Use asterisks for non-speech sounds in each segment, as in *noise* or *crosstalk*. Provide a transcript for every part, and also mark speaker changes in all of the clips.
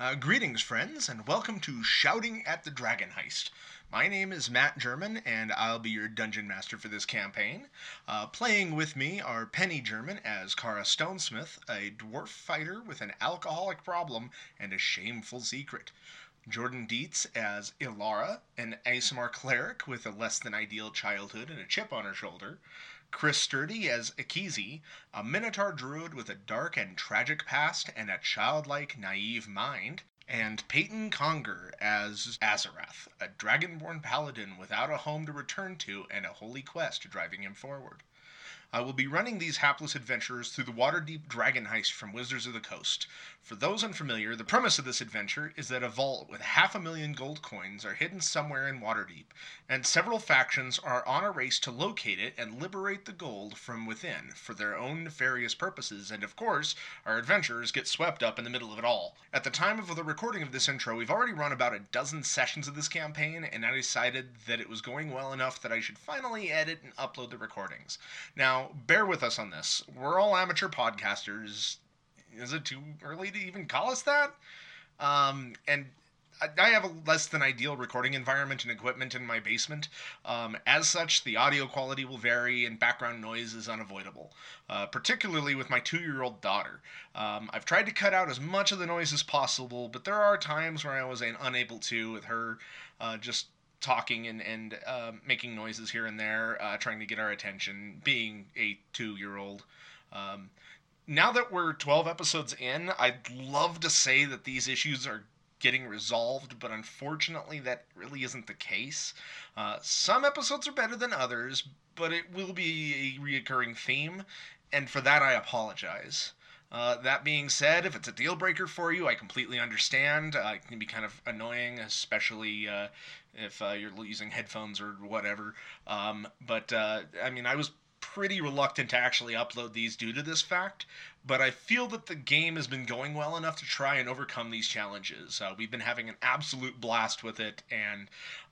Speaker 1: Uh, greetings, friends, and welcome to Shouting at the Dragon Heist. My name is Matt German, and I'll be your dungeon master for this campaign. Uh, playing with me are Penny German as Kara Stonesmith, a dwarf fighter with an alcoholic problem and a shameful secret. Jordan Dietz as Ilara, an ASMR cleric with a less than ideal childhood and a chip on her shoulder. Chris Sturdy as Akizi, a Minotaur druid with a dark and tragic past and a childlike, naive mind, and Peyton Conger as Azarath, a dragonborn paladin without a home to return to and a holy quest driving him forward. I will be running these hapless adventurers through the Waterdeep Dragon Heist from Wizards of the Coast. For those unfamiliar, the premise of this adventure is that a vault with half a million gold coins are hidden somewhere in Waterdeep, and several factions are on a race to locate it and liberate the gold from within for their own nefarious purposes, and of course, our adventurers get swept up in the middle of it all. At the time of the recording of this intro, we've already run about a dozen sessions of this campaign, and I decided that it was going well enough that I should finally edit and upload the recordings. Now, bear with us on this. We're all amateur podcasters. Is it too early to even call us that? Um, and I I have a less than ideal recording environment and equipment in my basement. Um, as such, the audio quality will vary and background noise is unavoidable, uh, particularly with my two year old daughter. Um, I've tried to cut out as much of the noise as possible, but there are times where I was un- unable to with her uh, just talking and, and uh, making noises here and there, uh, trying to get our attention, being a two year old. Um, now that we're 12 episodes in, I'd love to say that these issues are getting resolved, but unfortunately, that really isn't the case. Uh, some episodes are better than others, but it will be a reoccurring theme, and for that, I apologize. Uh, that being said, if it's a deal breaker for you, I completely understand. Uh, it can be kind of annoying, especially uh, if uh, you're using headphones or whatever. Um, but uh, I mean, I was pretty reluctant to actually upload these due to this fact, but I feel that the game has been going well enough to try and overcome these challenges. Uh, we've been having an absolute blast with it, and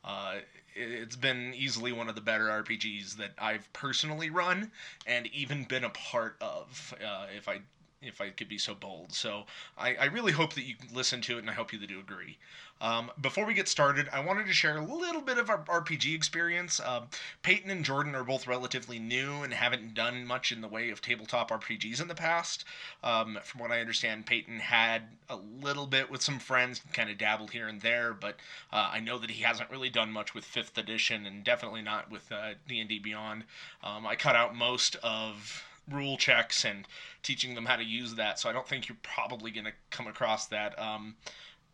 Speaker 1: uh, it- it's been easily one of the better RPGs that I've personally run and even been a part of, uh, if I if I could be so bold. So I, I really hope that you listen to it, and I hope you do agree. Um, before we get started, I wanted to share a little bit of our RPG experience. Um, Peyton and Jordan are both relatively new and haven't done much in the way of tabletop RPGs in the past. Um, from what I understand, Peyton had a little bit with some friends, kind of dabbled here and there, but uh, I know that he hasn't really done much with Fifth Edition, and definitely not with uh, D&D Beyond. Um, I cut out most of rule checks and teaching them how to use that. So I don't think you're probably going to come across that. Um,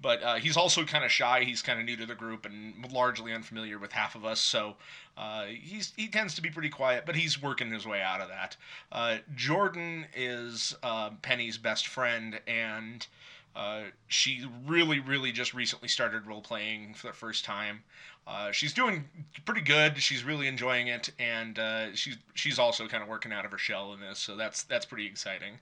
Speaker 1: but uh, he's also kind of shy. He's kind of new to the group and largely unfamiliar with half of us. So uh, he's he tends to be pretty quiet, but he's working his way out of that. Uh, Jordan is uh, Penny's best friend and. Uh, she really, really just recently started role playing for the first time. Uh, she's doing pretty good. She's really enjoying it, and uh, she's she's also kind of working out of her shell in this, so that's that's pretty exciting.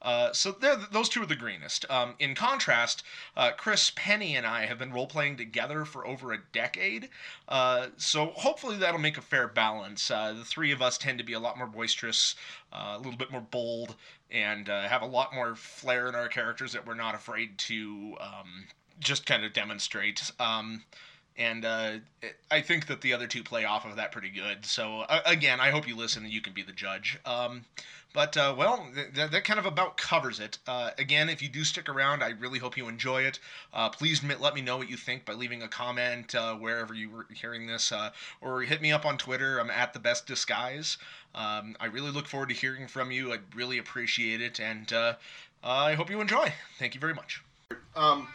Speaker 1: Uh, so they're, those two are the greenest. Um, in contrast, uh, Chris Penny and I have been role playing together for over a decade, uh, so hopefully that'll make a fair balance. Uh, the three of us tend to be a lot more boisterous, uh, a little bit more bold, and uh, have a lot more flair in our characters that we're not afraid to um, just kind of demonstrate. Um, and uh, it- I think that the other two play off of that pretty good. So uh, again, I hope you listen and you can be the judge. Um, but uh, well, th- th- that kind of about covers it. Uh, again, if you do stick around, I really hope you enjoy it. Uh, please m- let me know what you think by leaving a comment uh, wherever you were hearing this, uh, or hit me up on Twitter. I'm at the best disguise. Um, I really look forward to hearing from you. I really appreciate it, and uh, I hope you enjoy. Thank you very much. Um,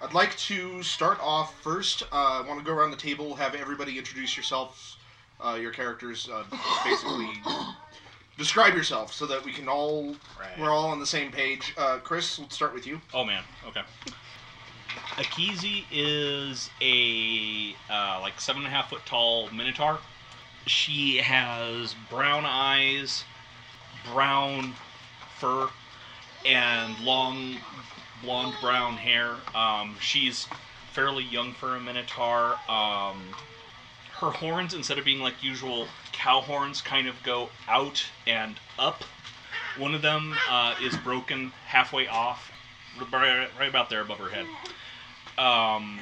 Speaker 1: I'd like to start off first. Uh, I want to go around the table, have everybody introduce yourselves, uh, your characters, uh, basically describe yourself so that we can all
Speaker 2: Right.
Speaker 1: we're all on the same page. Uh, Chris, let's start with you.
Speaker 2: Oh man. Okay. Akizi is a uh, like seven and a half foot tall minotaur. She has brown eyes, brown fur, and long blonde brown hair. Um, she's fairly young for a minotaur. Um, her horns, instead of being like usual cow horns, kind of go out and up. One of them uh, is broken halfway off right, right about there above her head. Um,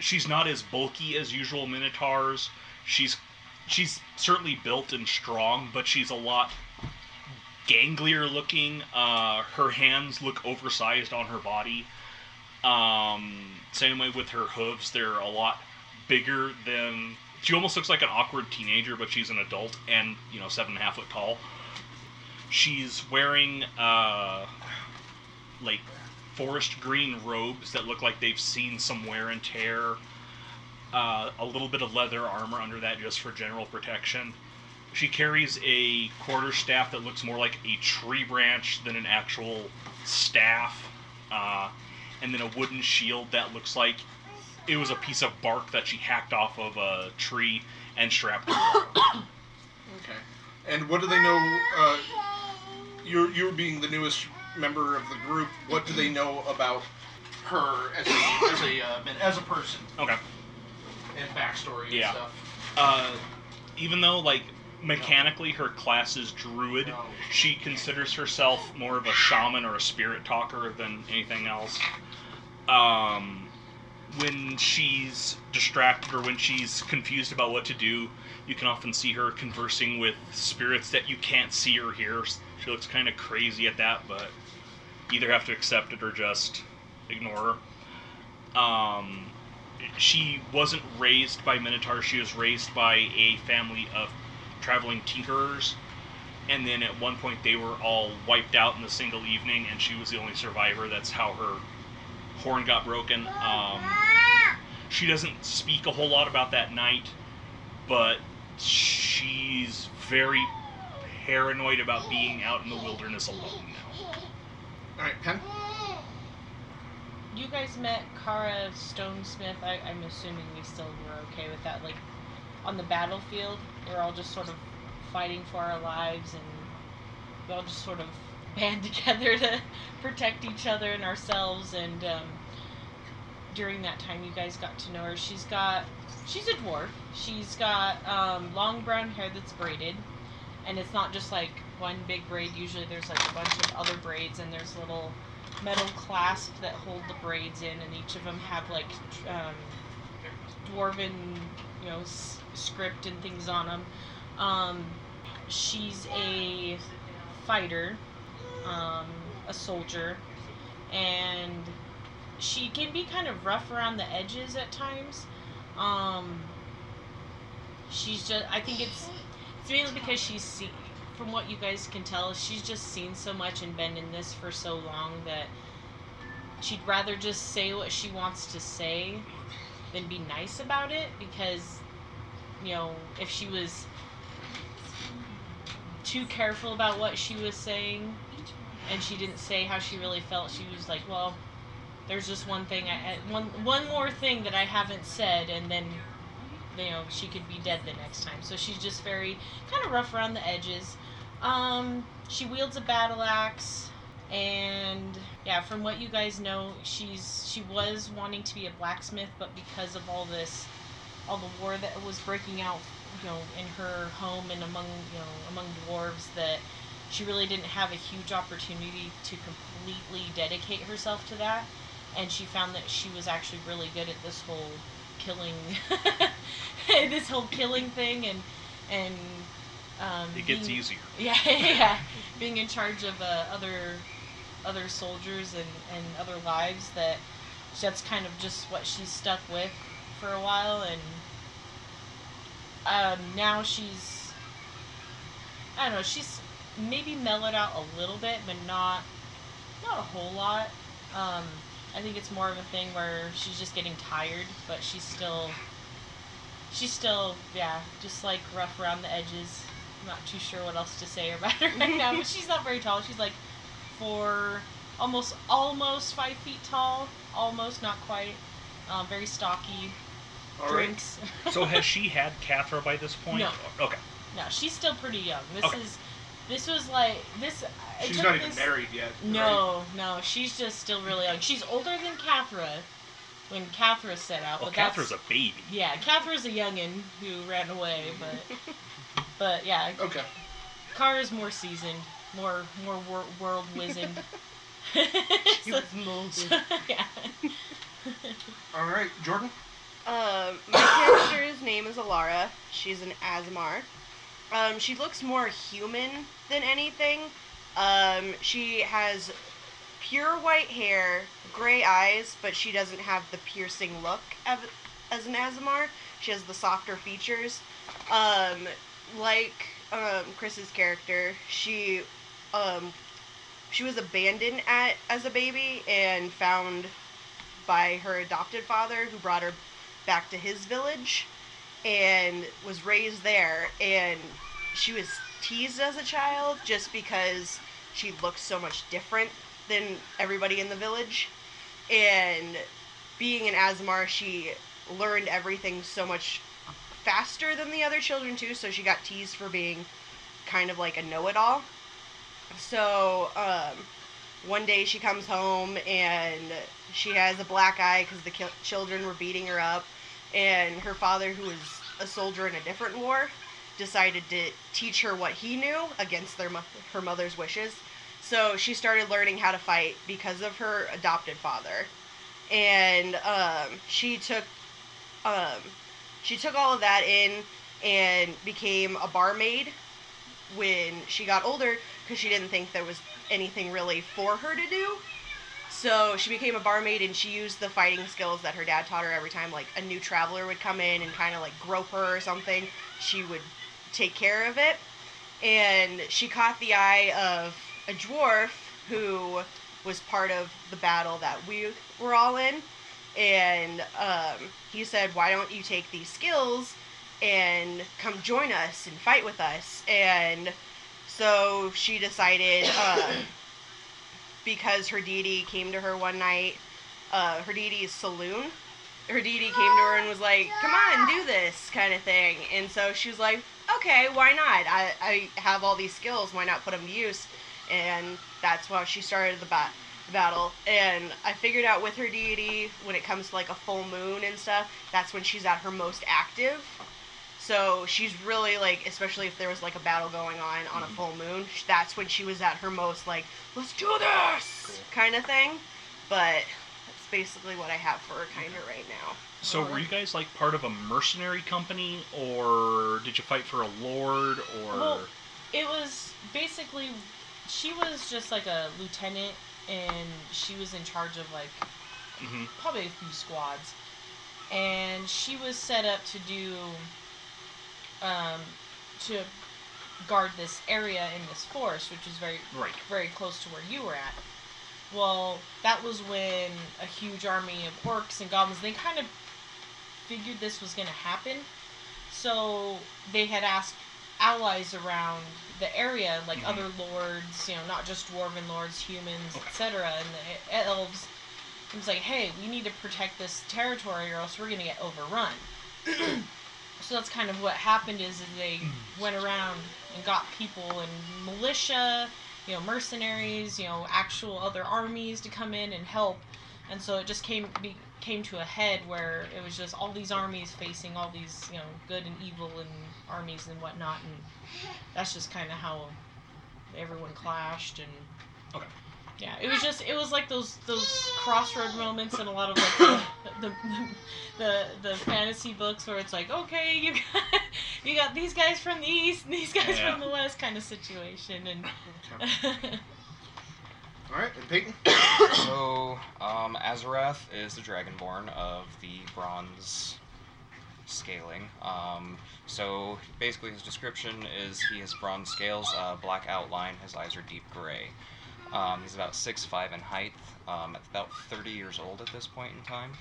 Speaker 2: she's not as bulky as usual minotaurs. She's she's certainly built and strong, but she's a lot ganglier looking. Uh, her hands look oversized on her body. Um, same way with her hooves; they're a lot bigger than. She almost looks like an awkward teenager, but she's an adult and you know seven and a half foot tall. She's wearing uh, like forest green robes that look like they've seen some wear and tear. Uh, a little bit of leather armor under that just for general protection. She carries a quarter staff that looks more like a tree branch than an actual staff, uh, and then a wooden shield that looks like it was a piece of bark that she hacked off of a tree and strapped. to her.
Speaker 3: Okay. And what do they know? Uh, you're you're being the newest member of the group. What do they know about her as a as a uh, min- as a person
Speaker 2: okay.
Speaker 3: and backstory
Speaker 2: Yeah.
Speaker 3: and stuff?
Speaker 2: Uh, even though like mechanically her class is druid,
Speaker 3: No.
Speaker 2: she considers herself more of a shaman or a spirit talker than anything else. Um, when she's distracted or when she's confused about what to do, you can often see her conversing with spirits that you can't see or hear. She looks kind of crazy at that, but either have to accept it or just ignore her. Um, she wasn't raised by Minotaur. She was raised by a family of traveling tinkerers. And then at one point, they were all wiped out in a single evening, and she was the only survivor. That's how her horn got broken. Um, she doesn't speak a whole lot about that night, but she's very paranoid about being out in the wilderness alone now.
Speaker 3: All right, Pen.
Speaker 4: You guys met Kara Stonesmith. I, I'm assuming we still were okay with that. Like on the battlefield, we're all just sort of fighting for our lives, and we all just sort of *laughs* band together to protect each other and ourselves. And um, during that time, you guys got to know her. She's got she's a dwarf. She's got um, long brown hair that's braided, and it's not just like one big braid. Usually, there's like a bunch of other braids, and there's little metal clasp that hold the braids in, and each of them have like tr- um, dwarven, you know, s- script and things on them. Um, she's a fighter, um, a soldier, and she can be kind of rough around the edges at times. Um, she's just, I think it's, it's mainly because she's seen, from what you guys can tell, she's just seen so much and been in this for so long that she'd rather just say what she wants to say than be nice about it because, you know, if she was too careful about what she was saying and she didn't say how she really felt, she was like, well, there's just one thing, I, I- one one more thing that I haven't said, and then, you know, she could be dead the next time. So she's just very kind of rough around the edges. Um, she wields a battle axe, and yeah, from what you guys know, she's she was wanting to be a blacksmith, but because of all this, all the war that was breaking out, you know, in her home and among you know among dwarves, that she really didn't have a huge opportunity to completely dedicate herself to that, and she found that she was actually really good at this whole killing, *laughs* this whole killing thing, and and um,
Speaker 2: It gets
Speaker 4: being-
Speaker 2: easier.
Speaker 4: *laughs* yeah, yeah. Being in charge of uh, other other soldiers and, and other lives that that's kind of just what she's stuck with for a while and um, now she's I don't know, she's maybe mellowed out a little bit but not not a whole lot. Um, I think it's more of a thing where she's just getting tired, but she's still she's still yeah, just like rough around the edges. I'm not too sure what else to say about her right now, but she's not very tall. She's like four, almost almost five feet tall, almost not quite. Um, very stocky.
Speaker 3: All right.
Speaker 4: drinks. *laughs*
Speaker 2: So has she had Cathra by this point?
Speaker 4: No.
Speaker 2: Okay.
Speaker 4: No, she's still pretty young. This
Speaker 2: Okay.
Speaker 4: is this was like this. I
Speaker 3: She's
Speaker 4: took
Speaker 3: not even
Speaker 4: this-
Speaker 3: married yet. right?
Speaker 4: No, no, she's just still really young. She's older than Cathra when Cathra set out.
Speaker 2: Well,
Speaker 4: but that's-
Speaker 2: Cathra's a baby.
Speaker 4: Yeah, Cathra's a youngin who ran away,
Speaker 3: *laughs*
Speaker 4: but but yeah,
Speaker 3: Okay.
Speaker 4: Kara's more seasoned, more more wor- world wizened. *laughs*
Speaker 5: She
Speaker 4: So-
Speaker 5: was molded.
Speaker 4: so- *laughs* yeah.
Speaker 3: All right, Jordan.
Speaker 5: Um, my character's name is Alara. She's an Asmar. Um, she looks more human than anything. Um, she has pure white hair, gray eyes, but she doesn't have the piercing look of, as an Asmar. She has the softer features. Um, like um, Chris's character, she um, she was abandoned at as a baby and found by her adopted father, who brought her back to his village and was raised there and she was teased as a child just because she looked so much different than everybody in the village and being an asmar she learned everything so much faster than the other children too so she got teased for being kind of like a know-it-all so um, one day she comes home and she has a black eye because the ki- children were beating her up and her father who was a soldier in a different war decided to teach her what he knew against their mo- her mother's wishes so she started learning how to fight because of her adopted father and um, she took um, she took all of that in and became a barmaid when she got older because she didn't think there was anything really for her to do. So she became a barmaid and she used the fighting skills that her dad taught her every time like a new traveler would come in and kind of like grope her or something. She would take care of it. And she caught the eye of a dwarf who was part of the battle that we were all in. And um, he said, Why don't you take these skills and come join us and fight with us? And so she decided, *coughs* um, because her deity came to her one night, uh, her deity's saloon. Her deity came to her and was like, "Come on, do this kind of thing." And so she was like, "Okay, why not? I, I have all these skills. Why not put them to use?" And that's why she started the, ba- the battle. And I figured out with her deity, when it comes to like a full moon and stuff, that's when she's at her most active. So she's really like, especially if there was like a battle going on on a
Speaker 2: Mhm.
Speaker 5: full moon, sh- that's when she was at her most like, let's do this
Speaker 2: Cool.
Speaker 5: kind of thing. But that's basically what I have for her kind of right *laughs* now.
Speaker 2: So were you guys like part of a mercenary company, or did you fight for a lord, or
Speaker 4: Well- It was basically she was just like a lieutenant, and she was in charge of like
Speaker 2: Mhm.
Speaker 4: probably a few squads, and she was set up to do, um, to guard this area in this forest, which is very
Speaker 2: right?
Speaker 4: very close to where you were at. Well, that was when a huge army of orcs and goblins, they kind of figured this was going to happen. So they had asked allies around the area, like
Speaker 2: Mhm.
Speaker 4: other lords, you know, not just dwarven lords, humans,
Speaker 2: Okay.
Speaker 4: etc., and the e- elves. It was like, hey, we need to protect this territory or else we're going to get overrun. *clears throat* so that's kind of what happened is that they went around and got people and militia you know mercenaries you know actual other armies to come in and help and so it just came be, came to a head where it was just all these armies facing all these you know good and evil and armies and whatnot and that's just kind of how everyone clashed and
Speaker 2: Okay.
Speaker 4: yeah it was just it was like those those crossroad moments in a lot of like the, the, the, the, fantasy books where it's like okay you got you got these guys from the east and these guys
Speaker 2: Yeah.
Speaker 4: from the west kind of situation and *laughs*
Speaker 3: All right, and Peyton.
Speaker 6: So, um, Azarath is the dragonborn of the bronze scaling. Um, so, basically, his description is he has bronze scales, uh, black outline, his eyes are deep gray. Um, he's about 6'5 in height, um, about 30 years old at this point in time.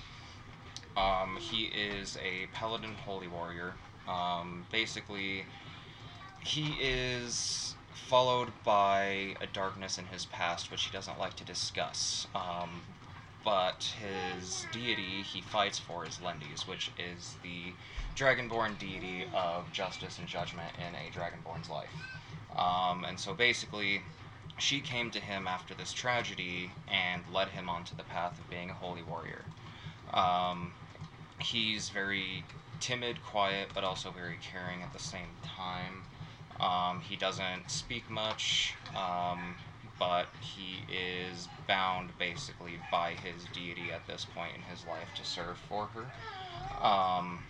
Speaker 6: Um, he is a paladin holy warrior. Um, basically, he is followed by a darkness in his past, which he doesn't like to discuss. Um, but his deity he fights for is Lendes, which is the dragonborn deity of justice and judgment in a dragonborn's life. Um, and so basically, she came to him after this tragedy and led him onto the path of being a holy warrior. Um, he's very timid, quiet, but also very caring at the same time. Um, he doesn't speak much, um, but he is bound basically by his deity at this point in his life to serve for her. Um,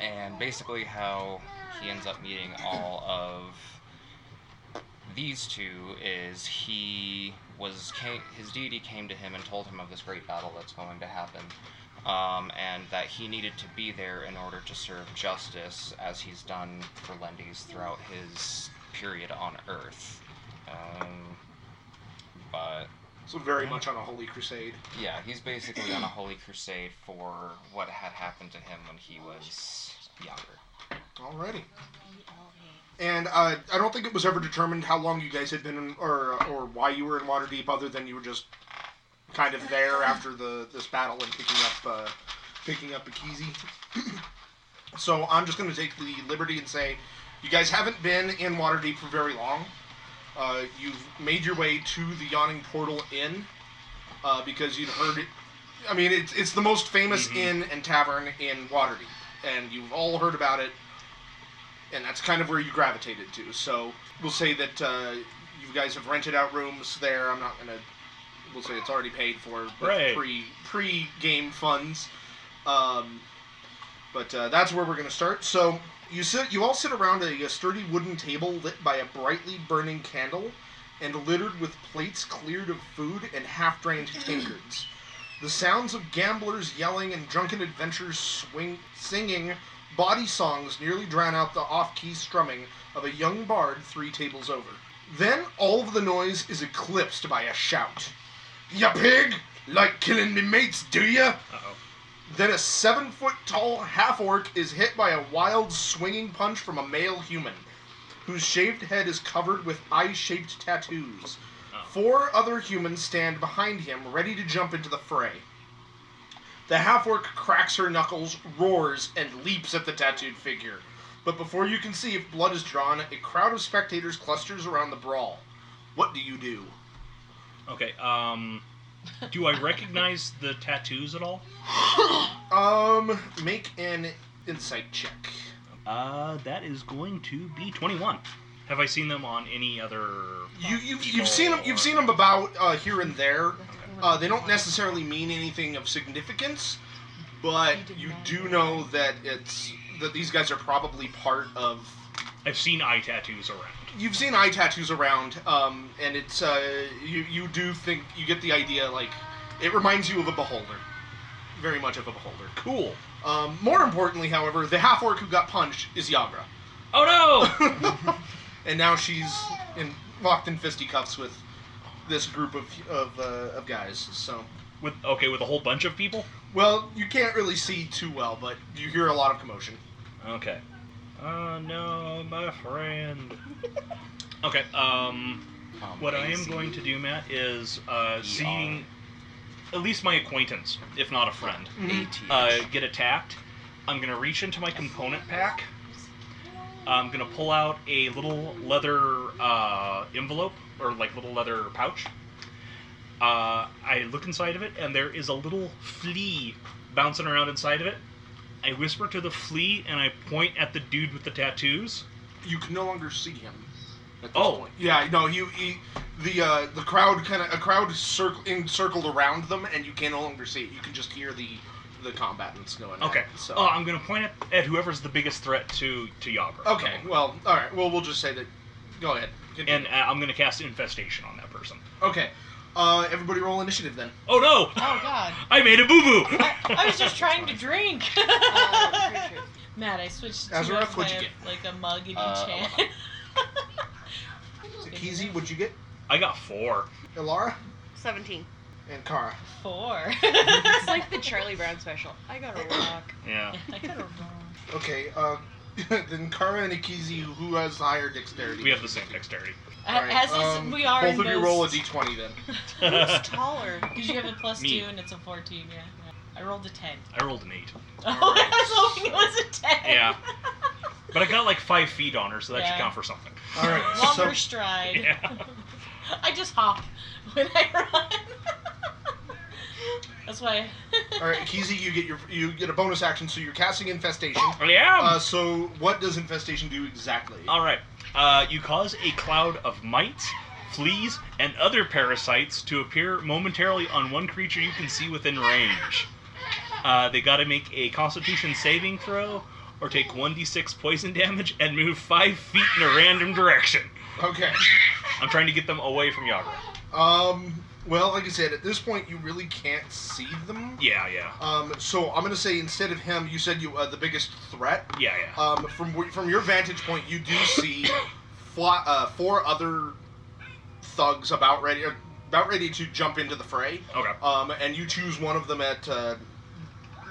Speaker 6: and basically, how he ends up meeting all of these two is he was came, his deity came to him and told him of this great battle that's going to happen um, and that he needed to be there in order to serve justice as he's done for Lendes throughout his period on Earth. Um, but
Speaker 1: So very much on a holy crusade.
Speaker 6: yeah, he's basically on a holy crusade for what had happened to him when he was younger.
Speaker 1: Alrighty. And uh, I don't think it was ever determined how long you guys had been in, or uh, or why you were in Waterdeep, other than you were just kind of there after the this battle and picking up uh, picking up Akizi. *clears throat* so I'm just going to take the liberty and say, you guys haven't been in Waterdeep for very long. Uh, you've made your way to the Yawning Portal Inn uh, because you'd heard it. I mean, it's it's the most famous
Speaker 2: Mhm.
Speaker 1: inn and tavern in Waterdeep, and you've all heard about it and that's kind of where you gravitated to. So we'll say that uh, you guys have rented out rooms there. I'm not gonna. We'll say it's already paid for with
Speaker 2: Right.
Speaker 1: pre pre game funds. Um, but uh, that's where we're gonna start. So you sit. You all sit around a, a sturdy wooden table lit by a brightly burning candle, and littered with plates cleared of food and half drained tankards. The sounds of gamblers yelling and drunken adventurers swing singing body songs nearly drown out the off key strumming of a young bard three tables over. Then all of the noise is eclipsed by a shout. Ya pig! Like killing me mates, do ya?
Speaker 2: Uh-oh.
Speaker 1: Then a seven foot tall half orc is hit by a wild swinging punch from a male human, whose shaved head is covered with eye shaped tattoos.
Speaker 2: Oh.
Speaker 1: Four other humans stand behind him, ready to jump into the fray. The half orc cracks her knuckles, roars, and leaps at the tattooed figure. But before you can see if blood is drawn, a crowd of spectators clusters around the brawl. What do you do?
Speaker 2: Okay. Um, do I recognize the tattoos at all?
Speaker 1: Um, make an insight check.
Speaker 2: Uh, that is going to be 21. Have I seen them on any other?
Speaker 1: You, you've,
Speaker 2: people
Speaker 1: you've seen them.
Speaker 2: or-
Speaker 1: You've seen them about uh, here and there. Uh, they don't necessarily mean anything of significance, but you do know that it's that these guys are probably part of.
Speaker 2: I've seen eye tattoos around.
Speaker 1: You've seen eye tattoos around, um, and it's uh, you. You do think you get the idea. Like it reminds you of a beholder, very much of a beholder.
Speaker 2: Cool.
Speaker 1: Um, more importantly, however, the half orc who got punched is Yagra.
Speaker 2: Oh no! *laughs*
Speaker 1: *laughs* and now she's in locked in fisticuffs with this group of of, uh, of guys. So,
Speaker 2: with okay, with a whole bunch of people.
Speaker 1: well, you can't really see too well, but you hear a lot of commotion.
Speaker 2: Okay. Oh no, my friend. okay. Um,
Speaker 6: Um,
Speaker 2: what I am
Speaker 6: AC.
Speaker 2: going to do, Matt, is uh, seeing at least my acquaintance, if not a friend,
Speaker 6: ATH.
Speaker 2: uh, get attacked. I'm gonna reach into my component pack. I'm gonna pull out a little leather uh, envelope or like little leather pouch. Uh, I look inside of it, and there is a little flea bouncing around inside of it. I whisper to the flea, and I point at the dude with the tattoos.
Speaker 1: You can no longer see him. At this
Speaker 2: Oh.
Speaker 1: point. yeah, no, you. He, the uh, the crowd kind of a crowd circle encircled around them, and you can no longer see it. You can just hear the the combatants going.
Speaker 2: Okay.
Speaker 1: At, so.
Speaker 2: Oh, I'm gonna point at, at whoever's the biggest threat to to Yagra.
Speaker 1: okay. Well, all right. Well, we'll just say that. Go ahead. Continue.
Speaker 2: And uh, I'm gonna cast infestation on that person.
Speaker 1: okay. Uh, everybody roll initiative then.
Speaker 2: Oh no!
Speaker 4: Oh God.
Speaker 2: I made a boo boo.
Speaker 4: I was just trying
Speaker 5: *laughs*
Speaker 4: to drink.
Speaker 5: Uh, creatures.
Speaker 4: Matt, I switched to
Speaker 1: Azareth,
Speaker 4: a
Speaker 1: what'd you
Speaker 4: kind
Speaker 1: get?
Speaker 4: of, like a mug in each
Speaker 6: Uh,
Speaker 4: hand. *laughs*
Speaker 1: Kizi, what'd you get?
Speaker 2: *laughs* I got four.
Speaker 1: Ilara
Speaker 5: 17.
Speaker 1: and Kara. *laughs*
Speaker 4: Four.
Speaker 5: It's like the
Speaker 4: *laughs*
Speaker 5: Charlie Brown special. I got a rock.
Speaker 2: Yeah.
Speaker 4: I could have wrong.
Speaker 1: Okay, uh, *laughs* then Kara and Akizi, who has the higher dexterity?
Speaker 2: We have the same dexterity.
Speaker 1: All right,
Speaker 4: As is,
Speaker 1: um,
Speaker 4: we are
Speaker 1: Both
Speaker 4: in
Speaker 1: of
Speaker 4: those...
Speaker 1: you roll a
Speaker 4: *laughs*
Speaker 1: d20 then.
Speaker 5: Who's taller?
Speaker 4: Because you have a plus
Speaker 2: Me.
Speaker 4: two and it's a 14, yeah. yeah. I rolled a 10.
Speaker 2: I rolled an eight,
Speaker 4: Oh, *laughs* I was hoping it was a 10.
Speaker 2: Yeah. but I got like five feet on her, so that
Speaker 4: Yeah.
Speaker 2: should count for something.
Speaker 1: All right,
Speaker 4: *laughs* *laughs* Longer
Speaker 1: so
Speaker 2: *laughs*
Speaker 4: stride.
Speaker 2: Yeah.
Speaker 4: I just hop *laughs* when I
Speaker 1: *laughs*
Speaker 4: run. That's why.
Speaker 1: all right, Akizi, you get your you get a bonus action, so you're casting infestation.
Speaker 2: Yeah.
Speaker 1: Uh, so what does infestation do exactly?
Speaker 2: All right. Uh, you cause a cloud of mites fleas, and other parasites to appear momentarily on one creature you can see within range. Uh, they got to make a Constitution saving throw, or take 1d6 poison damage and move five feet in a random direction.
Speaker 1: Okay.
Speaker 2: I'm trying to get them away from Yagra.
Speaker 1: Um. Well, like I said, at this point you really can't see them.
Speaker 2: Yeah, yeah,
Speaker 1: Um. So I'm gonna say instead of him, you said you uh, the biggest threat.
Speaker 2: yeah, yeah.
Speaker 1: Um. From where- from your vantage point, you do see fly, uh, four other thugs about ready uh, about ready to jump into the fray.
Speaker 2: Okay.
Speaker 1: Um. And you choose one of them at uh,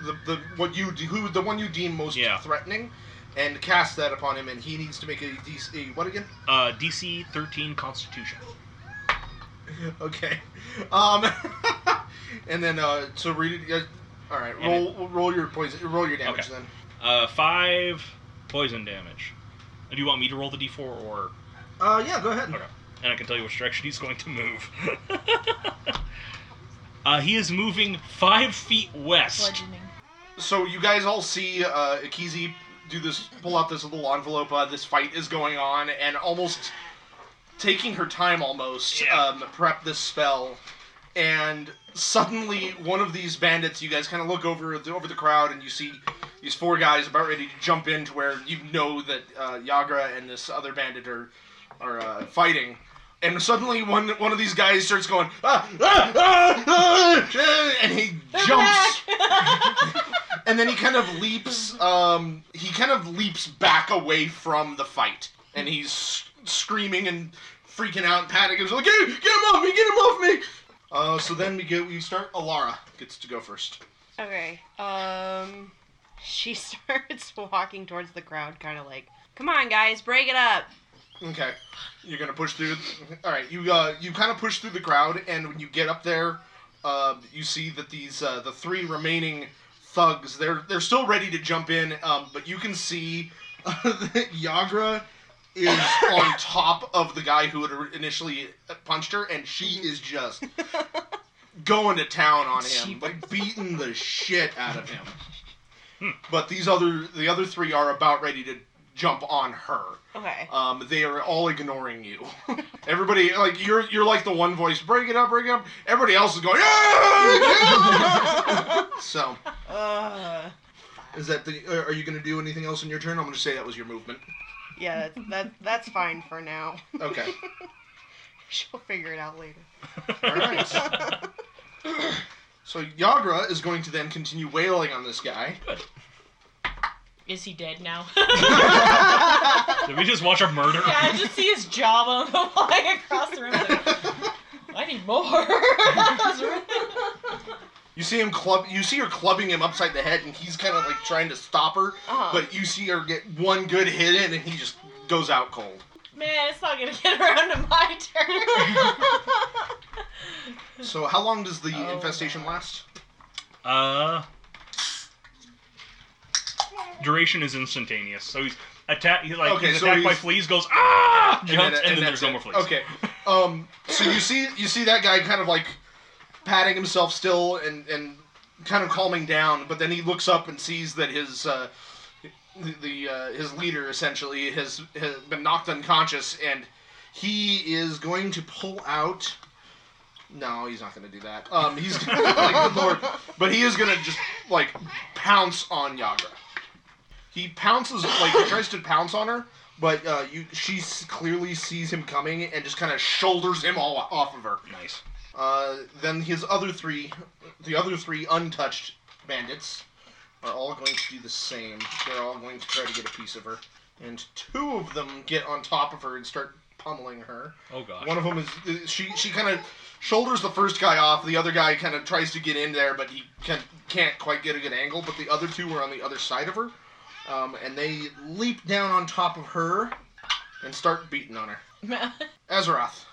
Speaker 1: the the what you de- who the one you deem most
Speaker 2: Yeah.
Speaker 1: threatening, and cast that upon him, and he needs to make a DC what again? *laughs*
Speaker 2: Uh, DC 13 Constitution.
Speaker 1: Okay. Um, *laughs* and then uh, so read it. Uh, all right,
Speaker 2: And
Speaker 1: roll roll your poison, roll your damage
Speaker 2: Okay.
Speaker 1: then.
Speaker 2: Uh, five poison damage. Do you want me to roll the d4 or.
Speaker 1: Uh, yeah, go ahead.
Speaker 2: Okay. And I can tell you which direction he's going to move. *laughs* uh, he is moving five feet west.
Speaker 4: Bludgeoning.
Speaker 1: So you guys all see uh, Akizi do this, pull out this little envelope. Uh, this fight is going on, and almost taking her time, almost
Speaker 2: Yeah.
Speaker 1: um, prep this spell. And suddenly, one of these bandits. You guys kind of look over the, over the crowd, and you see these four guys about ready to jump in to where you know that uh, Yagra and this other bandit are are uh, fighting. And suddenly, one one of these guys starts going, ah, ah, ah, ah, ah," and he
Speaker 4: They're
Speaker 1: jumps
Speaker 4: back!
Speaker 1: *laughs*
Speaker 4: *laughs*
Speaker 1: and then he kind of leaps um he kind of leaps back away from the fight and he's s- screaming and freaking out and panicking he's like get, get him off me get him off me uh, so then we get we start alara gets to go first
Speaker 5: Okay. Um, *laughs* she starts walking towards the crowd, kind of like, "Come on, guys, break it up."
Speaker 1: okay you're gonna push through all right you uh you kind of push through the crowd and when you get up there uh, you see that these uh, the three remaining thugs they're they're still ready to jump in um, but you can see *laughs* that yagra is on top of the guy who had initially punched her and she is just going to town on
Speaker 5: She-
Speaker 1: him like beating the shit out of him but these other the other three are about ready to jump on her
Speaker 5: Okay.
Speaker 1: um, they are all ignoring you. *laughs* Everybody, like you're, you're like the one voice, break it up, break it up. Everybody else is going, yeah! *laughs* so,
Speaker 5: Uh,
Speaker 1: is that the? Are are you gonna do anything else in your turn? I'm gonna say that was your movement.
Speaker 5: yeah, that's, that that's fine for now. *laughs*
Speaker 1: Okay.
Speaker 5: She'll figure it out later.
Speaker 1: All right. So Yagra is going to then continue wailing on this guy. *laughs*
Speaker 4: Is he dead now?
Speaker 2: *laughs*
Speaker 4: *laughs*
Speaker 2: Did we just watch a murder?
Speaker 4: Yeah, I just see his jawbone *laughs* flying across the room. Like, I need more. *laughs* That was really-
Speaker 1: You see him club. You see her clubbing him upside the head, and he's kind of like trying to stop her.
Speaker 5: Uh-huh.
Speaker 1: But you see her get one good hit in, and he just goes out cold.
Speaker 4: Man, it's not gonna get around to my turn. *laughs*
Speaker 1: So how long does the
Speaker 4: Oh,
Speaker 1: infestation
Speaker 4: my.
Speaker 1: last?
Speaker 2: Uh, duration is instantaneous. So he's attacked. He like
Speaker 1: Okay,
Speaker 2: he's
Speaker 1: so
Speaker 2: attacked by
Speaker 1: he's-
Speaker 2: fleas. Goes ah,
Speaker 1: And
Speaker 2: jumps, and then,
Speaker 1: that's
Speaker 2: there's no
Speaker 1: it.
Speaker 2: more fleas.
Speaker 1: Okay. Um. So you see, you see that guy kind of like patting himself still and and kind of calming down, but then he looks up and sees that his uh, the- the uh, his leader essentially has has been knocked unconscious, and he is going to pull out. No, he's not going to do that. Um, he's *laughs* gonna, like, good lord, but he is going to just like pounce on Yagra. He pounces like he tries to pounce on her, but uh, you she s- clearly sees him coming and just kind of shoulders him all off of her.
Speaker 2: Nice.
Speaker 1: Uh, then his other three, the other three untouched bandits, are all going to do the same. They're all going to try to get a piece of her, and two of them get on top of her and start pummeling her.
Speaker 2: Oh gosh.
Speaker 1: One of them is she. She kind of shoulders the first guy off. The other guy kind of tries to get in there, but he can, can't quite get a good angle. But the other two are on the other side of her, um, and they leap down on top of her and start beating on her. Azeroth.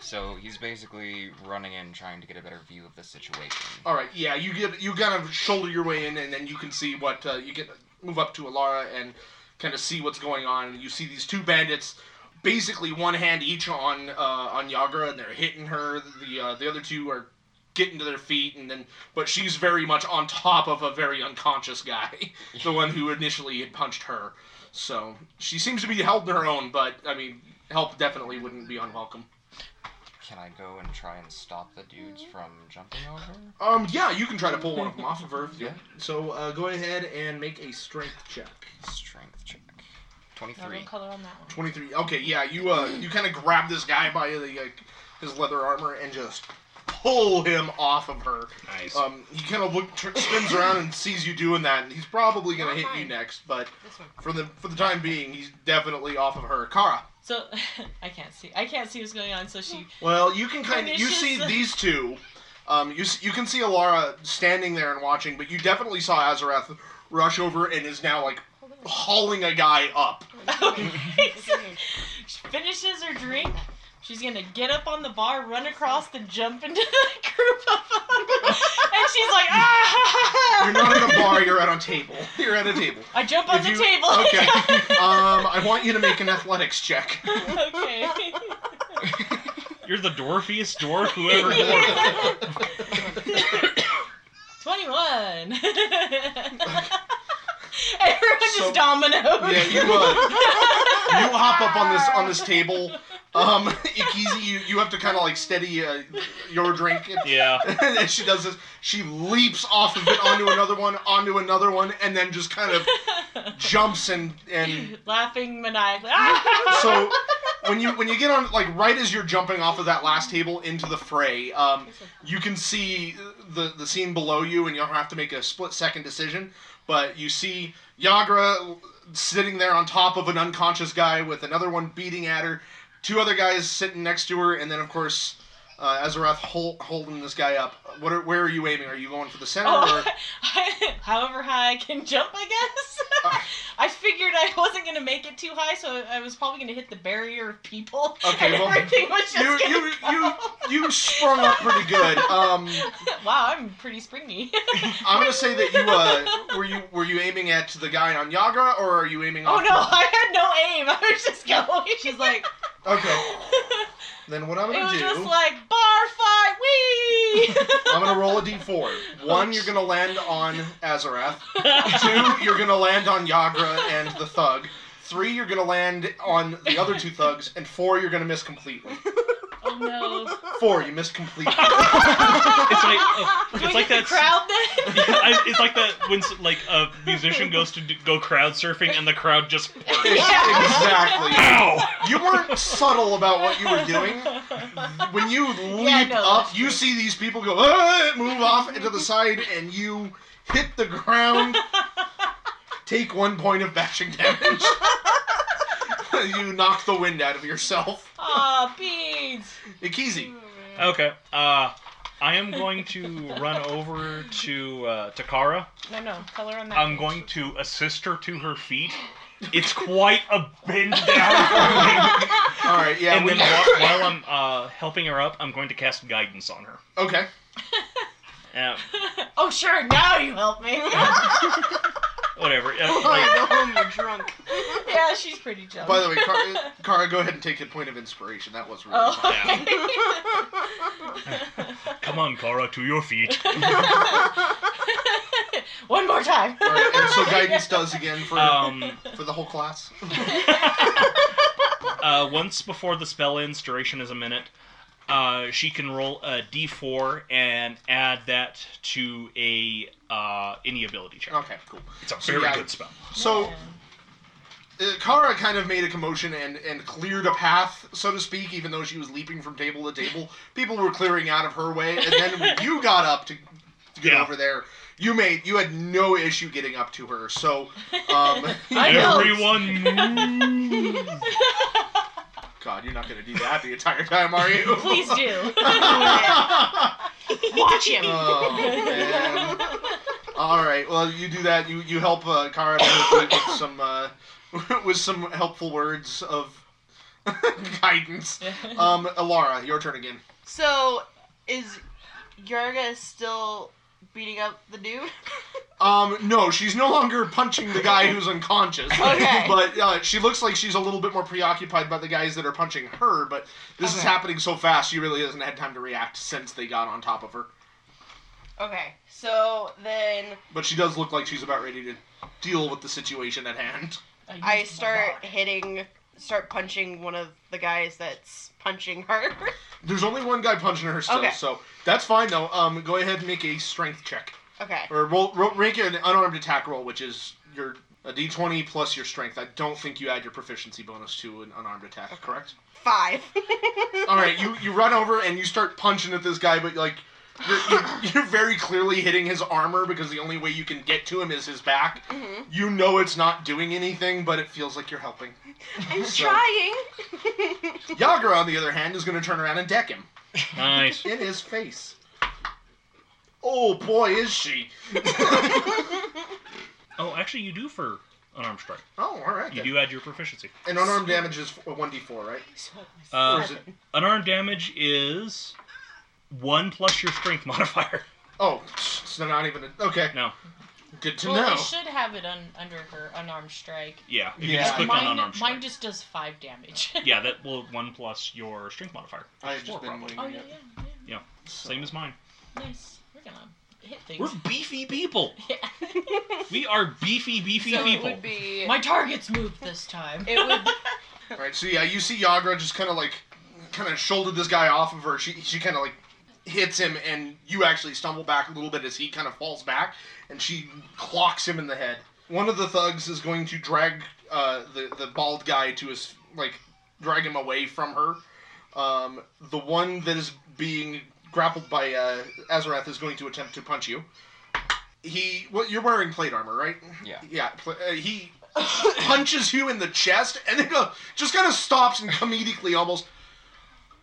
Speaker 6: So he's basically running in, trying to get a better view of the situation.
Speaker 1: All right. Yeah, you get you kind of shoulder your way in, and then you can see what uh, you get. Move up to Alara and kind of see what's going on. You see these two bandits, basically one hand each on uh, on Yagra, and they're hitting her. The uh, the other two are getting to their feet, and then but she's very much on top of a very unconscious guy, *laughs* the one who initially had punched her. So she seems to be held in her own, but I mean, help definitely wouldn't be unwelcome.
Speaker 6: Can I go and try and stop the dudes from jumping on her?
Speaker 1: Um, yeah, you can try to pull one of them off of her. if you-
Speaker 6: Yeah.
Speaker 1: So uh, go ahead and make a strength check.
Speaker 6: Strength check.
Speaker 4: No, no
Speaker 6: Twenty-three.
Speaker 4: color on that one.
Speaker 1: 23. Okay, yeah, you uh, you kind of grab this guy by the, like, his leather armor and just pull him off of her.
Speaker 2: Nice.
Speaker 1: Um, he kind of look, tr- spins around and sees you doing that, and he's probably gonna
Speaker 5: Not
Speaker 1: hit you
Speaker 5: mine.
Speaker 1: next. But
Speaker 5: This one.
Speaker 1: for the for the time being, he's definitely off of her. Kara.
Speaker 4: So *laughs* I can't see. I can't see what's going on. So she.
Speaker 1: Well, you can kind of you
Speaker 4: Pernicious.
Speaker 1: see these two. Um, you s- you can see Alara standing there and watching, but you definitely saw Azarath rush over and is now like
Speaker 5: Hold on.
Speaker 1: hauling a guy up.
Speaker 4: *laughs* she finishes her drink. She's gonna get up on the bar, run across, and jump into the *laughs* group of *laughs* them. And she's like,
Speaker 1: You're
Speaker 4: ah!
Speaker 1: not
Speaker 4: *laughs*
Speaker 1: at a bar. You're at a table. You're at a table.
Speaker 4: I jump on
Speaker 1: If
Speaker 4: the
Speaker 1: you-
Speaker 4: table.
Speaker 1: Okay. *laughs*
Speaker 4: *laughs*
Speaker 1: Um, I want you to make an athletics check.
Speaker 4: okay. *laughs*
Speaker 2: You're the dwarfiest dwarf who ever
Speaker 4: *laughs*
Speaker 2: dwarfed.
Speaker 1: *laughs*
Speaker 4: 21. Everyone
Speaker 1: So-
Speaker 4: just dominoes.
Speaker 1: Yeah, you uh, you hop up on this on this table. Um, *laughs* Ikizi, you, you have to kind of like steady uh, your drink.
Speaker 2: Yeah. *laughs*
Speaker 1: *laughs* and then she does this. She leaps off of it onto another one, onto another one, and then just kind of jumps and and
Speaker 4: *laughs* Laughing maniacally. Ah!
Speaker 1: so when you when you get on like right as you're jumping off of that last table into the fray, um, you can see the the scene below you, and you'll have to make a split second decision. But you see Yagra sitting there on top of an unconscious guy with another one beating at her, two other guys sitting next to her, and then of course uh, Azarath hol- holding this guy up. What are, where are you aiming? Are you going for the center?
Speaker 4: Oh,
Speaker 1: Or,
Speaker 4: *laughs* however high I can jump, I guess. *laughs*
Speaker 1: Uh.
Speaker 4: I figured I wasn't gonna make it too high, so I was probably gonna hit the barrier of people, *laughs*
Speaker 1: Okay,
Speaker 4: and
Speaker 1: well,
Speaker 4: everything was just
Speaker 1: you
Speaker 4: gonna
Speaker 1: you you
Speaker 4: go.
Speaker 1: you sprung up pretty good. Um,
Speaker 4: *laughs* wow, I'm pretty springy.
Speaker 1: I'm gonna say that you uh, were you were you aiming at the guy on Yagra or are you aiming?
Speaker 4: oh
Speaker 1: off
Speaker 4: no, I had no aim. *laughs* I was just going.
Speaker 5: She's
Speaker 4: *laughs*
Speaker 5: like,
Speaker 1: Okay. Then what I'm
Speaker 4: it
Speaker 1: gonna
Speaker 4: was
Speaker 1: do?
Speaker 4: just like bar fight, wee.
Speaker 1: I'm gonna roll a d4. One, you're gonna land on Azarath. Two, you're gonna land on Yagra and the thug. Three, you're gonna land on the other two thugs, and four, you're gonna miss completely.
Speaker 4: *laughs* oh no. *laughs*
Speaker 1: Four, you missed completely.
Speaker 2: It's like uh,
Speaker 4: Do I
Speaker 2: it's like
Speaker 4: get
Speaker 2: that.
Speaker 4: the crowd then.
Speaker 2: I- *laughs* it's like that when s- like a musician goes to do, go crowd surfing and the crowd just
Speaker 1: exactly.
Speaker 2: ow.
Speaker 1: You weren't subtle about what you were doing. When you leap
Speaker 4: Yeah, I know,
Speaker 1: up,
Speaker 4: that's
Speaker 1: you
Speaker 4: true.
Speaker 1: see these people go "Ah," move off into the side, and you hit the ground. Take one point of bashing damage. *laughs* you knock the wind out of yourself.
Speaker 4: *laughs* Aw, beans.
Speaker 1: Ikizi.
Speaker 2: Okay. Uh, I am going to run over to uh, Takara.
Speaker 4: No, no, color on that.
Speaker 2: I'm
Speaker 4: *laughs*
Speaker 2: going to assist her to her feet. It's quite a bend down for me.
Speaker 1: All right, yeah.
Speaker 2: and
Speaker 1: we-
Speaker 2: then while, while I'm uh, helping her up, I'm going to cast guidance on her.
Speaker 1: okay.
Speaker 2: Uh,
Speaker 4: oh, sure. Now you help *laughs* me.
Speaker 2: whatever. Uh,
Speaker 4: *laughs*
Speaker 5: oh,
Speaker 2: like,
Speaker 5: go home, you're drunk.
Speaker 4: yeah, she's pretty jealous.
Speaker 1: By the way, Kara, Kara, go ahead and take a point of inspiration. That was really
Speaker 4: *laughs* oh,
Speaker 1: fun.
Speaker 2: Yeah.
Speaker 4: okay.
Speaker 2: Come on, Kara, to your feet.
Speaker 4: *laughs* One more time.
Speaker 1: All right, and so guidance does again for
Speaker 2: Um,
Speaker 1: for the whole class.
Speaker 2: uh, once before the spell ends, duration is a minute. Uh, she can roll a D4 and add that to a uh, any ability check.
Speaker 1: Okay, cool.
Speaker 2: It's a
Speaker 1: Oh, So,
Speaker 2: very
Speaker 1: yeah.
Speaker 2: good spell.
Speaker 1: *laughs* So uh, Kara kind of made a commotion and and cleared a path, so to speak. Even though she was leaping from table to table, people were clearing out of her way, and then
Speaker 4: *laughs*
Speaker 1: when you got up to, to get
Speaker 2: Yeah.
Speaker 1: over there. You made you had no issue getting up to her, so um,
Speaker 4: *laughs* I know.
Speaker 2: Everyone move.
Speaker 1: God, you're not gonna do that the entire time, are you?
Speaker 4: *laughs* Please
Speaker 1: *laughs*
Speaker 4: do.
Speaker 5: Watch him.
Speaker 1: Oh, man. All right. Well, you do that. You you help uh, Kara with, with some uh, *laughs* with some helpful words of *laughs* guidance. Um, Alara, your turn again.
Speaker 5: So, is Yarga still beating up the dude? *laughs*
Speaker 1: Um, no, she's no longer punching the guy who's unconscious.
Speaker 5: *laughs* Okay.
Speaker 1: But uh, she looks like she's a little bit more preoccupied by the guys that are punching her. But this is
Speaker 5: Okay.
Speaker 1: happening so fast, she really hasn't had time to react since they got on top of her.
Speaker 5: Okay. So then
Speaker 1: But she does look like she's about ready to deal with the situation at hand.
Speaker 5: I start hitting start punching one of the guys that's punching her. *laughs*
Speaker 1: There's only one guy punching her still,
Speaker 5: Okay.
Speaker 1: so that's fine though. Um, go ahead and make a strength check
Speaker 5: okay.
Speaker 1: or roll, roll make an unarmed attack roll, which is your a d20 plus your strength. I don't think you add your proficiency bonus to an unarmed attack, correct?
Speaker 5: Five. *laughs*
Speaker 1: All right, you you run over and you start punching at this guy, but like you're,
Speaker 4: *laughs*
Speaker 1: you're, you're very clearly hitting his armor because the only way you can get to him is his back.
Speaker 4: Mm-hmm.
Speaker 5: Mhm.
Speaker 1: You know it's not doing anything, but it feels like you're
Speaker 4: *laughs*
Speaker 1: helping.
Speaker 5: I'm
Speaker 1: So-
Speaker 5: trying.
Speaker 1: Yagra, on the other hand, is going to turn around and deck him
Speaker 2: Nice.
Speaker 1: in his face. Oh boy, is she!
Speaker 4: *laughs*
Speaker 2: Oh, actually, you do for unarmed strike.
Speaker 1: Oh, all right.
Speaker 2: You
Speaker 1: Then.
Speaker 2: do add your proficiency.
Speaker 1: And unarmed damage is one d4, right?
Speaker 2: Uh,
Speaker 1: Or is it?
Speaker 2: unarmed damage is one plus your strength *laughs* modifier.
Speaker 1: Oh, it's not even. A, okay,
Speaker 2: No,
Speaker 1: good to
Speaker 4: well,
Speaker 1: know.
Speaker 4: I should have it un- under her unarmed strike.
Speaker 2: yeah. If you
Speaker 1: Yeah.
Speaker 2: just click on
Speaker 4: mine,
Speaker 2: unarmed strike.
Speaker 4: mine just does five damage.
Speaker 2: Yeah, that will one plus your strength modifier.
Speaker 1: I've
Speaker 2: Four,
Speaker 1: just been
Speaker 2: probably.
Speaker 1: waiting.
Speaker 4: *laughs* oh yeah,
Speaker 1: it,
Speaker 4: yeah,
Speaker 1: so.
Speaker 2: Same as mine.
Speaker 4: yeah. Nice. We're gonna hit things.
Speaker 2: We're beefy people.
Speaker 4: *laughs* yeah.
Speaker 2: We are beefy, beefy
Speaker 5: so it
Speaker 2: people.
Speaker 5: would be.
Speaker 4: My targets moved this time.
Speaker 5: it
Speaker 4: *laughs*
Speaker 5: would.
Speaker 1: All right, so yeah, you see Yagra just kind of like, kind of shouldered this guy off of her. She she kind of like hits him, and you actually stumble back a little bit as he kind of falls back, and she clocks him in the head. One of the thugs is going to drag uh, the the bald guy to his like drag him away from her. Um, the one that is being grappled by uh, Azarath is going to attempt to punch you. He, well, you're wearing plate armor, right?
Speaker 6: Yeah.
Speaker 1: Yeah. Pl- uh, he punches you in the chest, and then go, just kind of stops and comedically almost.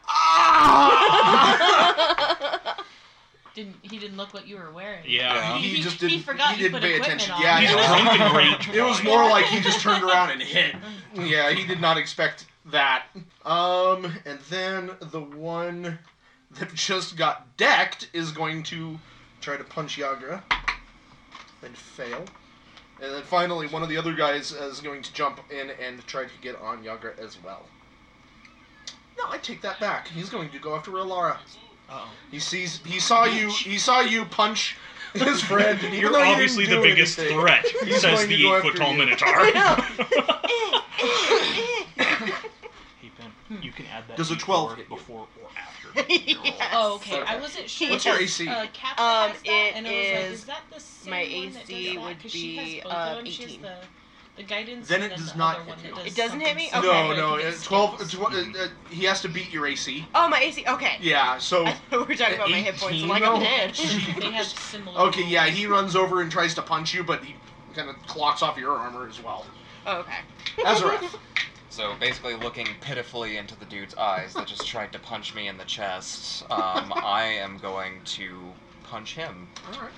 Speaker 1: Ah!
Speaker 4: Didn't he didn't look what you were wearing?
Speaker 2: Yeah.
Speaker 6: Yeah.
Speaker 1: He
Speaker 4: He,
Speaker 1: just
Speaker 4: he
Speaker 1: didn't-
Speaker 4: forgot
Speaker 1: he
Speaker 4: you
Speaker 1: didn't
Speaker 4: put
Speaker 1: pay
Speaker 4: equipment
Speaker 1: attention.
Speaker 4: on.
Speaker 1: Yeah,
Speaker 2: He's
Speaker 1: he was-
Speaker 2: drunk and rage.
Speaker 1: it was more like he just turned around and hit. Yeah, he did not expect that. Um, and then the one that just got decked is going to try to punch Yagra and fail. And then finally, one of the other guys is going to jump in and try to get on Yagra as well. No, I take that back. He's going to go after Alara.
Speaker 2: Uh-oh.
Speaker 1: He sees. He saw you. He saw you punch
Speaker 2: *laughs*
Speaker 1: his friend. even
Speaker 2: You're
Speaker 1: though you
Speaker 2: obviously
Speaker 1: didn't
Speaker 2: the
Speaker 1: do
Speaker 2: biggest
Speaker 1: anything.
Speaker 2: threat,
Speaker 1: He's
Speaker 2: says
Speaker 1: going to
Speaker 2: the
Speaker 1: go
Speaker 2: eight foot
Speaker 1: after
Speaker 2: tall
Speaker 1: you.
Speaker 2: minotaur.
Speaker 1: *laughs*
Speaker 5: I know.
Speaker 2: *laughs* hey, Ben, you can add that
Speaker 1: Does a
Speaker 2: D4
Speaker 1: 12 hit you?
Speaker 2: before or
Speaker 5: *laughs*
Speaker 2: after.
Speaker 5: Yes.
Speaker 4: Oh, okay. I
Speaker 1: Okay.
Speaker 4: wasn't sure.
Speaker 5: What's
Speaker 1: your
Speaker 4: because,
Speaker 1: AC?
Speaker 4: Uh, Kappa
Speaker 5: Um,
Speaker 4: has that,
Speaker 5: it
Speaker 4: and I was like,
Speaker 5: is-
Speaker 4: is that the same
Speaker 5: my
Speaker 4: one that
Speaker 5: AC
Speaker 4: does that?
Speaker 5: would
Speaker 4: 'Cause she has
Speaker 5: be,
Speaker 4: both of
Speaker 5: uh,
Speaker 4: them. She has
Speaker 5: 18.
Speaker 4: the, the guidance.
Speaker 1: Then
Speaker 4: and
Speaker 1: it does
Speaker 4: the
Speaker 1: not
Speaker 4: other
Speaker 1: hit
Speaker 4: one that
Speaker 1: you.
Speaker 4: does
Speaker 5: It doesn't hit me?
Speaker 4: something
Speaker 5: Okay.
Speaker 1: No,
Speaker 4: similar.
Speaker 1: no.
Speaker 4: It
Speaker 1: uh,
Speaker 4: does
Speaker 1: Twelve.
Speaker 4: skills.
Speaker 1: uh, tw- uh, uh, he has to beat your AC.
Speaker 5: *laughs* Oh, my AC. Okay.
Speaker 1: Yeah. So.
Speaker 5: I thought we were talking about my hit points. I'm like,
Speaker 1: 18
Speaker 5: I'm dead.
Speaker 1: *laughs* though?
Speaker 4: they have similar.
Speaker 1: Okay. Yeah.
Speaker 4: rules.
Speaker 1: He runs over and tries to punch you, but he kind of clocks off your armor as well.
Speaker 5: Oh, okay.
Speaker 1: Azarath.
Speaker 5: *laughs*
Speaker 6: So basically, looking pitifully into the dude's eyes that just tried to punch me in the chest, um, I am going to punch him.
Speaker 1: All right.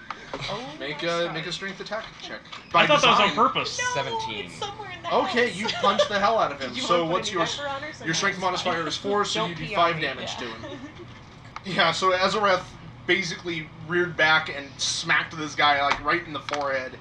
Speaker 5: Oh,
Speaker 1: Make
Speaker 5: my
Speaker 1: a
Speaker 5: God.
Speaker 1: make a strength attack check.
Speaker 2: I thought that was on
Speaker 1: design.
Speaker 2: purpose. *laughs*
Speaker 4: No,
Speaker 6: 17.
Speaker 4: It's somewhere in the
Speaker 1: Okay,
Speaker 4: house.
Speaker 1: you punch the hell out of him.
Speaker 5: Did *laughs* you
Speaker 1: so
Speaker 5: wanna put
Speaker 1: what's
Speaker 5: any
Speaker 1: your
Speaker 5: pepper on her so
Speaker 1: your
Speaker 5: no,
Speaker 1: strength
Speaker 5: it's fine.
Speaker 1: modifier is four, so
Speaker 5: Don't
Speaker 1: you do
Speaker 5: pee on
Speaker 1: five
Speaker 5: me.
Speaker 1: damage
Speaker 4: Yeah.
Speaker 1: to him.
Speaker 5: *laughs*
Speaker 1: Yeah, so Azarath basically reared back and smacked this guy like right in the forehead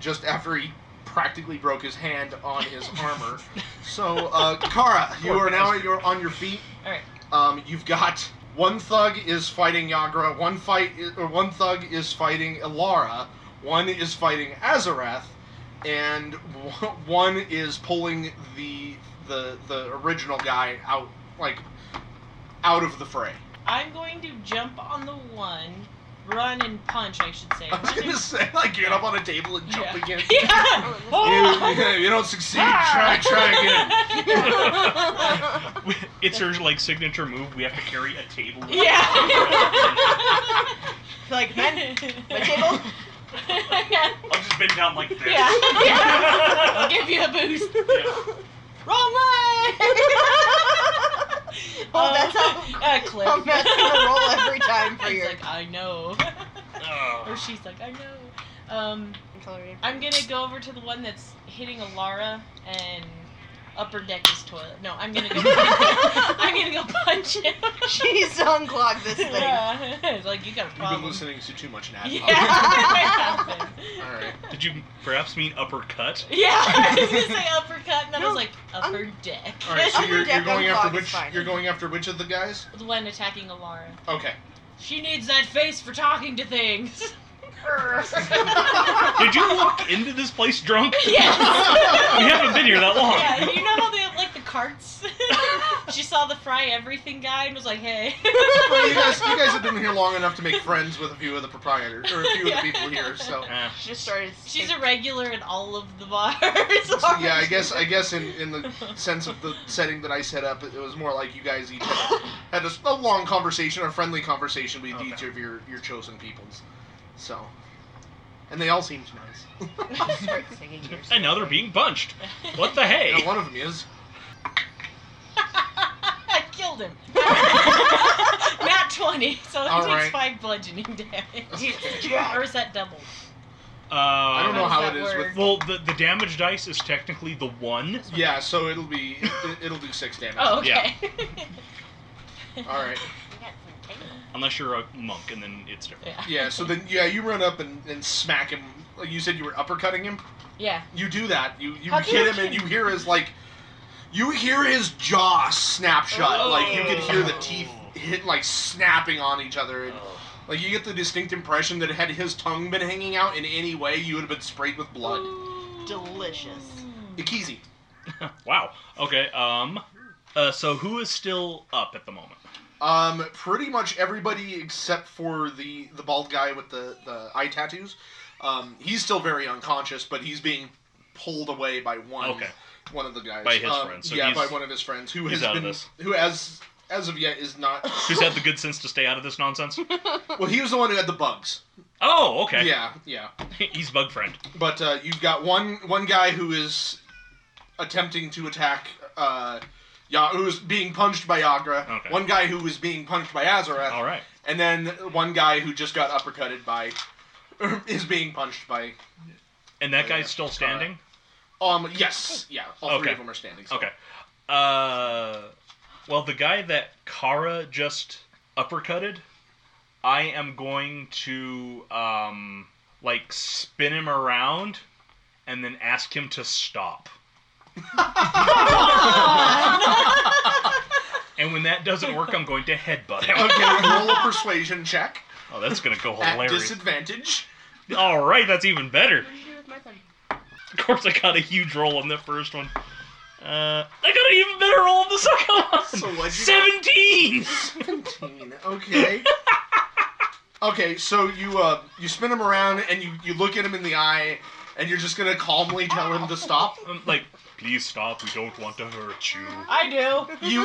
Speaker 1: just after he practically broke his hand on
Speaker 2: *laughs*
Speaker 1: his armor. So, uh, Kara, you
Speaker 2: Poor
Speaker 1: are now
Speaker 2: bastard.
Speaker 1: you're on your feet.
Speaker 4: All right.
Speaker 1: Um, you've got one thug is fighting Yagra, one fight i- or one thug is fighting Ilara, one is fighting Azarath, and w- one is pulling the the the original guy out like out of the fray.
Speaker 4: I'm going to jump on the one, run and punch. I should say.
Speaker 1: I was
Speaker 4: Run
Speaker 1: gonna
Speaker 4: and-
Speaker 1: say like get up on a table and jump
Speaker 4: *laughs* Yeah.
Speaker 1: again.
Speaker 4: yeah.
Speaker 5: *laughs*
Speaker 4: Oh.
Speaker 1: You, you don't succeed. Try try again.
Speaker 4: *laughs*
Speaker 2: It's her like signature move. We have to carry a table. with us. *laughs*
Speaker 4: Yeah.
Speaker 5: like, men, *laughs* my table.
Speaker 2: I'll just bend down like this. *laughs*
Speaker 4: Yeah. I'll
Speaker 2: Yeah.
Speaker 4: give you a boost.
Speaker 5: Wrong *laughs* way! oh, that's how.
Speaker 4: Um, a clip.
Speaker 5: Oh, that's gonna roll every time for
Speaker 4: *laughs* He's
Speaker 5: your.
Speaker 4: like, I know. *laughs* or
Speaker 2: Ugh.
Speaker 4: she's like, I know. Um, I'm gonna go over to the one that's hitting Alara and upper deck his toilet. No, I'm gonna go. *laughs* I'm gonna go punch him.
Speaker 5: She needs to unclog this thing.
Speaker 4: Yeah. *laughs* It's like you got a
Speaker 1: You've been
Speaker 4: problem.
Speaker 1: listening to too much Nat.
Speaker 4: Yeah. *laughs*
Speaker 5: Yeah.
Speaker 1: All right.
Speaker 2: Did you perhaps mean uppercut?
Speaker 4: Yeah, *laughs* I was gonna say uppercut, and then I
Speaker 5: No,
Speaker 4: was like upper deck.
Speaker 1: All right. So
Speaker 5: Upper
Speaker 1: you're, you're
Speaker 5: deck
Speaker 1: going
Speaker 5: on
Speaker 1: after
Speaker 5: fog is
Speaker 1: which
Speaker 5: fine.
Speaker 1: you're going after which of the guys?
Speaker 4: *laughs* The one attacking Alara.
Speaker 1: Okay.
Speaker 4: She needs that face for talking to things. *laughs*
Speaker 2: Did you walk into this place drunk?
Speaker 4: yes. *laughs*
Speaker 2: *laughs* We haven't been here that long.
Speaker 1: *laughs*
Speaker 4: Yeah, you know how they have like the carts. *laughs* she saw the fry everything guy and was like, hey.
Speaker 1: Well, you guys, you guys have been here long enough to make friends with a few of the proprietors or a few of the people here.
Speaker 4: *laughs*
Speaker 1: So,
Speaker 2: Eh,
Speaker 5: She just started.
Speaker 4: *laughs* She's
Speaker 5: sing-
Speaker 4: a regular in all of the bars.
Speaker 1: so
Speaker 4: *laughs*
Speaker 1: yeah, I guess I guess in, in the sense of the setting that I set up, it was more like you guys each had, had a, s- a long conversation, a friendly conversation with each
Speaker 2: Okay.
Speaker 1: of your your chosen peoples. So, and they all seemed nice.
Speaker 5: She started singing your
Speaker 2: *laughs* And now they're being bunched. What the hey?
Speaker 1: You know, one of them is.
Speaker 4: I killed
Speaker 1: *laughs*
Speaker 4: him. Not 20, so it
Speaker 1: All right.
Speaker 4: takes 5
Speaker 1: *laughs*
Speaker 4: bludgeoning damage. *laughs*
Speaker 5: Yeah.
Speaker 4: or is that double?
Speaker 2: Uh,
Speaker 1: I don't know
Speaker 4: Um, does
Speaker 1: how
Speaker 4: that
Speaker 1: it is
Speaker 4: work?
Speaker 1: with.
Speaker 2: Well, the, the damage dice is technically the one.
Speaker 1: Yeah, so it'll be it, it'll do six damage.
Speaker 4: Oh, okay. *laughs*
Speaker 1: All right.
Speaker 2: Unless you're a monk, and then it's different.
Speaker 4: Yeah.
Speaker 1: Yeah. So then, yeah, you run up and, and smack him. Like you said, you were uppercutting him.
Speaker 4: Yeah.
Speaker 1: You do that. You you
Speaker 4: How do you
Speaker 1: hit him, and you hear his like, you hear his jaw snap shut. Like you can hear the
Speaker 2: Oh.
Speaker 1: teeth hit like snapping on each other, and
Speaker 4: Oh.
Speaker 1: like you get the distinct impression that had his tongue been hanging out in any way, you would have been sprayed with blood.
Speaker 4: Oh. *laughs*
Speaker 5: Delicious.
Speaker 1: Ikizi.
Speaker 2: wow. Okay. Um. Uh, so who is still up at the moment?
Speaker 1: Um, pretty much everybody except for the the bald guy with the the eye tattoos. Um, he's still very unconscious, but he's being pulled away by one
Speaker 2: Okay.
Speaker 1: one of the guys
Speaker 2: By his
Speaker 1: Um,
Speaker 2: friends, so
Speaker 1: yeah,
Speaker 2: he's-
Speaker 1: by one of his friends who
Speaker 2: he's
Speaker 1: has
Speaker 2: out of
Speaker 1: been
Speaker 2: this.
Speaker 1: who as as of yet is not.
Speaker 2: Who's had the good sense to stay out of
Speaker 1: *laughs*
Speaker 2: this nonsense?
Speaker 1: well, he was the one who had the bugs.
Speaker 2: Oh, okay.
Speaker 1: Yeah, yeah.
Speaker 2: *laughs* He's bug friend.
Speaker 1: But uh, you've got one one guy who is attempting to attack. Uh, Ya- who's being punched by Yagra?
Speaker 2: Okay.
Speaker 1: One guy who was being punched by Azarath.
Speaker 2: All right.
Speaker 1: And then one guy who just got uppercutted by er, is being punched by.
Speaker 2: And that
Speaker 1: Oh,
Speaker 2: guy's
Speaker 1: yeah.
Speaker 2: still standing.
Speaker 1: Um. Yes. Yeah. All three
Speaker 2: Okay.
Speaker 1: of them are standing.
Speaker 2: Okay. Uh. Well, the guy that Kara just uppercutted, I am going to um like spin him around, and then ask him to stop. And when that doesn't work, I'm going to headbutt him.
Speaker 1: okay. Roll a persuasion check
Speaker 2: Oh, that's gonna go
Speaker 1: at
Speaker 2: hilarious.
Speaker 1: disadvantage.
Speaker 2: All right, that's even better.
Speaker 5: What did you do with my thing?
Speaker 2: Of course, I got a huge roll on the first one. Uh, I got an even better roll on the second
Speaker 1: So
Speaker 2: one.
Speaker 1: what'd you-
Speaker 2: Seventeen.
Speaker 1: Seventeen. Okay. Okay. So you uh you spin him around and you you look at him in the eye and you're just gonna calmly tell him to stop.
Speaker 2: I'm Um, like, please stop. We don't want to hurt you.
Speaker 4: I do.
Speaker 1: You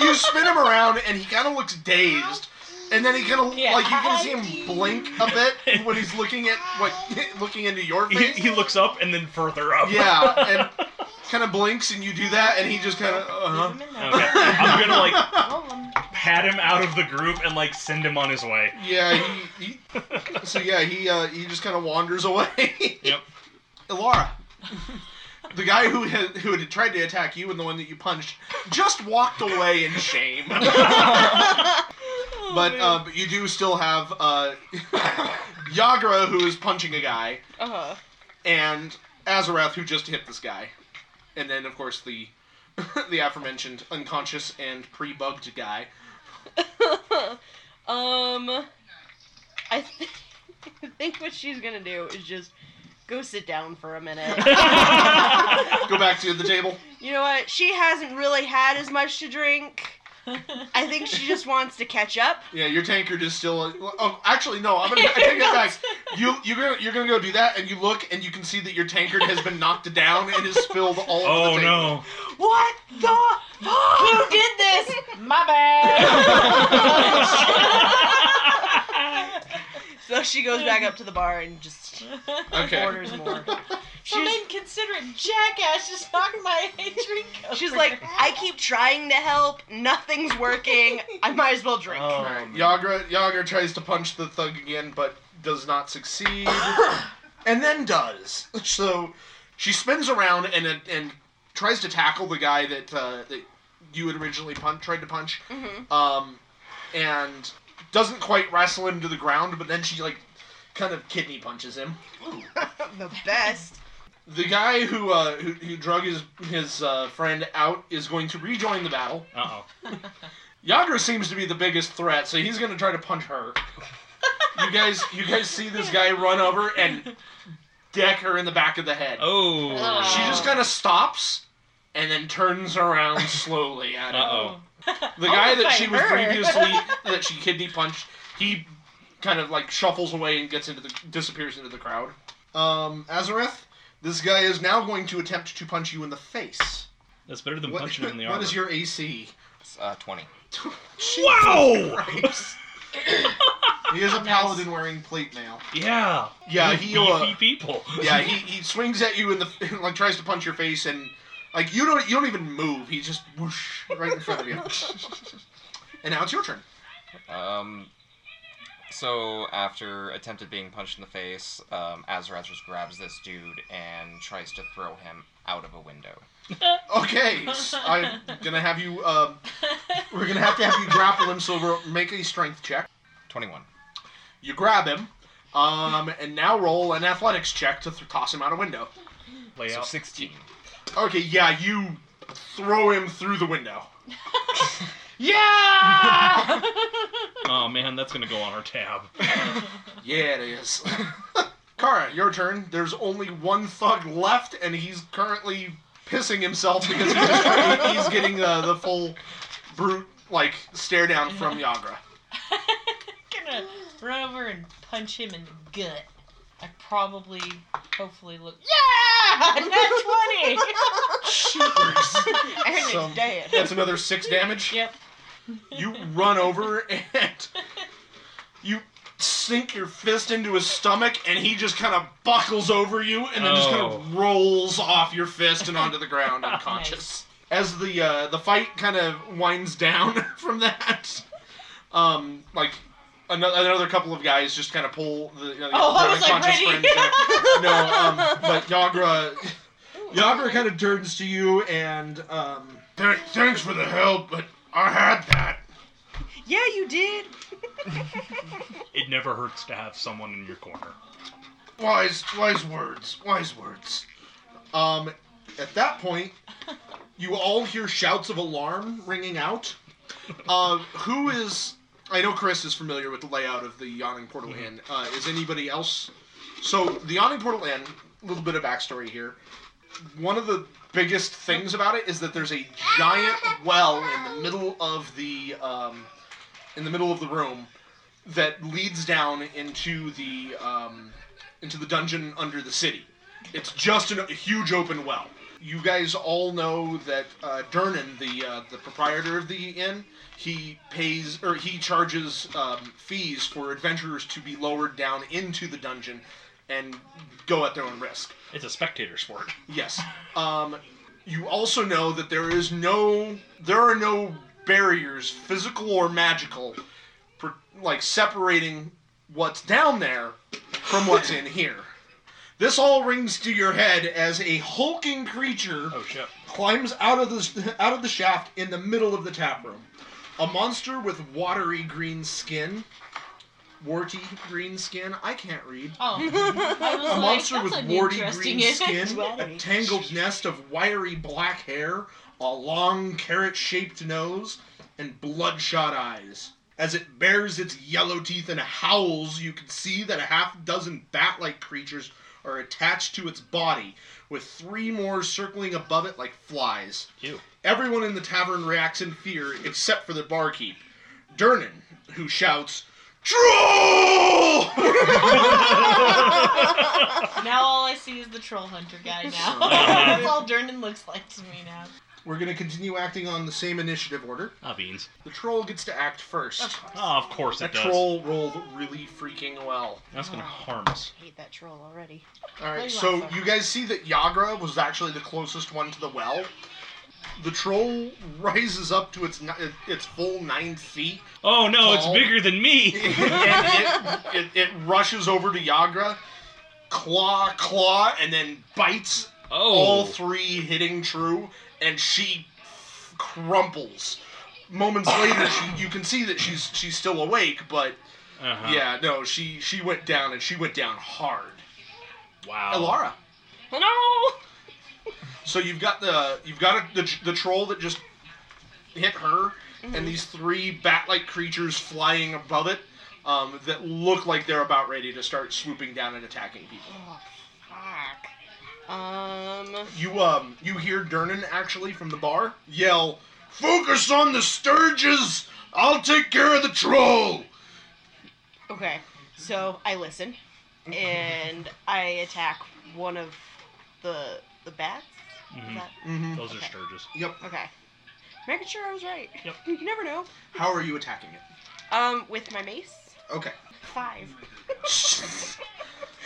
Speaker 1: *laughs* you, you spin him around and he kind of looks dazed. And then he kind of
Speaker 4: Yeah.
Speaker 1: like you can see him blink a bit when he's looking at what *laughs* looking into your
Speaker 2: He,
Speaker 1: face.
Speaker 2: he looks up and then further up.
Speaker 1: Yeah, and kind of blinks, and you do that, and he just kind of, uh huh.
Speaker 5: Leave him in
Speaker 4: *laughs*
Speaker 5: there.
Speaker 2: *laughs* Okay. I'm gonna like pat him out of the group and like send him on his way.
Speaker 1: Yeah, he, he. So yeah, he uh, he just kind of wanders *laughs* away.
Speaker 2: Yep.
Speaker 1: Ilara, the guy who had who had tried to attack you and the one that you punched, just walked away in shame.
Speaker 5: Oh,
Speaker 1: but uh, but you do still have uh, Yagra who is punching a guy,
Speaker 5: Uh-huh.
Speaker 1: and Azarath who just hit this guy, and then of course the *laughs* the aforementioned unconscious and pre-bugged guy.
Speaker 5: *laughs* um, I, th- *laughs* I think what she's gonna do is just go sit down for a *laughs* minute.
Speaker 1: Go back to the table.
Speaker 5: you know what? She hasn't really had as much to drink. I think she just wants to catch up.
Speaker 1: Yeah, your tankard is still. Oh, actually, no. I'm gonna I take that back. You you're gonna you're gonna go do that, and you look, and you can see that your tankard has been knocked down and is spilled all over
Speaker 2: oh
Speaker 1: the table.
Speaker 2: *laughs* no.
Speaker 5: What the
Speaker 4: Who
Speaker 5: fuck?
Speaker 4: did this? My
Speaker 5: *laughs*
Speaker 4: *laughs* bad.
Speaker 5: *laughs* so she goes back up to the bar and just
Speaker 4: *laughs*
Speaker 1: Okay.
Speaker 5: orders more.
Speaker 4: She's
Speaker 5: She's,
Speaker 4: inconsiderate jackass just knocked my drink over.
Speaker 5: she's like, I keep trying to help. Nothing's working. I might as well drink.
Speaker 2: Oh,
Speaker 1: Alright,
Speaker 2: man.
Speaker 1: Yagra Yagra tries to punch the thug again, but does not succeed, and then does. So she spins around and and tries to tackle the guy that uh, that you had originally pun- tried to punch.
Speaker 5: hmm
Speaker 1: um, and doesn't quite wrestle him to the ground, but then she like kind of kidney punches him.
Speaker 5: the best.
Speaker 1: The guy who uh, who, who drug his his uh, friend out is going to rejoin the battle.
Speaker 2: Uh oh.
Speaker 1: Yagra seems to be the biggest threat, so he's going to try to punch her. you guys, you guys see this guy run over and deck her in the back of the head.
Speaker 2: Oh.
Speaker 1: She just kind of stops and then turns around slowly at him.
Speaker 2: Uh-oh.
Speaker 1: The
Speaker 4: I'll
Speaker 1: guy that
Speaker 4: fight
Speaker 1: she was
Speaker 4: her.
Speaker 1: previously that she kidney punched, he kind of like shuffles away and gets into the disappears into the crowd. Um, Azareth, this guy is now going to attempt to punch you in the face.
Speaker 2: That's better than
Speaker 1: What-
Speaker 2: punching him in the arm.
Speaker 1: *laughs* what is your
Speaker 2: *laughs*
Speaker 1: AC?
Speaker 6: It's, uh, 20.
Speaker 1: Jesus
Speaker 2: Wow!
Speaker 1: *laughs* Christ. he is a paladin wearing plate mail.
Speaker 2: Yeah.
Speaker 1: Yeah,
Speaker 2: You
Speaker 1: he uh,
Speaker 2: beefy people. *laughs*
Speaker 1: yeah he, he swings at you in the *laughs* like tries to punch your face and like you don't you don't even move. He just whoosh right in front of you. and now it's your turn.
Speaker 6: Um, so after attempted being punched in the face, um, Azrath just grabs this dude and tries to throw him out of a window.
Speaker 1: Okay, s- I'm gonna have you. Uh, we're gonna have to have you grapple him. So we'll make a strength check.
Speaker 6: 21.
Speaker 1: You grab him, um, and now roll an athletics check to th- toss him out a window.
Speaker 2: Lay
Speaker 6: So
Speaker 2: out.
Speaker 6: 16.
Speaker 1: Okay, yeah, you throw him through the window.
Speaker 4: *laughs* yeah.
Speaker 2: Oh man, that's gonna go on our tab.
Speaker 1: Yeah, it is. *laughs* Kara, your turn. There's only one thug left, and he's currently pissing himself because he's, just, he's getting uh, the full brute like stare down from Yagra.
Speaker 4: gonna run over and punch him in the gut. I probably, hopefully, look. *laughs* Yeah, *laughs* not twenty.
Speaker 5: Aaron
Speaker 1: Some-
Speaker 5: is dead.
Speaker 1: That's another six damage.
Speaker 4: yep.
Speaker 1: You run over and you sink your fist into his stomach, and he just kind of buckles over you, and then just kind
Speaker 2: Oh.
Speaker 1: of rolls off your fist and onto the
Speaker 4: *laughs*
Speaker 1: ground unconscious. As the uh, the fight kind of winds down *laughs* from that, um, like another, another couple of guys just kind of pull the, uh,
Speaker 4: Oh, I
Speaker 1: their
Speaker 4: was like,
Speaker 1: unconscious
Speaker 4: ready.
Speaker 1: friends back. no, um, but Yagra, Yagra kind of turns to you and um, thanks for the help, but I had that.
Speaker 5: Yeah, you did.
Speaker 2: It never hurts to have someone in your corner.
Speaker 1: Wise, wise words, wise words. Um, at that point, you all hear shouts of alarm ringing out. Uh, who is? I know Chris is familiar with the layout of the Yawning Portal Inn. Uh, is anybody else? So the Yawning Portal Inn. A little bit of backstory here. One of the biggest things about it is that there's a giant well in the middle of the um, in the middle of the room that leads down into the um, into the dungeon under the city. It's just an, a huge open well. You guys all know that uh, Dernan, the uh, the proprietor of the inn, he pays or he charges um, fees for adventurers to be lowered down into the dungeon and go at their own risk.
Speaker 2: It's a spectator sport.
Speaker 1: Yes. Um, you also know that there is no, there are no barriers, physical or magical, for, like separating what's down there from what's in here. This all rings to your head as a hulking creature
Speaker 2: Oh shit.
Speaker 1: climbs out of the out of the shaft in the middle of the tap room. A monster with watery green skin, warty green skin. I can't read.
Speaker 4: *laughs* Oh, I was
Speaker 1: A
Speaker 4: like,
Speaker 1: monster
Speaker 4: that's
Speaker 1: with
Speaker 4: an
Speaker 1: warty
Speaker 4: interesting
Speaker 1: green
Speaker 4: image.
Speaker 1: skin, a tangled nest of wiry black hair, a long carrot shaped nose, and bloodshot eyes. As it bares its yellow teeth and howls, you can see that a half dozen bat like creatures are attached to its body, with three more circling above it like flies.
Speaker 2: Ew.
Speaker 1: Everyone in the tavern reacts in fear except for the barkeep, Dernan, who shouts, *laughs* Troll!
Speaker 4: *laughs* Now all I see is the troll hunter *laughs* guy.
Speaker 1: *laughs*
Speaker 4: Now *laughs* that's all Dernan looks like to me now.
Speaker 1: We're gonna continue acting on the same initiative order.
Speaker 2: Ah beans.
Speaker 1: The troll gets to act first.
Speaker 2: Ah, of course
Speaker 1: That
Speaker 2: it does.
Speaker 1: troll rolled really freaking well.
Speaker 2: That's gonna harm us.
Speaker 5: I hate that troll already.
Speaker 1: All
Speaker 4: Oh,
Speaker 1: right,
Speaker 4: you
Speaker 1: so
Speaker 4: awesome.
Speaker 1: you guys see that Yagra was actually the closest one to the well. The troll rises up to its ni- its full nine feet, *laughs*
Speaker 2: Oh no, it's
Speaker 1: Troll.
Speaker 2: bigger than me.
Speaker 1: and it, it, it rushes over to Yagra, claw, claw, and then bites *laughs* all
Speaker 2: Oh.
Speaker 1: three hitting true, and she crumples. Moments later, she, you can see that she's she's still awake, but
Speaker 2: Uh-huh.
Speaker 1: yeah, no, she she went down and she went down hard.
Speaker 2: Wow.
Speaker 1: Alara,
Speaker 5: No.
Speaker 1: so you've got the you've got a, the the troll that just hit her, and these three bat-like creatures flying above it. Um, that look like they're about ready to start swooping down and attacking people.
Speaker 5: Oh, fuck. Um.
Speaker 1: You um you hear Dernan actually from the bar yell, "Focus on the Sturges. I'll take care of the troll."
Speaker 5: Okay, so I listen, and I attack one of the the bats. Is
Speaker 2: Mhm.
Speaker 5: that-
Speaker 1: Mm-hmm.
Speaker 2: Those are
Speaker 5: Okay.
Speaker 2: Sturges.
Speaker 1: Yep.
Speaker 5: okay, making sure I was right.
Speaker 2: Yep.
Speaker 5: *laughs* You never know.
Speaker 1: How are you attacking it?
Speaker 5: Um, with my mace,
Speaker 1: Okay.
Speaker 5: five.
Speaker 1: Okay.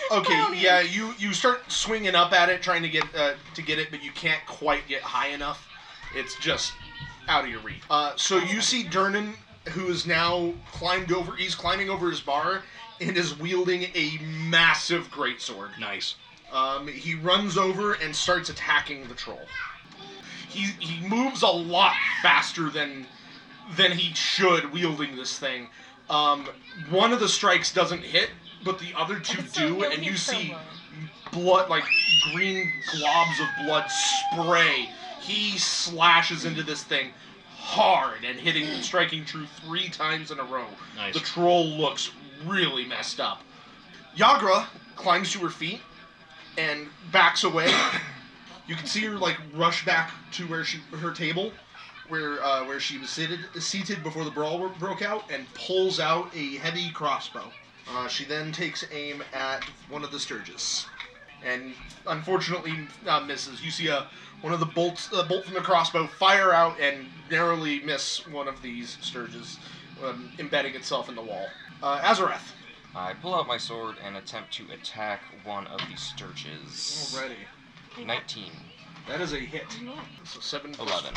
Speaker 5: Brownie.
Speaker 1: Yeah. You you start swinging up at it, trying to get uh, to get it, but you can't quite get high enough. It's just out of your reach. Uh, so you see Dernan, who is now climbed over. He's climbing over his bar and is wielding a massive greatsword.
Speaker 2: Nice.
Speaker 1: Um, he runs over and starts attacking the troll. He he moves a lot faster than than he should wielding this thing. Um, one of the strikes doesn't hit, but the other two
Speaker 4: So
Speaker 1: do,
Speaker 4: you'll
Speaker 1: and
Speaker 4: hit
Speaker 1: you see
Speaker 4: someone.
Speaker 1: blood like green globs of blood spray. He slashes into this thing hard and hitting striking true three times in a row.
Speaker 2: Nice.
Speaker 1: The troll looks really messed up. Yagra climbs to her feet and backs away. *coughs* you can see her like rush back to where she her table, where uh, where she was seated seated before the brawl broke out, and pulls out a heavy crossbow. Uh, she then takes aim at one of the sturges, and unfortunately uh, misses. You see a one of the bolts uh, bolt from the crossbow fire out and narrowly miss one of these sturges, um, embedding itself in the wall. Uh, Azareth.
Speaker 6: I pull out my sword and attempt to attack one of the Sturges. 19.
Speaker 1: That is a hit. So seven. plus
Speaker 6: 11.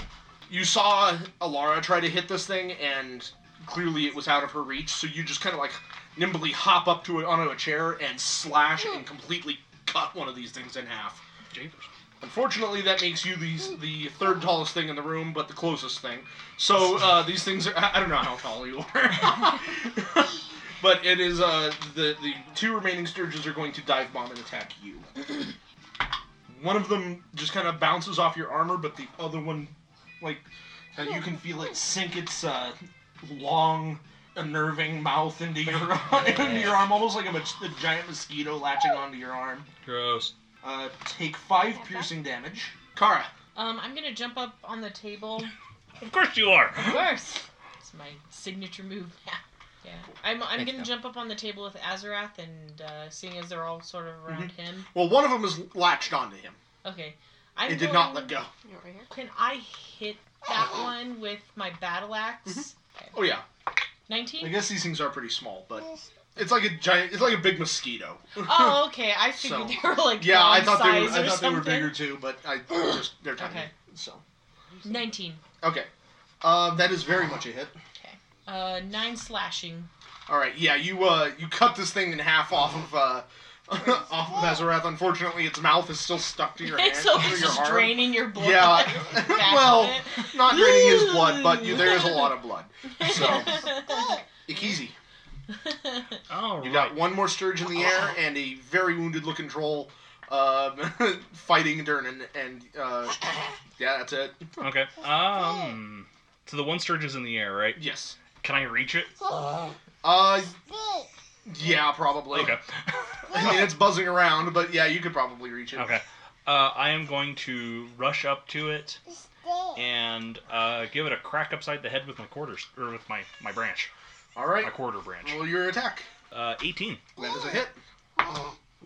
Speaker 1: You saw Alara try to hit this thing, and clearly it was out of her reach. So you just kind of like nimbly hop up to it onto a chair and slash and completely cut one of these things in half.
Speaker 2: Japers.
Speaker 1: Unfortunately, that makes you the the third tallest thing in the room, but the closest thing. So uh, these things are. I I don't know how tall you are. *laughs* But it is uh, the the two remaining sturges are going to dive bomb and attack you. *clears throat* one of them just kind of bounces off your armor, but the other one, like, uh, you can feel it sink its uh, long, unnerving mouth into your *laughs* into your arm, almost like a, mos- a giant mosquito latching onto your arm.
Speaker 2: Gross.
Speaker 1: Uh, take five piercing damage. Kara,
Speaker 4: Um, I'm gonna jump up on the table.
Speaker 2: Of course you are.
Speaker 4: Of course, it's my signature move. *laughs* yeah, I'm, I'm
Speaker 6: Thank
Speaker 4: gonna
Speaker 6: you.
Speaker 4: jump up on the table with Azarath, and uh, seeing as they're all sort of around him.
Speaker 1: well, one of them is latched onto him.
Speaker 4: Okay, I'm
Speaker 1: It did not let
Speaker 4: going-
Speaker 1: go.
Speaker 5: You over here?
Speaker 4: Can I hit that one with my battle axe?
Speaker 1: Oh yeah, I
Speaker 4: Nineteen.
Speaker 1: guess these things are pretty small, but it's like a giant. It's like a big mosquito.
Speaker 4: Oh, okay. I figured
Speaker 1: So-
Speaker 4: they were like
Speaker 1: Yeah, I
Speaker 4: dog
Speaker 1: thought they were.
Speaker 4: size
Speaker 1: I
Speaker 4: or
Speaker 1: thought they were
Speaker 4: something.
Speaker 1: bigger too, but I just they're tiny.
Speaker 4: Okay.
Speaker 1: So
Speaker 4: Nineteen.
Speaker 1: okay, uh, that is very much a hit.
Speaker 4: Uh, nine slashing.
Speaker 1: All right, yeah, you uh, you cut this thing in half off of uh, *laughs* off of Azarath. Unfortunately, its mouth is still stuck to your hand.
Speaker 4: so
Speaker 1: to
Speaker 4: *laughs* it's
Speaker 1: your
Speaker 4: just
Speaker 1: arm.
Speaker 4: draining your blood.
Speaker 1: Yeah,
Speaker 4: *laughs* Back of
Speaker 1: well,
Speaker 4: it.
Speaker 1: not draining his blood,
Speaker 4: *laughs*
Speaker 1: but you, there is a lot of blood. so- Ikizi,
Speaker 2: All right.
Speaker 1: you got one more sturge in the
Speaker 2: Oh.
Speaker 1: air and a very wounded looking troll um, *laughs* fighting Durnan, and uh, yeah, that's it.
Speaker 2: Okay. Um. So the one Sturge is in the air, right?
Speaker 1: Yes.
Speaker 2: Can I reach it?
Speaker 1: Uh, yeah, probably.
Speaker 2: Okay.
Speaker 1: *laughs* I mean, it's buzzing around, but yeah, you could probably reach it.
Speaker 2: Okay. Uh, I am going to rush up to it and uh, give it a crack upside the head with my quarters or with my my branch,
Speaker 1: All
Speaker 2: my
Speaker 1: right.
Speaker 2: quarter branch.
Speaker 1: Roll your attack.
Speaker 2: Uh, 18.
Speaker 1: That is a hit.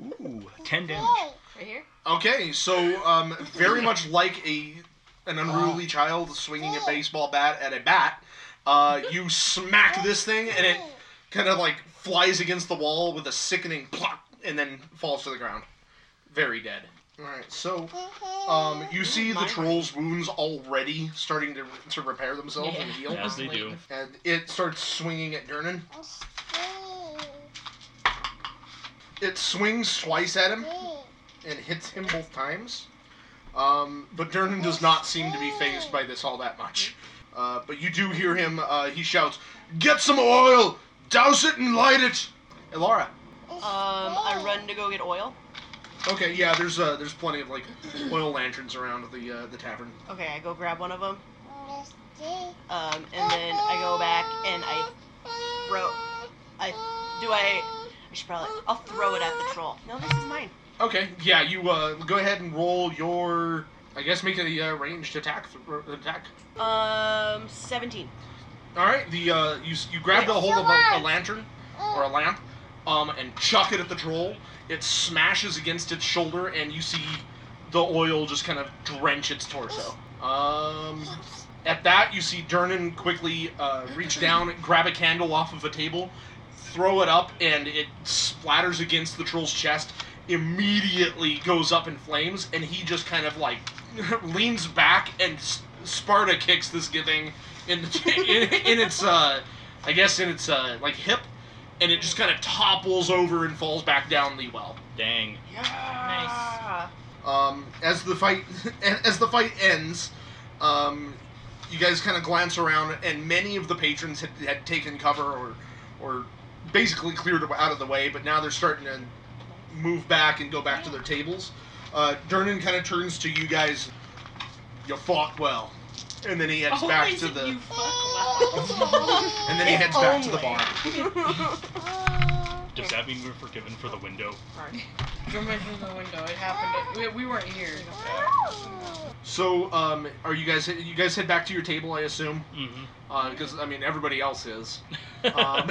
Speaker 2: Ooh, 10 damage.
Speaker 5: Right here?
Speaker 1: Okay, so um, very much like a an unruly child swinging a baseball bat at a bat, uh, you smack this thing and it kind of like flies against the wall with a sickening plop and then falls to the ground, very dead. All right, so um, you see the troll's wounds already starting to, to repair themselves and heal,
Speaker 2: As they do.
Speaker 1: and it starts swinging at Dernan. It swings twice at him and hits him both times. Um, but Dernan does not seem to be phased by this all that much. Uh, but you do hear him. Uh, he shouts, "Get some oil, douse it, and light it." Elara.
Speaker 5: Um, I run to go get oil.
Speaker 1: Okay, yeah. There's uh, there's plenty of like oil lanterns around the uh, the tavern.
Speaker 5: Okay, I go grab one of them. Um, and then I go back and I throw. I do I. I should probably. I'll throw it at the troll. No, this is mine.
Speaker 1: Okay, yeah, you uh, go ahead and roll your. I guess make a uh, ranged attack. Th- attack.
Speaker 5: Um, 17.
Speaker 1: All right, the uh, you s- you grab a hold of a, a lantern or a
Speaker 5: *laughs*
Speaker 1: lamp, um, and chuck it at the troll. It smashes against its shoulder, and you see the oil just kind of drench its torso. Um, at that, you see Dernan quickly uh, reach down, grab a candle off of a table, throw it up, and it splatters against the troll's chest. Immediately goes up in flames, and he just kind of like *laughs* leans back and s- Sparta kicks this thing in, *laughs* in, in its, uh, I guess, in its uh, like hip, and it just kind of topples over and falls back down the well.
Speaker 2: Dang.
Speaker 5: Yeah.
Speaker 1: Um, as the fight *laughs* as the fight ends, um, you guys kind of glance around, and many of the patrons had, had taken cover or or basically cleared out of the way, but now they're starting to move back and go back to their tables. Uh, Dernan kind of turns to you guys. You fought well, and then he heads
Speaker 4: Always
Speaker 1: back to
Speaker 4: if
Speaker 1: the *laughs*
Speaker 4: Oh, You fuck well.
Speaker 1: and then he
Speaker 5: *laughs*
Speaker 1: heads back to the bar.
Speaker 5: Nice.
Speaker 2: Does that mean we're forgiven for the window?
Speaker 4: Don't mention the window. It happened. We, we weren't here.
Speaker 1: So, um, are you guys you guys head back to your table? I assume,
Speaker 2: Mm-hmm.
Speaker 1: because I mean everybody else is.
Speaker 4: *laughs*
Speaker 1: *laughs* Um,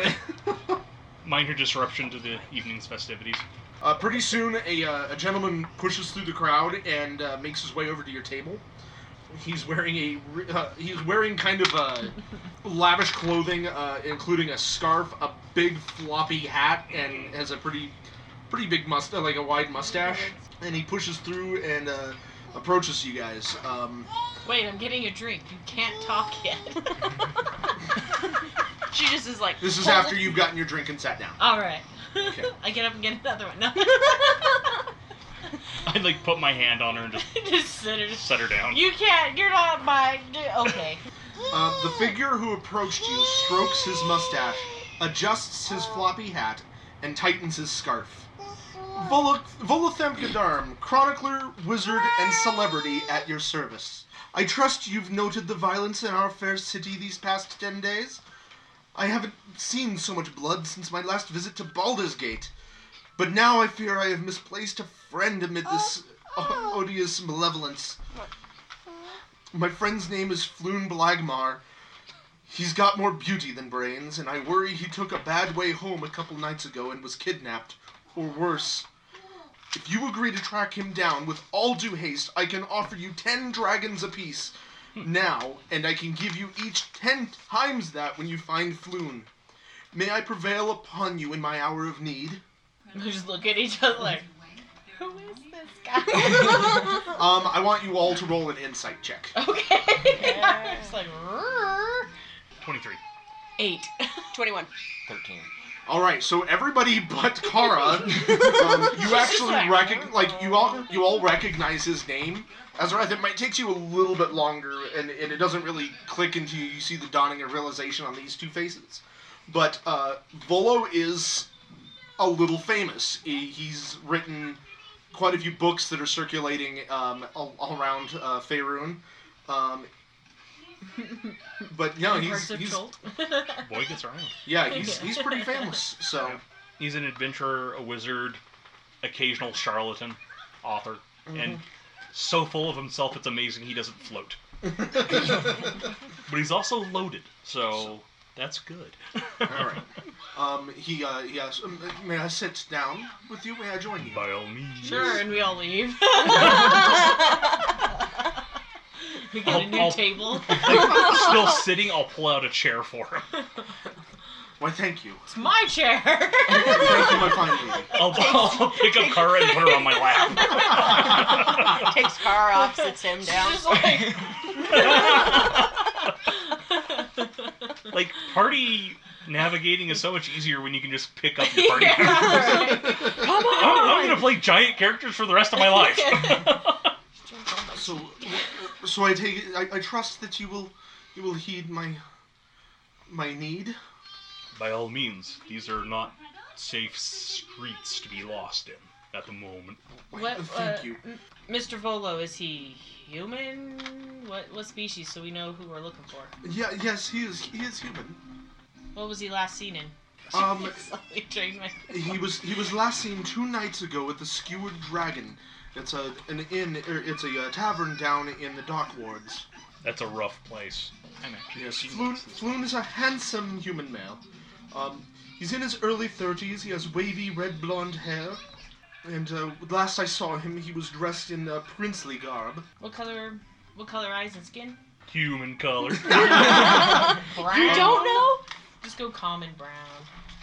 Speaker 2: Minor disruption to the evening's festivities.
Speaker 1: Uh, pretty soon, a, uh, a gentleman pushes through the crowd and uh, makes his way over to your table. He's wearing a re- uh, he's wearing kind of uh, lavish clothing, uh, including a scarf, a big floppy hat, and has a pretty pretty big mustache, like a wide mustache. And he pushes through and uh, approaches you guys. Um,
Speaker 4: Wait, I'm getting a drink. You can't talk yet. *laughs*
Speaker 5: she just is like,
Speaker 1: this is after you've gotten your drink and sat down.
Speaker 4: All right.
Speaker 1: Okay.
Speaker 4: *laughs* I get up and get another one. *laughs* No.
Speaker 2: I like put my hand on her and just
Speaker 4: just sit there, just-
Speaker 2: set her down.
Speaker 4: You can't. You're not my. Okay.
Speaker 1: Uh, the figure who approached you strokes his mustache, adjusts his floppy hat, and tightens his scarf. Volok- Volothemp Gadarm, chronicler, wizard, and celebrity at your service. I trust you've noted the violence in our fair city these past ten days. I haven't seen so much blood since my last visit to Baldur's Gate, but now I fear I have misplaced a friend amid this o- odious malevolence. My friend's name is Floon Blagmar. He's got more beauty than brains, and I worry he took a bad way home a couple nights ago and was kidnapped, or worse. If you agree to track him down with all due haste, I can offer you ten dragons apiece now, and I can give you each ten times that when you find Floon. May I prevail upon you in my hour of need?
Speaker 4: We just look at each other like, who is this guy? *laughs*
Speaker 1: Um, I want you all to roll an insight check.
Speaker 4: okay. *laughs*
Speaker 5: Yeah.
Speaker 4: It's like "Rrrr."
Speaker 2: 23.
Speaker 4: eight.
Speaker 5: 21.
Speaker 6: Thirteen.
Speaker 1: All right, so everybody *laughs* but Kara, um, you actually
Speaker 4: like, "Oh,
Speaker 1: recognize, like you all, you all recognize his name. Azarath, it might take you a little bit longer, and, and it doesn't really click into you. You see the dawning of realization on these two faces, but uh, Volo is a little famous. He, he's written quite a few books that are circulating um, all, all around uh, Faerun.
Speaker 4: *laughs*
Speaker 1: Um, but no, he's,
Speaker 4: Parts of
Speaker 1: he's
Speaker 4: Jolt.
Speaker 2: Boy gets around.
Speaker 1: yeah,
Speaker 4: *laughs*
Speaker 1: he's he's pretty famous. So.
Speaker 2: He's an adventurer, a wizard, occasional charlatan, author, and so full of himself it's amazing he doesn't float. But he's also loaded, so that's good.
Speaker 1: All right. Um, he, uh, he asks, "Um, may I sit down with you? May I join you?
Speaker 2: *laughs* By all means.
Speaker 4: sure, and we all
Speaker 1: *laughs*
Speaker 4: leave. *laughs* we get
Speaker 2: I'll-
Speaker 4: a new
Speaker 2: I'll-
Speaker 4: table.
Speaker 2: Like, still sitting, I'll pull out a chair for him.
Speaker 1: Why, thank you.
Speaker 4: It's my
Speaker 1: *laughs*
Speaker 4: chair.
Speaker 1: thank you, my fine lady.
Speaker 2: I'll, *laughs* I'll pick up Kara and put her on my lap.
Speaker 5: Takes
Speaker 4: *laughs*
Speaker 5: car off, sits him down.
Speaker 4: Just
Speaker 6: *laughs*
Speaker 4: like.
Speaker 2: *laughs*
Speaker 4: *laughs*
Speaker 2: like, party navigating is so much easier when you can just pick up your party. members.
Speaker 4: *laughs* yeah, Oh right.
Speaker 5: Come
Speaker 2: I'm, I'm gonna play giant characters for the rest of my life.
Speaker 1: So, uh, so I take, it- I, I trust that you will, you will heed my, my need.
Speaker 2: *laughs* By all means, these are not safe streets to be lost in at the moment.
Speaker 1: Why,
Speaker 4: What,
Speaker 1: uh, thank
Speaker 4: uh,
Speaker 1: you.
Speaker 4: M- Mr. Volo, is he human? What what species? So we know who we're looking for.
Speaker 1: Yeah, yes, he is, he is human.
Speaker 4: What was he last seen in? *laughs*
Speaker 1: Um,
Speaker 4: slowly drain my.
Speaker 1: he was he was last seen two nights ago at the Skewered Dragon. It's a an inn. Er, it's a, uh tavern down in the dock wards.
Speaker 2: That's a rough place. I'm actually
Speaker 1: Yes,
Speaker 2: seeing
Speaker 1: Floon,
Speaker 2: this.
Speaker 1: Floon is a handsome human male. Um, he's in his early 30s. He has wavy red blonde hair. And uh, last I saw him, he was dressed in uh, princely garb. *laughs*
Speaker 4: What color? What color eyes and skin?
Speaker 2: human color.
Speaker 4: Brown.
Speaker 5: You don't know?
Speaker 4: Just go common brown. *laughs*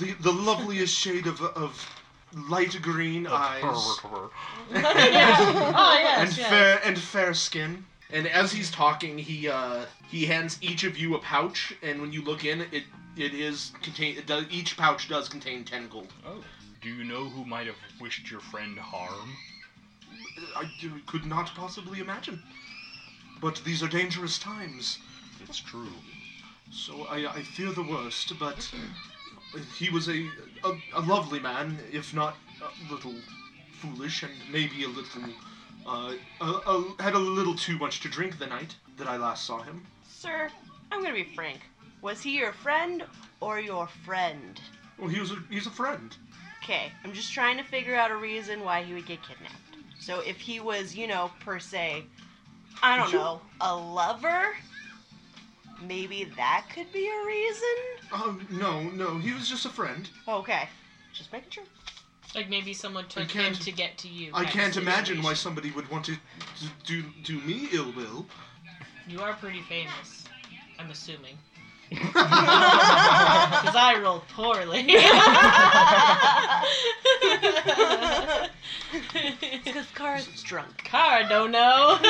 Speaker 1: The the loveliest shade of, of light green eyes.
Speaker 4: yeah. Oh yes.
Speaker 1: and
Speaker 4: yes.
Speaker 1: fair and fair skin. And as he's talking, he uh, he hands each of you a pouch, and when you look in, it it is contain. It does, each pouch does contain ten gold.
Speaker 2: Oh. Do you know who might have wished your friend harm?
Speaker 1: I d- could not possibly imagine. But these are dangerous times,
Speaker 2: It's true.
Speaker 1: so I, I fear the worst. But he was a a, a lovely man, if not a little foolish, and maybe a little uh, a, a, had a little too much to drink the night that I last saw him.
Speaker 5: Sir, I'm gonna be frank. Was he your friend or your friend?
Speaker 1: Well, Oh, he was a, he's a friend.
Speaker 5: Okay, I'm just trying to figure out a reason why he would get kidnapped. So if he was, you know, per se, I don't
Speaker 1: Sure.
Speaker 5: know, a lover, maybe that could be a reason.
Speaker 1: Oh no, no, he was just a friend.
Speaker 5: Okay, just making
Speaker 4: *laughs*
Speaker 5: sure. *laughs*
Speaker 4: Like maybe someone took him
Speaker 1: can't-
Speaker 4: to get to you.
Speaker 1: I
Speaker 4: kind of
Speaker 1: can't imagine why
Speaker 4: situation.
Speaker 1: somebody would want to d- do do me ill will.
Speaker 4: You are pretty famous. I'm assuming. Because I roll poorly. *laughs*
Speaker 5: Because Kara's drunk.
Speaker 4: Car don't know. *laughs*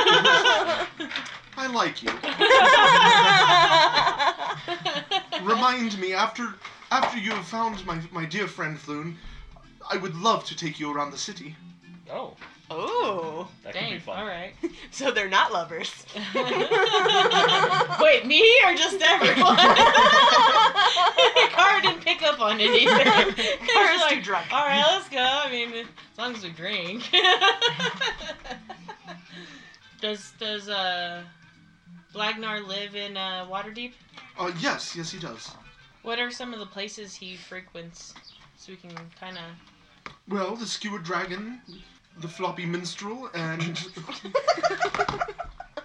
Speaker 1: I like you. Remind me after after you have found my my dear friend Floon, I would love to take you around the city.
Speaker 6: Oh,
Speaker 5: oh,
Speaker 6: that could be
Speaker 4: Dang.
Speaker 6: fun.
Speaker 4: All right.
Speaker 5: *laughs* so they're not lovers.
Speaker 4: *laughs* Wait, me or
Speaker 5: *laughs*
Speaker 4: just everyone? Car didn't pick up on it either.
Speaker 5: Kara's
Speaker 4: Like,
Speaker 5: too drunk.
Speaker 4: All right, let's go. I mean, as long as we drink. *laughs* does does uh, Blagnar live in uh, Waterdeep?
Speaker 1: Uh, yes, yes he does.
Speaker 4: What are some of the places he frequents? So we can kind of.
Speaker 1: Well, the skewered dragon, the floppy minstrel, and *laughs*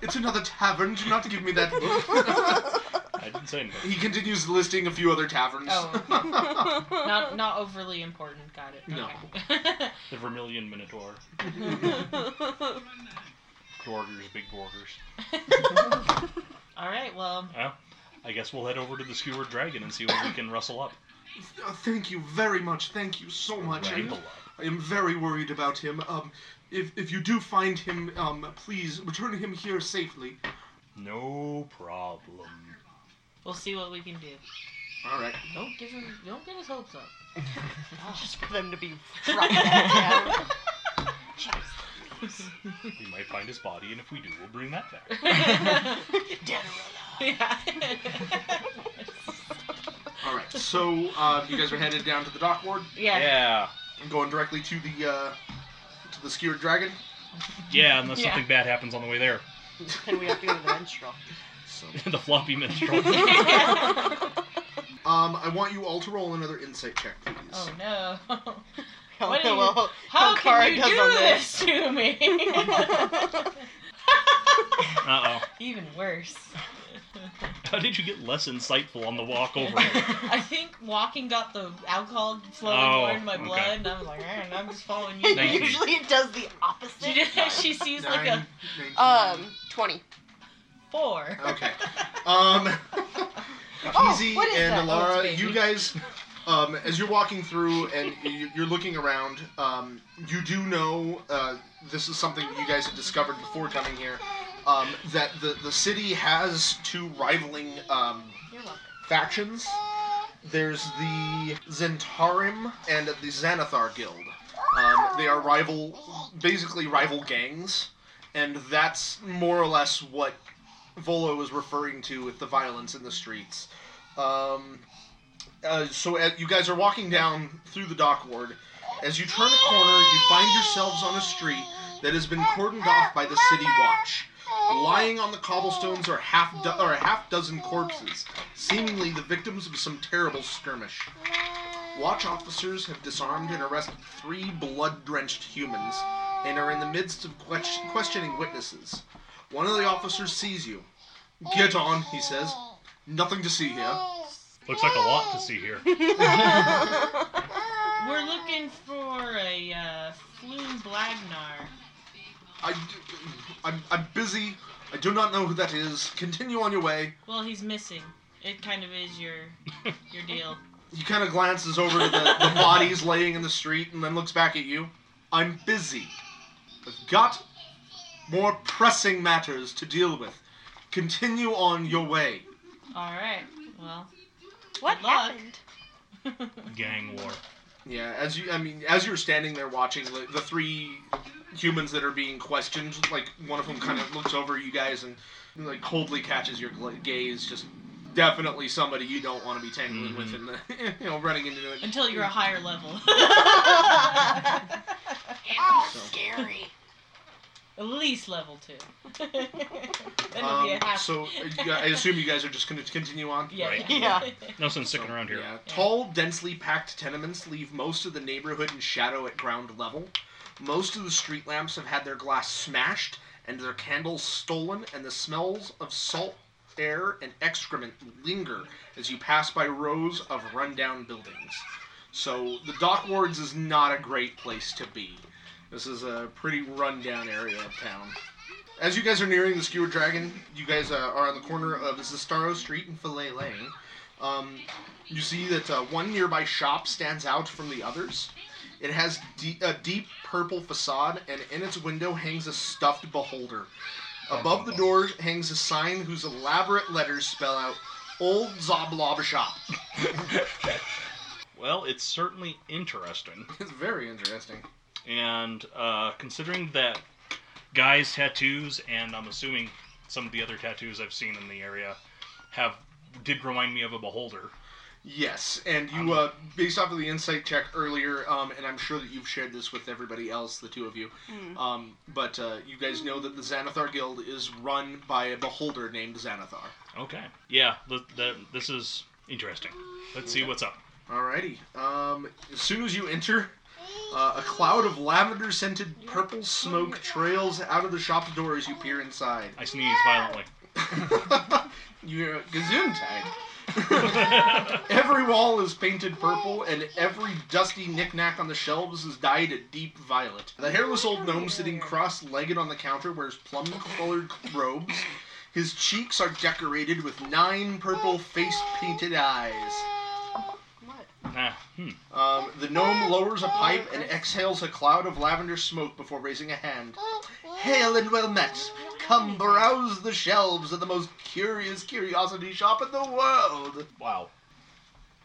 Speaker 1: it's another tavern. Do not give me that look.
Speaker 2: I didn't say
Speaker 1: *laughs*
Speaker 2: anything.
Speaker 1: he continues listing a few other taverns.
Speaker 5: Oh.
Speaker 1: *laughs*
Speaker 5: *laughs*
Speaker 4: Not not overly important. Got it.
Speaker 1: No.
Speaker 4: Okay. *laughs*
Speaker 2: The Vermilion Minotaur.
Speaker 1: Uh,
Speaker 2: Gorgers, big gorgers.
Speaker 4: All right. Well,
Speaker 2: Well, I guess we'll head over to the Skewered Dragon and see what we can rustle up.
Speaker 1: Uh, Thank you very much. Thank you so much.
Speaker 2: Wrangle
Speaker 1: I'm,
Speaker 2: up.
Speaker 1: I am very worried about him. Um, if if you do find him, um, please return him here safely.
Speaker 2: No problem.
Speaker 4: we'll see what we can do.
Speaker 1: All right.
Speaker 4: Don't give him. Don't get his hopes up.
Speaker 5: just for them to be dropping that down.
Speaker 2: We might find his body, and if we do, we'll bring that back.
Speaker 4: *laughs* yeah.
Speaker 1: All right. So uh, you guys are headed down to the dock ward
Speaker 4: *laughs* yeah.
Speaker 1: and going directly to the uh, to the skewered dragon.
Speaker 2: Yeah, unless
Speaker 4: Yeah.
Speaker 2: something bad happens on the way there. *laughs*
Speaker 5: And we have to go to the menstrual.
Speaker 1: So,
Speaker 2: the floppy
Speaker 4: *laughs*
Speaker 2: minstrel.
Speaker 4: Oh,
Speaker 1: um, I want you all to roll another insight check, please.
Speaker 4: Oh no.
Speaker 5: What
Speaker 4: What
Speaker 5: do
Speaker 4: do
Speaker 5: well,
Speaker 4: How
Speaker 5: Kara
Speaker 4: can you
Speaker 5: does
Speaker 4: do
Speaker 5: on
Speaker 4: this to me?
Speaker 2: Uh oh.
Speaker 4: Even worse.
Speaker 2: How did you get less insightful on the walk over?
Speaker 4: I think walking got the alcohol flowing
Speaker 2: Oh,
Speaker 4: more in my
Speaker 2: okay.
Speaker 4: blood, and I was like, "Eh, I'm just following you.
Speaker 2: Thank you.
Speaker 5: *laughs* Usually it does the opposite.
Speaker 4: *laughs* She, did- she sees like a
Speaker 1: Nine, nineteen.
Speaker 5: um,
Speaker 4: *laughs*
Speaker 5: 20.
Speaker 4: four.
Speaker 1: *laughs* Okay.
Speaker 4: *laughs*
Speaker 1: Um, Akizi
Speaker 5: what is that?
Speaker 1: and
Speaker 4: Oh,
Speaker 1: Alara,
Speaker 4: it's baby.
Speaker 1: you guys, um, as you're walking through and you- you're looking around, um, you do know uh, this is something you guys had discovered before coming here um, that the, the city has two rivaling um,
Speaker 4: You're welcome.
Speaker 1: factions. There's the Zentarim and the Xanathar Guild. Um, they are rival, basically rival gangs, and that's more or less what Volo was referring to with the violence in the streets. Um, uh, so uh, you guys are walking down through the dock ward. As you turn a corner, you find yourselves on a street that has been cordoned off by the city watch. Lying on the cobblestones are half do- or a half dozen corpses, seemingly the victims of some terrible skirmish. Watch officers have disarmed and arrested three blood-drenched humans and are in the midst of quest- questioning witnesses. One of the officers sees you. Get on, he says. Nothing to see here.
Speaker 7: Looks like a lot to see here.
Speaker 4: We're looking for a uh, Floon Blagnar.
Speaker 1: I, am I'm busy. I do not know who that is. Continue on your way.
Speaker 4: Well, he's missing. It kind of is your your deal.
Speaker 1: He kind of glances over to the, the bodies laying in the street and then looks back at you. I'm busy. I've got more pressing matters to deal with. Continue on your way.
Speaker 4: All right. Well. *laughs*
Speaker 5: What
Speaker 4: Good luck.
Speaker 5: happened?
Speaker 7: Gang war.
Speaker 1: Yeah, as you, I mean, as you're standing there watching the, the three humans that are being questioned, like one of them kind of looks over you guys and like coldly catches your gla- gaze. Just definitely somebody you don't want to be tangling with, and *laughs* you know, running into it.
Speaker 4: Until you're a higher level.
Speaker 5: Oh, Scary.
Speaker 4: *laughs* At least level two. *laughs* That'll be a
Speaker 1: Um,
Speaker 4: half. *laughs*
Speaker 1: so uh, yeah, I assume you guys are just going to continue on.
Speaker 4: Yeah.
Speaker 7: Right.
Speaker 5: Yeah.
Speaker 7: No sense sticking
Speaker 1: So,
Speaker 7: around here.
Speaker 1: Yeah. Tall, densely packed tenements leave most of the neighborhood in shadow at ground level. Most of the street lamps have had their glass smashed and their candles stolen, and the smells of salt air and excrement linger as you pass by rows of rundown buildings. So the Dock Wards is not a great place to be. This is a pretty rundown area of town. As you guys are nearing the Skewer Dragon, you guys uh, are on the corner of Zestaro Street and Fillet Lane. Um, you see that uh, one nearby shop stands out from the others. It has de- a deep purple facade, and in its window hangs a stuffed beholder. Above the door hangs a sign whose elaborate letters spell out Old Zoblob Shop.
Speaker 2: Well, it's certainly interesting.
Speaker 1: *laughs* It's very interesting.
Speaker 7: And uh, considering that guys' tattoos, and I'm assuming some of the other tattoos I've seen in the area, have did remind me of a beholder.
Speaker 1: Yes, and you, uh, based off of the insight check earlier, um, and I'm sure that you've shared this with everybody else, the two of you, um, but uh, you guys know that the Xanathar Guild is run by a beholder named Xanathar.
Speaker 7: Okay. Yeah. The, the, this is interesting. Let's see what's up.
Speaker 1: Alrighty. Um, as soon as you enter, uh, a cloud of lavender scented purple smoke trails out of the shop door as you peer inside. *laughs*
Speaker 7: I sneeze violently. *laughs*
Speaker 1: You're
Speaker 7: Ah,
Speaker 1: gesundheit. *laughs* every wall is painted purple, and every dusty knickknack on the shelves is dyed a deep violet. The hairless old gnome sitting cross legged on the counter wears plum colored robes. His cheeks are decorated with nine purple face painted eyes.
Speaker 5: What?
Speaker 7: Ah, hmm.
Speaker 1: Um, the gnome lowers a pipe and exhales a cloud of lavender smoke before raising a hand. Hail and well met. Come browse the shelves of the most curious curiosity shop in the world.
Speaker 7: Wow.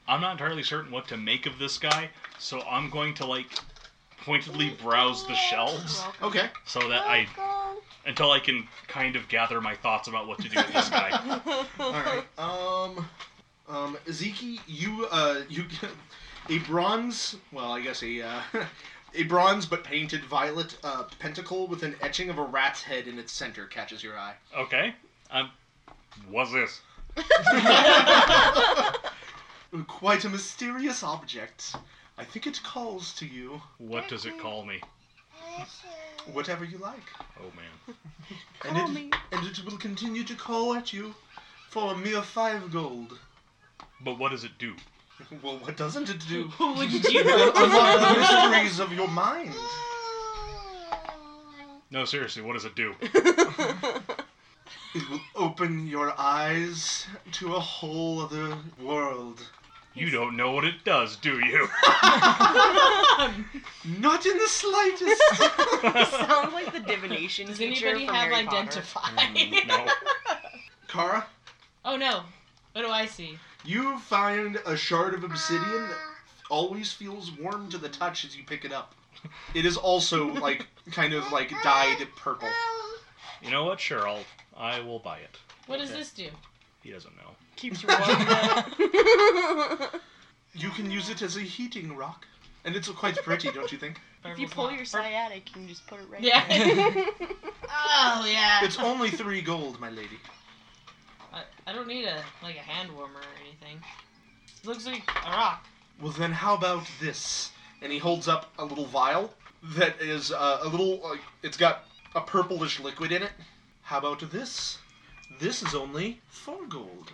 Speaker 7: I'm not entirely certain what to make of this guy, so I'm going to like pointedly browse the shelves
Speaker 1: Okay.
Speaker 7: so that I until I can kind of gather my thoughts about what to do with this guy.
Speaker 4: *laughs*
Speaker 1: All right. Um, um, Ziki, you, uh, you, *laughs* a bronze, well, I guess a, uh, *laughs* a bronze but painted violet, uh, pentacle with an etching of a rat's head in its center catches your eye.
Speaker 7: Okay. Um what's this?
Speaker 1: *laughs* Quite a mysterious object. I think it calls to you.
Speaker 7: What does it call me?
Speaker 1: Whatever you like.
Speaker 7: Oh man.
Speaker 1: and it, And it will continue to call at you for a mere five gold.
Speaker 7: But what does it do?
Speaker 1: Well, what doesn't it do?
Speaker 4: What
Speaker 1: *laughs*
Speaker 4: did you do?
Speaker 1: Unlock the mysteries of your mind.
Speaker 7: No, seriously, what does it do?
Speaker 1: It will open your eyes to a whole other world.
Speaker 7: You don't know what it does, do you?
Speaker 1: Not in the slightest.
Speaker 5: *laughs*
Speaker 1: *laughs*
Speaker 5: Sounds like the divination
Speaker 4: *laughs* Does
Speaker 5: teacher
Speaker 4: anybody
Speaker 5: from
Speaker 4: have
Speaker 5: Harry
Speaker 4: identify?
Speaker 7: *laughs*
Speaker 1: Hmm,
Speaker 7: no.
Speaker 1: Kara,
Speaker 4: *laughs* oh no. What do I see?
Speaker 1: you find a shard of obsidian that always feels warm to the touch as you pick it up. It is also like kind of like dyed purple.
Speaker 7: You know what? Sure, I'll I will buy it.
Speaker 4: What does
Speaker 1: Okay.
Speaker 4: this do?
Speaker 7: He doesn't know.
Speaker 5: Keeps your water.
Speaker 4: *laughs*
Speaker 1: You can use it as a heating rock, and it's quite pretty, don't you think?
Speaker 4: If
Speaker 6: Barb
Speaker 4: you
Speaker 6: was
Speaker 4: pull
Speaker 6: not-
Speaker 4: your *laughs*
Speaker 6: Barb-
Speaker 5: Sciatic, you can just put it right
Speaker 4: Yeah.
Speaker 6: *laughs*
Speaker 5: there.
Speaker 4: Oh yeah.
Speaker 1: It's only three gold, my lady.
Speaker 4: *laughs* I, I don't need a like a hand warmer or anything. Looks like a rock. *laughs*
Speaker 1: Well, then how about this? And he holds up a little vial that is uh, a little, like, it's got a purplish liquid in it. How about this? This is only four gold.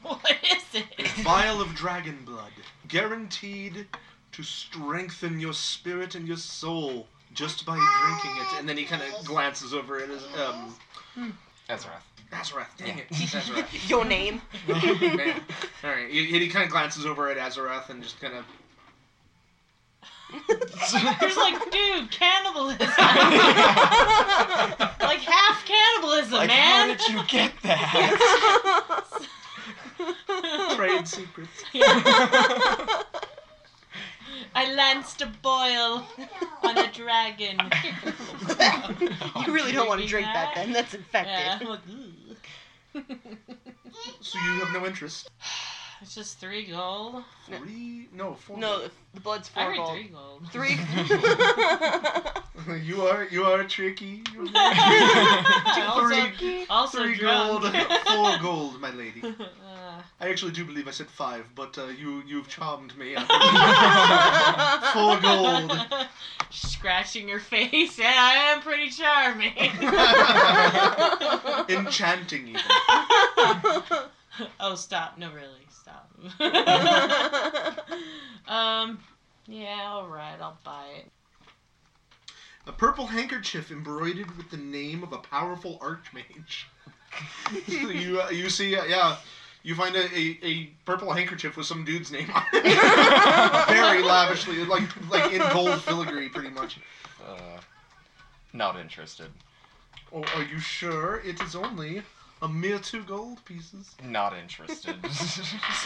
Speaker 4: what is
Speaker 1: A *laughs*
Speaker 4: it?
Speaker 1: vial of dragon blood, guaranteed to strengthen your spirit and your soul just by drinking it. And then he kind of glances over at his um,
Speaker 6: Ezrath.
Speaker 1: Azarath. Dang
Speaker 6: Yeah.
Speaker 1: it, Azarath.
Speaker 5: *laughs* Your name.
Speaker 1: Oh, *laughs* man. All right, he, he kind of glances over at Azarath and just kind of.
Speaker 4: There's like, dude, cannibalism. *laughs* like half cannibalism,
Speaker 6: Like, how
Speaker 4: man.
Speaker 6: did you get that?
Speaker 1: *laughs*
Speaker 4: *laughs*
Speaker 1: trade secrets.
Speaker 4: I lanced a boil on a dragon.
Speaker 5: you really don't want to drink that then. That's
Speaker 4: Yeah,
Speaker 5: infected.
Speaker 4: I'm like, "Ugh."
Speaker 1: So you have no interest.
Speaker 4: it's just three gold.
Speaker 1: Three? No, four.
Speaker 5: No, the blood's
Speaker 4: I
Speaker 5: four
Speaker 4: heard
Speaker 5: gold.
Speaker 4: three gold.
Speaker 5: Three.
Speaker 1: *laughs*
Speaker 5: *laughs*
Speaker 4: *laughs*
Speaker 1: you are you are *laughs* tricky. You're
Speaker 4: also,
Speaker 1: three,
Speaker 4: also
Speaker 1: three
Speaker 4: drunk.
Speaker 1: gold,
Speaker 4: *laughs*
Speaker 1: four gold, my lady.
Speaker 4: Uh,
Speaker 1: I actually do believe I said five, but uh, you you've charmed me.
Speaker 5: Full
Speaker 1: *laughs* four gold.
Speaker 4: *laughs* Scratching your face. Yeah, I am pretty charming.
Speaker 1: *laughs* Enchanting even.
Speaker 4: oh, stop. No, really.
Speaker 1: *laughs*
Speaker 4: Stop. *laughs* um, yeah, alright. I'll buy it.
Speaker 1: A purple handkerchief embroidered with the name of a powerful archmage. *laughs* you uh, you see uh, yeah, you find a, a, a purple handkerchief with some dude's name on
Speaker 6: *laughs*
Speaker 1: it. *laughs* Very lavishly, like like in gold filigree, pretty much.
Speaker 6: Uh, not interested.
Speaker 1: Oh, are you sure it is only a mere two gold pieces? *laughs*
Speaker 6: Not interested.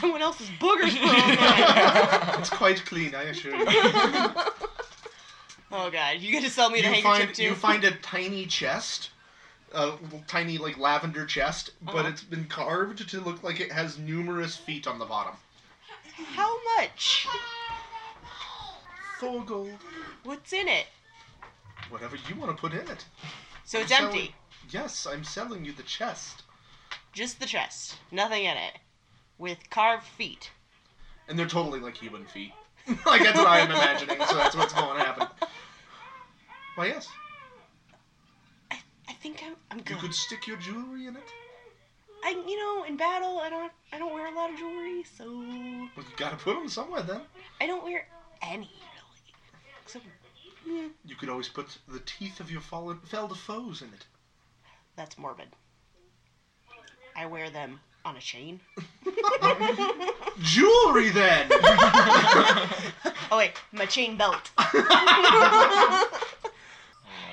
Speaker 5: Someone else's boogers
Speaker 7: *laughs*
Speaker 5: were
Speaker 1: it's quite clean, I assure you.
Speaker 5: on there. Oh god, you gotta sell me the
Speaker 1: you
Speaker 5: handkerchief
Speaker 1: find
Speaker 5: too.
Speaker 1: you find a tiny chest, a little tiny like lavender chest, but
Speaker 5: Uh-huh.
Speaker 1: it's been carved to look like it has numerous feet on the bottom.
Speaker 5: How much?
Speaker 1: Four gold.
Speaker 5: What's in it?
Speaker 1: Whatever you want to put in it.
Speaker 5: So it's
Speaker 1: Sell it.
Speaker 5: empty.
Speaker 1: Yes, I'm selling you the chest.
Speaker 5: Just the chest. Nothing in it. With carved feet.
Speaker 1: And they're totally like human feet. *laughs* like that's what I'm imagining. So that's what's going to happen. Why yes,
Speaker 5: I think I'm, I'm
Speaker 1: you
Speaker 5: good.
Speaker 1: could stick your jewelry in it.
Speaker 5: I, you know, in battle, I don't, I don't wear a lot of jewelry, so
Speaker 1: Well, you gotta put them somewhere then.
Speaker 5: I don't wear any really. Except mm,
Speaker 1: You could always put the teeth of your fallen felled foes in it.
Speaker 5: that's morbid. I wear them on
Speaker 1: *laughs*
Speaker 5: a chain.
Speaker 1: Jewelry then. *laughs*
Speaker 5: Oh wait, my chain belt.
Speaker 1: Oh,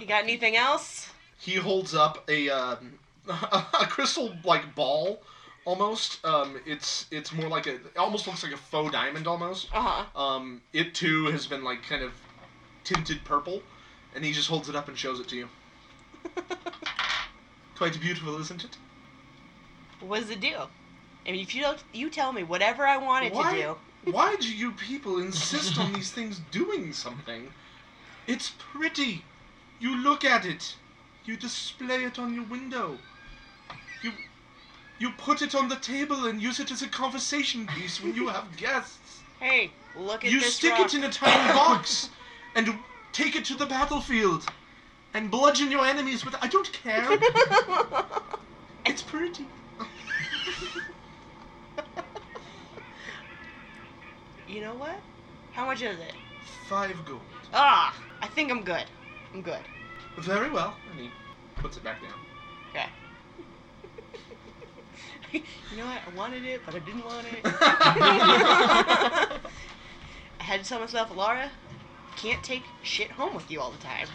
Speaker 5: you got anything else?
Speaker 1: he holds up a um, *laughs* a crystal like ball almost um, it's it's more like a it almost looks like a faux diamond almost
Speaker 5: Uh huh.
Speaker 1: um, it too has been like kind of tinted purple and he just holds it up and shows it to you quite beautiful isn't it
Speaker 5: What does it do? I mean, if you don't, you tell me whatever I want it
Speaker 1: Why?
Speaker 5: to do.
Speaker 1: why do you people insist on these things doing something it's pretty you look at it you display it on your window you you put it on the table and use it as a conversation piece when you have guests
Speaker 5: Hey, look at
Speaker 1: you
Speaker 5: this
Speaker 1: stick
Speaker 5: rock. *laughs*
Speaker 1: it in a tiny box and take it to the battlefield and bludgeon your enemies with i don't
Speaker 5: *laughs*
Speaker 1: care it's pretty *laughs*
Speaker 5: you know what? How much is it?
Speaker 1: five gold
Speaker 5: Ah, I think I'm good. I'm good.
Speaker 1: very well and he puts it back down
Speaker 5: *laughs* You know what? I wanted it, but I didn't want it. I had to tell myself, Laura, you can't take shit home with you all the time.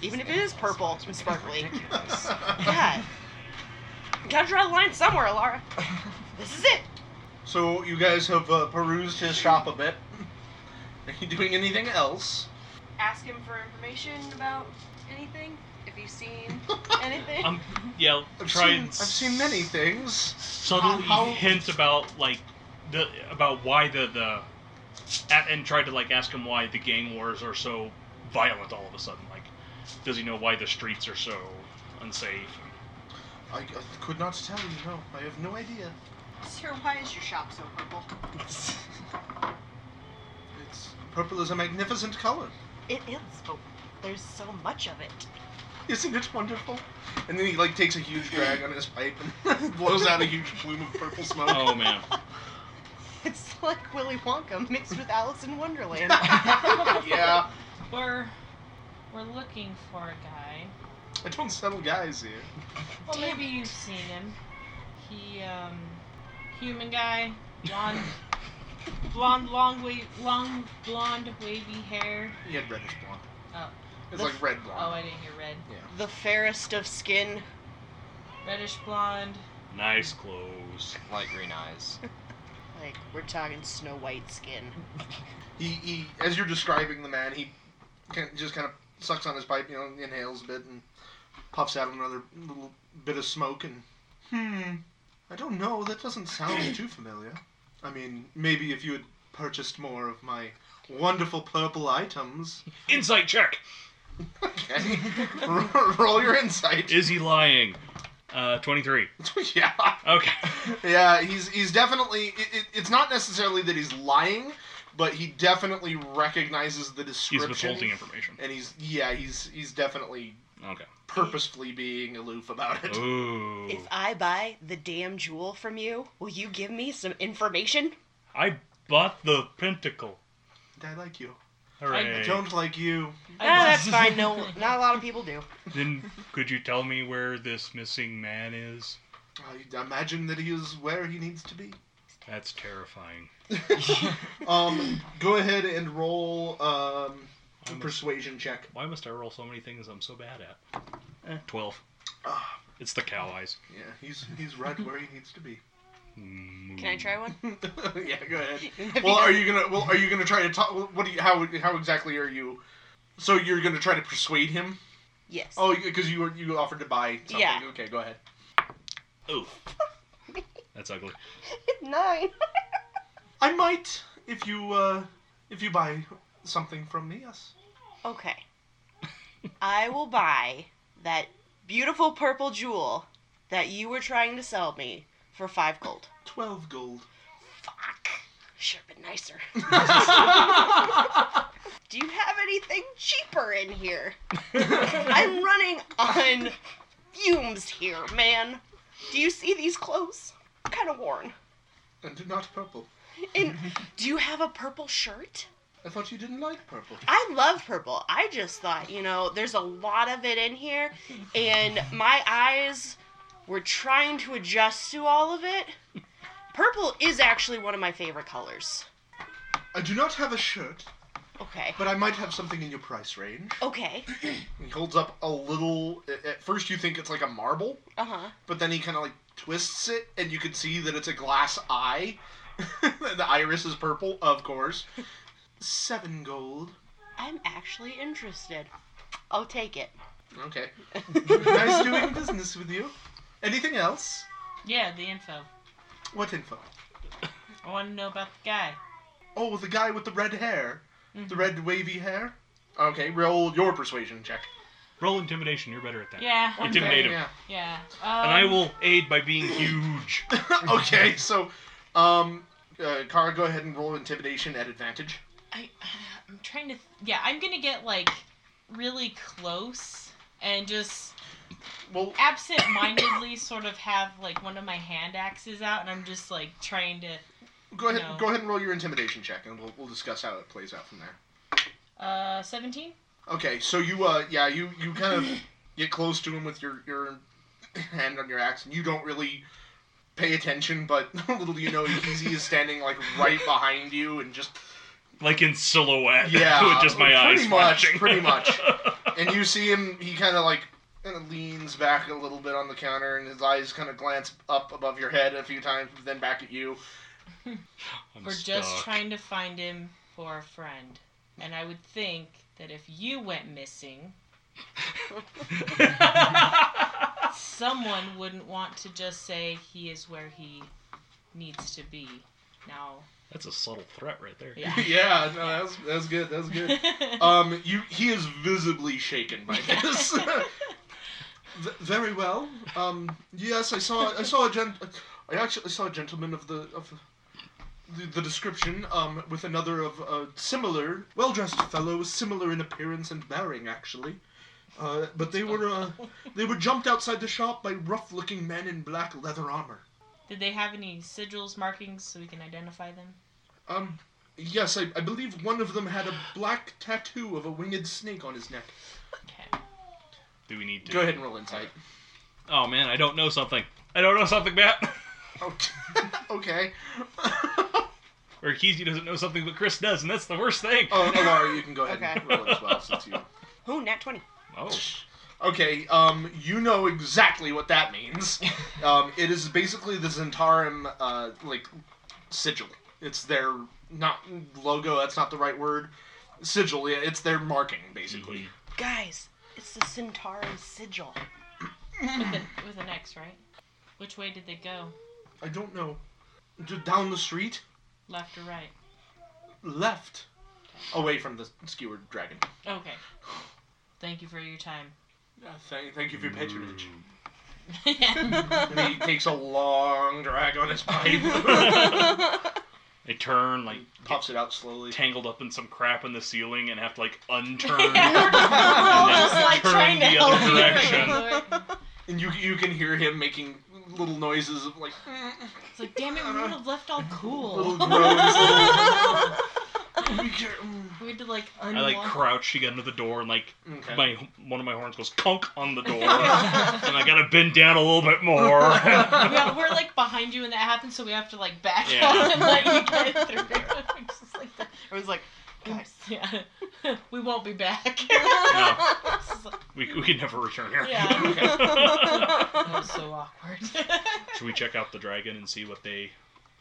Speaker 5: Even if it is purple and sparkly.
Speaker 6: Ridiculous.
Speaker 5: Yeah. You gotta draw the line somewhere, Laura. This is it.
Speaker 1: *laughs* So you guys have uh, perused his shop a bit. Are you doing anything else?
Speaker 5: Ask him for information about anything. If he's seen anything.
Speaker 7: Um, yeah,
Speaker 1: I've,
Speaker 7: try
Speaker 1: seen,
Speaker 7: and
Speaker 1: I've seen many things.
Speaker 7: subtly
Speaker 1: How- how-
Speaker 7: hint about like the about why the the a- and tried to like ask him why the gang wars are so violent all of a sudden. Like, does he know why the streets are so unsafe?
Speaker 1: I, I could not tell you. No, I have no idea.
Speaker 5: Sir, why is your shop so purple?
Speaker 1: It's purple is a magnificent color.
Speaker 5: It is, but there's so much of it.
Speaker 1: Isn't it wonderful? And then he like takes a huge drag on his pipe and *laughs* blows out a huge plume of purple smoke.
Speaker 7: Oh man,
Speaker 5: It's like Willy Wonka mixed with Alice in
Speaker 1: *laughs*
Speaker 5: Wonderland.
Speaker 1: yeah,
Speaker 4: We're we're looking for a guy.
Speaker 1: I don't settle guys here.
Speaker 4: Well, maybe you've seen him. He um, human guy, blonde, blonde, long wave, long blonde wavy hair.
Speaker 1: He had reddish blonde.
Speaker 4: Oh.
Speaker 1: It's like red blonde.
Speaker 4: Oh, I didn't hear red.
Speaker 5: the fairest of skin.
Speaker 4: Reddish blonde.
Speaker 7: nice clothes.
Speaker 6: Light green eyes.
Speaker 5: Like, we're talking Snow White skin.
Speaker 1: he, he as you're describing the man, he can, just kind of sucks on his pipe, you know, inhales a bit and puffs out another little bit of smoke and hmm, I don't know. That doesn't sound too familiar. I mean, maybe if you had purchased more of my wonderful purple items.
Speaker 7: Insight check.
Speaker 1: Okay, R- *laughs* roll your insight.
Speaker 7: Is he lying? Uh, twenty-three.
Speaker 1: *laughs* yeah.
Speaker 7: Okay. *laughs*
Speaker 1: Yeah, he's he's definitely. It, it, it's not necessarily that he's lying, but he definitely recognizes the
Speaker 7: He's
Speaker 1: description.
Speaker 7: withholding information.
Speaker 1: And he's yeah, he's he's definitely
Speaker 7: Okay.
Speaker 1: purposefully being aloof about it.
Speaker 7: Ooh.
Speaker 5: If I buy the damn jewel from you, will you give me some information?
Speaker 7: I bought the pentacle.
Speaker 1: I like you.
Speaker 7: Hooray.
Speaker 1: I don't like you.
Speaker 5: No, Ah, that's fine.
Speaker 4: *laughs*
Speaker 5: No, not a lot of people do.
Speaker 7: Then could you tell me where this missing man is?
Speaker 1: I imagine that he is where he needs to be.
Speaker 7: That's terrifying.
Speaker 1: Um, go ahead and roll um a
Speaker 7: I'm-
Speaker 1: persuasion check.
Speaker 7: Why must I roll so many things I'm so bad at? Eh, Twelve.
Speaker 1: Ah.
Speaker 7: It's the cow eyes.
Speaker 1: Yeah, he's he's right where he needs to be. *laughs*
Speaker 7: Mm.
Speaker 5: Can I try one?
Speaker 1: yeah, go ahead.
Speaker 5: If *laughs* he
Speaker 1: Well, are
Speaker 5: doesn't-
Speaker 1: you gonna? Well, are you gonna try to talk? What do you? How? How exactly are you? So you're gonna try to persuade him?
Speaker 5: Yes.
Speaker 1: Oh, because you were you offered to buy something.
Speaker 5: Yeah.
Speaker 1: Okay, go ahead.
Speaker 7: Ooh.
Speaker 5: *laughs*
Speaker 7: That's ugly.
Speaker 5: Nine.
Speaker 1: I might if you uh if you buy something from me. Yes.
Speaker 5: Okay. I will buy that beautiful purple jewel that you were trying to sell me for five gold.
Speaker 1: Twelve gold.
Speaker 5: Fuck. Should have been nicer. Do you have anything cheaper in here? I'm running on fumes here, man. Do you see these clothes? Kind of worn.
Speaker 1: and not purple.
Speaker 5: And do you have a purple shirt?
Speaker 1: I thought you didn't like purple.
Speaker 5: I love purple. I just thought, you know, there's a lot of it in here, and my eyes were trying to adjust to all of it. Purple is actually one of my favorite colors.
Speaker 1: I do not have a shirt,
Speaker 5: Okay.
Speaker 1: but I might have something in your price range.
Speaker 5: Okay.
Speaker 1: He holds up a little. at- At first, you think it's like a marble,
Speaker 5: Uh huh.
Speaker 1: but then he kind of like twists it, and you can see that it's a glass eye. *laughs* the iris is purple, of course. Seven gold.
Speaker 5: I'm actually interested. I'll take it.
Speaker 1: Okay. *laughs* nice doing business with you. Anything else?
Speaker 4: Yeah, the info.
Speaker 1: What info?
Speaker 4: I want to know about the guy.
Speaker 1: Oh, the guy with the red hair. The red wavy hair. Okay, roll your persuasion check.
Speaker 7: Roll intimidation. You're better at that.
Speaker 4: Yeah. I'm
Speaker 7: Intimidate him.
Speaker 1: Yeah. *laughs*
Speaker 4: very- Yeah. Um,
Speaker 7: And I will aid by being huge.
Speaker 1: okay, so, um, uh, Kara, go ahead and roll intimidation at advantage.
Speaker 4: I, *sighs* I'm trying to. Th- yeah, I'm gonna get like really close and just
Speaker 1: Well,
Speaker 4: absent-mindedly *laughs* sort of have like one of my hand axes out, and I'm just like trying to.
Speaker 1: go ahead,
Speaker 4: no.
Speaker 1: go ahead and roll your intimidation check, and we'll, we'll discuss how it plays out from there.
Speaker 4: Uh, 17.
Speaker 1: Okay, so you, uh, yeah, you, you kind of get close to him with your your hand on your axe, and you don't really pay attention, but *laughs* little do you know, Easy is standing like right behind you, and just
Speaker 7: Like in silhouette.
Speaker 1: Yeah,
Speaker 7: *laughs* With just my eyes.
Speaker 1: pretty much,
Speaker 7: flashing.
Speaker 1: pretty much. and you see him he kind of like kind of leans back a little bit on the counter and his eyes kind of glance up above your head a few times then back at you
Speaker 7: *laughs* I'm
Speaker 4: We're
Speaker 7: stuck.
Speaker 4: just trying *laughs* to find him for a friend, and I would think that if you went missing, someone wouldn't want to just say he is where he needs to be. Now
Speaker 7: *laughs* That's a subtle threat right there.
Speaker 4: Yeah.
Speaker 1: *laughs*
Speaker 7: *laughs*
Speaker 4: *laughs*
Speaker 1: yeah, no, that's that's good. That's good.
Speaker 7: Uh,
Speaker 1: Um, you he is visibly shaken by this. V- very well. Um, yes, I saw I saw a gent. I actually saw a gentleman of the of the, the description um, with another of a similar, well dressed fellow, similar in appearance and bearing actually. Uh, but they were uh, they were jumped outside the shop by rough looking men in black leather armor.
Speaker 4: Did they have any sigils markings so we can identify them?
Speaker 1: Um, yes, I, I believe one of them had a black tattoo of a winged snake on his neck.
Speaker 4: Okay.
Speaker 7: Do we need to?
Speaker 1: Go ahead and roll insight.
Speaker 7: Oh man, I don't know something. I don't know something, Matt. *laughs*
Speaker 1: *laughs* okay.
Speaker 7: or Keezy doesn't know something, but Chris does, and that's the worst thing.
Speaker 1: oh, Alara, you can go ahead and
Speaker 5: Okay.
Speaker 1: roll as well since you.
Speaker 5: Who? Nat 20.
Speaker 7: Oh.
Speaker 1: Okay, um, you know exactly what that means. Um, it is basically the Zentarim, uh, like, sigil. It's their, not logo, that's not the right word. Sigil, yeah, it's their marking, basically.
Speaker 5: Guys, it's the Centauran sigil.
Speaker 4: With, a, with an X, right? Which way did they go?
Speaker 1: I don't know. D- Down the street?
Speaker 4: Left or right?
Speaker 1: Left. Away from the skewered dragon.
Speaker 4: Okay. Thank you for your time.
Speaker 1: thank, thank you for your patronage.
Speaker 4: yeah.
Speaker 1: And he takes a long drag on his pipe, *laughs*
Speaker 5: That's
Speaker 7: I turn like
Speaker 1: pops it out slowly.
Speaker 7: tangled up in some crap in the ceiling and have to like
Speaker 4: *laughs*
Speaker 7: unturn.
Speaker 4: all just
Speaker 7: Turn
Speaker 4: *laughs* like trying to
Speaker 7: the
Speaker 4: help
Speaker 2: *laughs*
Speaker 7: other
Speaker 4: you.
Speaker 7: direction.
Speaker 4: *laughs* Lord.
Speaker 1: And you you can hear him making little noises of like
Speaker 4: It's like, damn it, we would have left all
Speaker 1: little
Speaker 4: cool.
Speaker 1: groans. little- We care- mm.
Speaker 4: We had to like
Speaker 7: I like
Speaker 4: unlock.
Speaker 7: crouch again to the door and like
Speaker 1: Okay.
Speaker 7: my one of my horns goes conk on the door,
Speaker 4: *laughs*
Speaker 7: and I gotta bend down a little bit
Speaker 4: *laughs*
Speaker 7: more. *laughs*
Speaker 4: yeah, we're like behind you when that happens, so we have to like back
Speaker 7: Yeah.
Speaker 4: up and let you get through. *laughs* It's just like that.
Speaker 5: I was like, guys.
Speaker 4: Yeah. *laughs* we won't be
Speaker 7: *laughs*
Speaker 4: back. It's just like,
Speaker 7: we, we can never return here. *laughs*
Speaker 4: Yeah. *laughs* that was so awkward. *laughs*
Speaker 7: Should we check out the dragon and see what they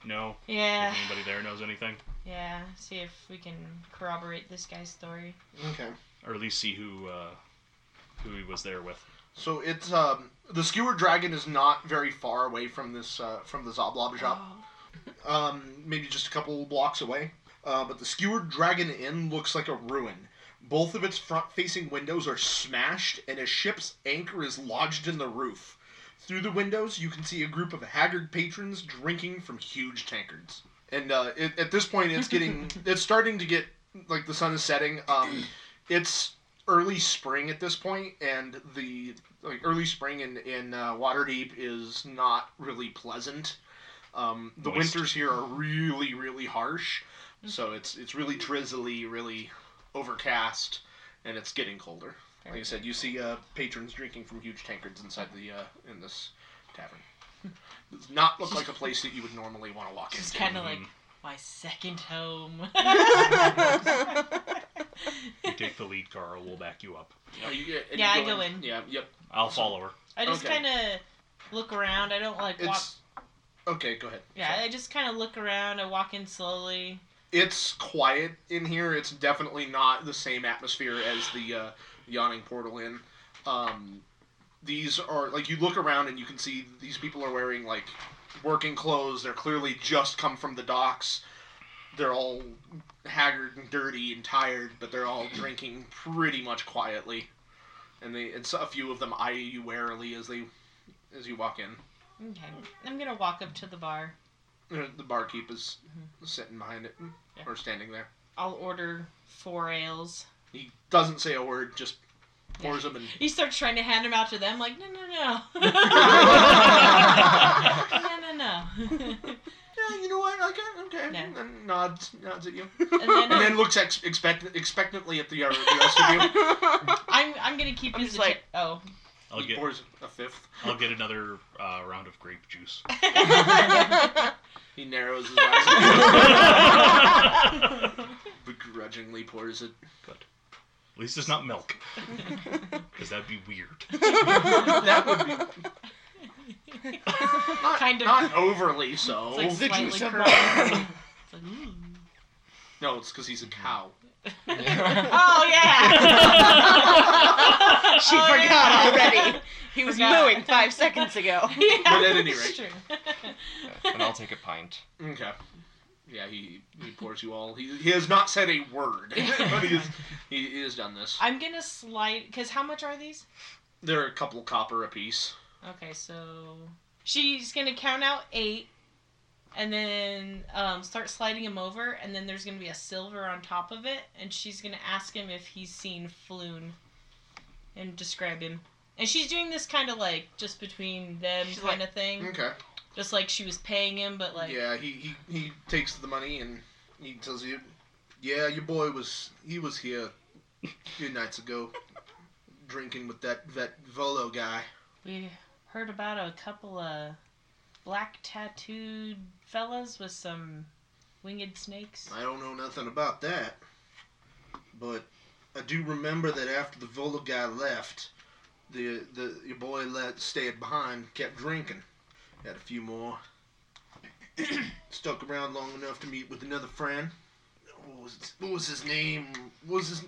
Speaker 7: know?
Speaker 4: yeah.
Speaker 7: If anybody there knows anything,
Speaker 4: Yeah. See if we can corroborate this guy's story.
Speaker 1: Okay.
Speaker 7: or at least see who uh, who he was there with.
Speaker 1: So it's um the skewer dragon is not very far away from this uh, from the Zoblob shop. Um, maybe just a couple blocks away. Uh, but the skewered dragon inn looks like a ruin. Both of its front-facing windows are smashed, and a ship's anchor is lodged in the roof. Through the windows, you can see a group of haggard patrons drinking from huge tankards. And uh, it, at this point, it's getting it's starting to get like the sun is setting. Um, it's early spring at this point, and the like early spring in in uh, Waterdeep is not really pleasant. Um, the
Speaker 7: Moist.
Speaker 1: winters here are really really harsh, so it's it's really drizzly, really overcast, and it's getting colder. Like I said, you see uh, patrons drinking from huge tankards inside the uh, in this tavern. Does not look like a place that you would normally want to walk
Speaker 4: Just
Speaker 1: into.
Speaker 4: kind of like
Speaker 7: Mhm.
Speaker 4: my
Speaker 1: *laughs*
Speaker 4: second home. *laughs*
Speaker 7: You take the lead, Carl. We'll back you up.
Speaker 1: Are you- and you
Speaker 4: Yeah, I go in.
Speaker 1: Yeah, yep.
Speaker 7: I'll follow her.
Speaker 4: I just
Speaker 1: Okay.
Speaker 4: kind of look around. I don't like walk.
Speaker 1: It's okay. Go ahead.
Speaker 4: Yeah, I just kind of look around. I walk in slowly.
Speaker 1: It's quiet in here. It's definitely not the same atmosphere as the uh, yawning portal inn. Um, these are like you look around and you can see these people are wearing like working clothes. They're clearly just come from the docks. They're all haggard and dirty and tired, but they're all drinking pretty much quietly. And they and so- a few of them eye you warily as they as you walk in.
Speaker 4: Okay, I'm gonna walk up to the bar.
Speaker 1: Uh, The barkeep is sitting behind it
Speaker 4: Yeah.
Speaker 1: or standing there.
Speaker 4: I'll order four ales.
Speaker 1: He doesn't say a word, just pours them and
Speaker 4: He starts trying to hand them out to them. Like, no, no, no, no, no, no.
Speaker 1: yeah, you know what? Okay, okay.
Speaker 4: No.
Speaker 1: And then nods, nods at you,
Speaker 4: and then,
Speaker 1: *laughs* and then
Speaker 4: I'm,
Speaker 1: looks ex- expect- expectantly at the, uh, the rest of you.
Speaker 4: *laughs* I'm, I'm gonna keep
Speaker 5: I'm
Speaker 4: his.
Speaker 5: just like-
Speaker 4: atten- oh. *laughs*
Speaker 7: I'll
Speaker 1: he
Speaker 7: get
Speaker 1: pours a fifth.
Speaker 7: I'll get another uh, round of grape
Speaker 4: *laughs*
Speaker 7: juice.
Speaker 1: He narrows his eyes, *laughs* begrudgingly pours it.
Speaker 7: At least it's not milk, because that'd be weird.
Speaker 1: *laughs* That would be not,
Speaker 4: Kind of.
Speaker 1: not overly so.
Speaker 4: It's like
Speaker 1: Oh, Did you
Speaker 4: slightly
Speaker 1: say-
Speaker 4: curled. It's like, "Hmm." ooh.
Speaker 1: no, it's because he's a cow.
Speaker 4: *laughs*
Speaker 5: *laughs*
Speaker 4: Oh yeah.
Speaker 5: She
Speaker 4: Oh,
Speaker 5: forgot
Speaker 4: yeah.
Speaker 5: already. *laughs* He was
Speaker 4: Forgot.
Speaker 5: mooing five seconds ago.
Speaker 4: *laughs* Yeah,
Speaker 1: But at any
Speaker 4: it's
Speaker 1: rate.
Speaker 4: true. *laughs*
Speaker 6: and I'll take a pint.
Speaker 1: Okay. Yeah, he, he pours you all. He, he has not said a
Speaker 4: *laughs*
Speaker 1: word, *laughs* but he, is, he, he has done this.
Speaker 4: I'm gonna slide because how much are these?
Speaker 1: There are a couple copper apiece.
Speaker 4: Okay, so she's gonna count out eight, and then um, start sliding him over, and then there's gonna be a silver on top of it, and she's gonna ask him if he's seen Floon, and describe him. And she's doing this kind of like just between them
Speaker 5: She's
Speaker 4: kind of thing,
Speaker 1: Okay.
Speaker 4: just like she was paying him, but like
Speaker 1: yeah, he, he he takes the money and he tells you, yeah, your boy was he was here a few nights ago, drinking with that that Volo guy.
Speaker 4: we heard about a couple of black tattooed fellas with some winged snakes.
Speaker 1: I don't know nothing about that, but I do remember that after the Volo guy left, the the your boy let stayed behind, kept drinking, had a few more, *clears throat* stuck around long enough to meet with another friend. What was what was his name? What was his?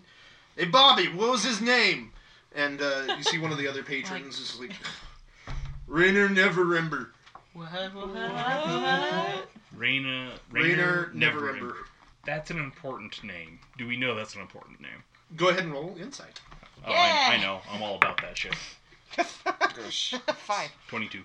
Speaker 1: Hey Bobby, what was his name? And uh, you see one of the other patrons is *laughs* like, Rainer never remember.
Speaker 4: What? What? what?
Speaker 2: Raina.
Speaker 1: Rainer never remember.
Speaker 2: That's an important name. Do we know that's an important name?
Speaker 1: Go ahead and roll insight.
Speaker 2: Oh, I, I
Speaker 4: Yeah.
Speaker 2: know. I'm all about that shit.
Speaker 6: Gosh.
Speaker 5: Five.
Speaker 2: 22.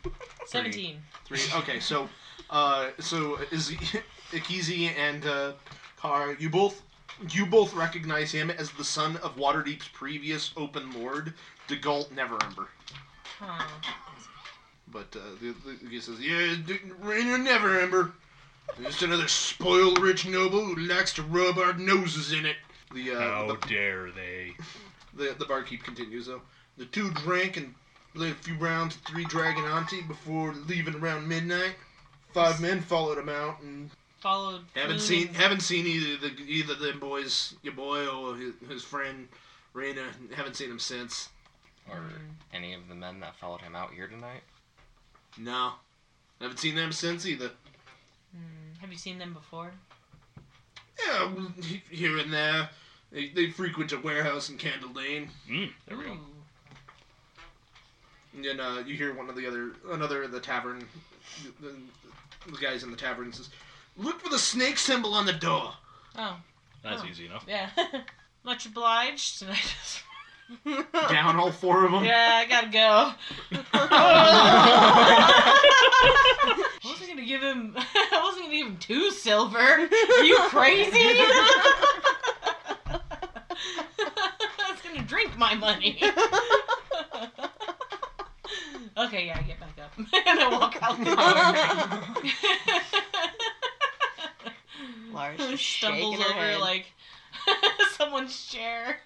Speaker 4: Seventeen.
Speaker 1: Three. Okay, so, uh, so is *laughs* Ikizi and uh, Kar, you both, you both recognize him as the son of Waterdeep's previous open lord, Degalt Neverember.
Speaker 4: Huh.
Speaker 1: But uh, the, the, he says, "Yeah, D- Rainer Neverember, just another spoiled rich noble who likes to rub our noses in it." The uh,
Speaker 2: How
Speaker 1: the,
Speaker 2: dare they?
Speaker 1: the, the barkeep continues though. The two drank and played a few rounds of Three Dragon Auntie before leaving around midnight. Five men followed him out and
Speaker 4: Followed.
Speaker 1: Haven't
Speaker 4: Floon
Speaker 1: seen
Speaker 4: and-
Speaker 1: haven't seen either the either the boys your boy or his, his friend Raina. Haven't seen him since.
Speaker 6: Or any of the men that followed him out here tonight?
Speaker 1: No, haven't seen them since either.
Speaker 4: Hmm. Have you seen them before?
Speaker 1: Yeah, well, he- here and there. They, they frequent a warehouse in Candle Lane,
Speaker 2: Mm, there we go.
Speaker 5: Hmm.
Speaker 4: Ooh.
Speaker 1: and then uh, you hear one of the other another of the tavern, the, the guys in the tavern says, "Look for the snake symbol on the door."
Speaker 4: Oh,
Speaker 2: That's
Speaker 4: Oh.
Speaker 2: easy enough.
Speaker 4: yeah. *laughs*
Speaker 2: *laughs*
Speaker 4: Much obliged. *laughs* And I just-
Speaker 1: *laughs* Down all four of them.
Speaker 4: yeah, I gotta go.
Speaker 2: *laughs*
Speaker 4: I wasn't gonna give him. *laughs* I wasn't gonna give him two silver. Are you crazy? *laughs* I was gonna drink my money. *laughs* okay, yeah, I get back up *laughs* and I walk out the
Speaker 5: *laughs*
Speaker 4: door.
Speaker 5: *laughs* Lars just
Speaker 4: stumbles
Speaker 5: shaking her
Speaker 4: over
Speaker 5: head.
Speaker 4: like *laughs* someone's chair.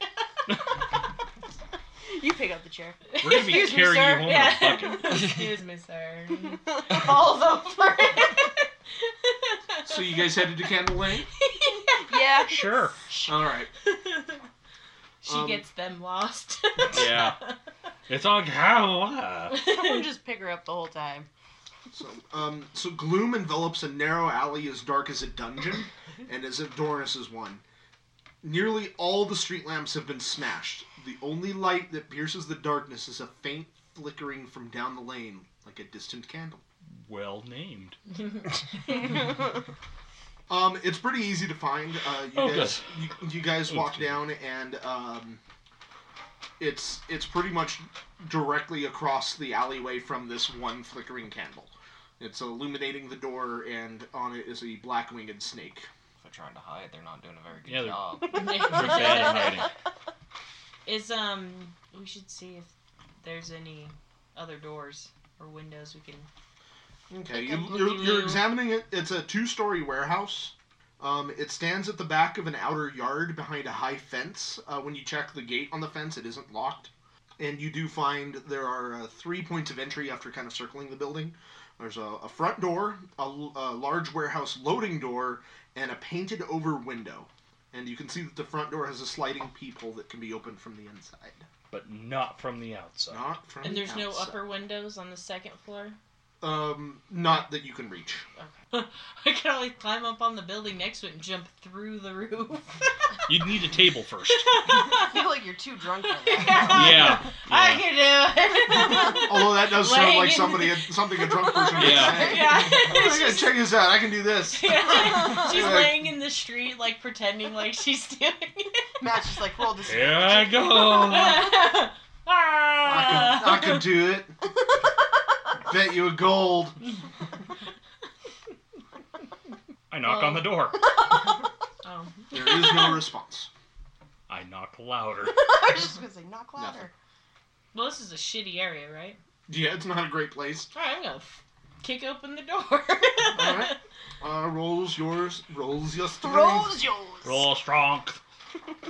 Speaker 5: You pick up the chair.
Speaker 2: We're going to be
Speaker 5: Excuse me,
Speaker 2: carrying you
Speaker 5: sir.
Speaker 2: home
Speaker 4: Yeah.
Speaker 2: in a bucket.
Speaker 4: *laughs* Excuse me, sir.
Speaker 5: Mm-hmm.
Speaker 4: Falls over.
Speaker 1: *laughs* So
Speaker 4: *laughs*
Speaker 1: you guys headed to Candle Lane.
Speaker 5: *laughs* yeah.
Speaker 2: Sure.
Speaker 1: All right.
Speaker 4: *laughs* she
Speaker 1: Um,
Speaker 4: gets them lost. *laughs*
Speaker 2: Yeah. It's all Gawa.
Speaker 5: Someone just pick her up the whole time.
Speaker 1: So, um, so gloom envelops a narrow alley as dark as a dungeon, and as Adornus is one. Nearly all the street lamps have been smashed. The only light that pierces the darkness is a faint flickering from down the lane, like a distant candle.
Speaker 2: Well named.
Speaker 1: Um, it's pretty easy to find. Uh, you
Speaker 2: Oh,
Speaker 1: guys, you, you guys
Speaker 2: Oh,
Speaker 1: walk
Speaker 2: good.
Speaker 1: down, and um, it's it's pretty much directly across the alleyway from this one flickering candle. It's illuminating the door, and on it is a black winged snake.
Speaker 6: If they're trying to hide, they're not doing a very good
Speaker 2: Yeah, they're-
Speaker 6: job.
Speaker 2: They're bad at hiding.
Speaker 4: Is um, we should see if there's any other doors or windows we can.
Speaker 1: Okay,
Speaker 4: Like
Speaker 1: you, you're,
Speaker 4: a
Speaker 1: you're
Speaker 4: boogaloo.
Speaker 1: examining it. It's a two story warehouse. Um, it stands at the back of an outer yard behind a high fence. Uh, when you check the gate on the fence, it isn't locked. And you do find there are uh, three points of entry after kind of circling the building. There's a, a front door, a, l- a large warehouse loading door, and a painted over window. And you can see that the front door has a sliding peephole that can be opened from the inside.
Speaker 2: But not from the outside.
Speaker 1: Not from
Speaker 4: And
Speaker 1: the
Speaker 4: there's no
Speaker 1: outside.
Speaker 4: upper windows on the second floor. *laughs*
Speaker 1: Um, not that you can reach.
Speaker 4: Okay. I could always climb up on the building next to it and jump through the roof. *laughs*
Speaker 2: You'd need a table first.
Speaker 5: *laughs* I feel like you're too drunk for that.
Speaker 4: Yeah.
Speaker 2: Yeah.
Speaker 1: *laughs*
Speaker 4: I can do it.
Speaker 1: Although that does sound
Speaker 4: Laying
Speaker 1: like
Speaker 4: in-
Speaker 1: somebody, something a drunk Oh, person would
Speaker 2: Yeah.
Speaker 1: say. *laughs*
Speaker 4: Yeah.
Speaker 1: I'm
Speaker 4: *laughs*
Speaker 1: gonna check this out. I can do this.
Speaker 4: Yeah.
Speaker 1: *laughs*
Speaker 4: She's
Speaker 1: Like-
Speaker 4: laying in the street, like pretending like she's doing it.
Speaker 5: Matt's just like roll this. *laughs*
Speaker 7: Here I go.
Speaker 1: I
Speaker 4: ah!
Speaker 1: can, I *laughs* can do it. Bet you a gold.
Speaker 7: I knock on the door.
Speaker 4: Oh.
Speaker 1: There is no response.
Speaker 7: I knock louder.
Speaker 5: I was just gonna say knock
Speaker 1: Nothing.
Speaker 5: louder.
Speaker 4: Well, this is a shitty area, right?
Speaker 1: Yeah, it's not a great place.
Speaker 4: All right, I'm gonna f- kick open the door.
Speaker 1: right. Uh, rolls yours. Rolls your strength.
Speaker 5: Rolls yours.
Speaker 7: Roll strong.
Speaker 4: *laughs*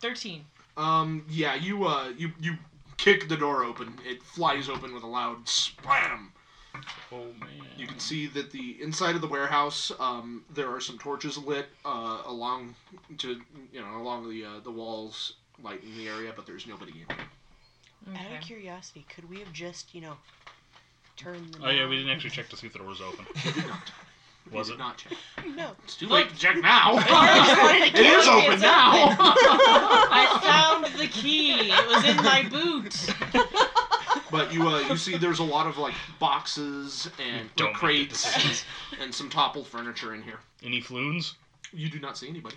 Speaker 4: Thirteen.
Speaker 1: Um, yeah, you uh, you you kick the door open. It flies open with a loud slam.
Speaker 7: Oh man.
Speaker 1: You can see that the inside of the warehouse, um, there are some torches lit uh, along to you know along the uh, the walls, lighting the area, but there's nobody in.
Speaker 5: Out
Speaker 4: Okay.
Speaker 5: of curiosity, could we have just you know turned them?
Speaker 7: Oh yeah, we
Speaker 5: on?
Speaker 7: didn't actually check to see if the door was open.
Speaker 1: You did not. You
Speaker 7: Was
Speaker 1: did
Speaker 7: it?
Speaker 1: not check.
Speaker 5: No.
Speaker 1: It's too late to check now.
Speaker 5: Sorry.
Speaker 1: *laughs* it is open
Speaker 4: It's
Speaker 1: now.
Speaker 4: I found the key. It was in my boot.
Speaker 1: *laughs* but you uh, you see there's a lot of like boxes and
Speaker 7: Don't make good
Speaker 1: crates
Speaker 7: decisions.
Speaker 1: *laughs* and some toppled furniture in here.
Speaker 7: Any floons?
Speaker 1: You do not see anybody.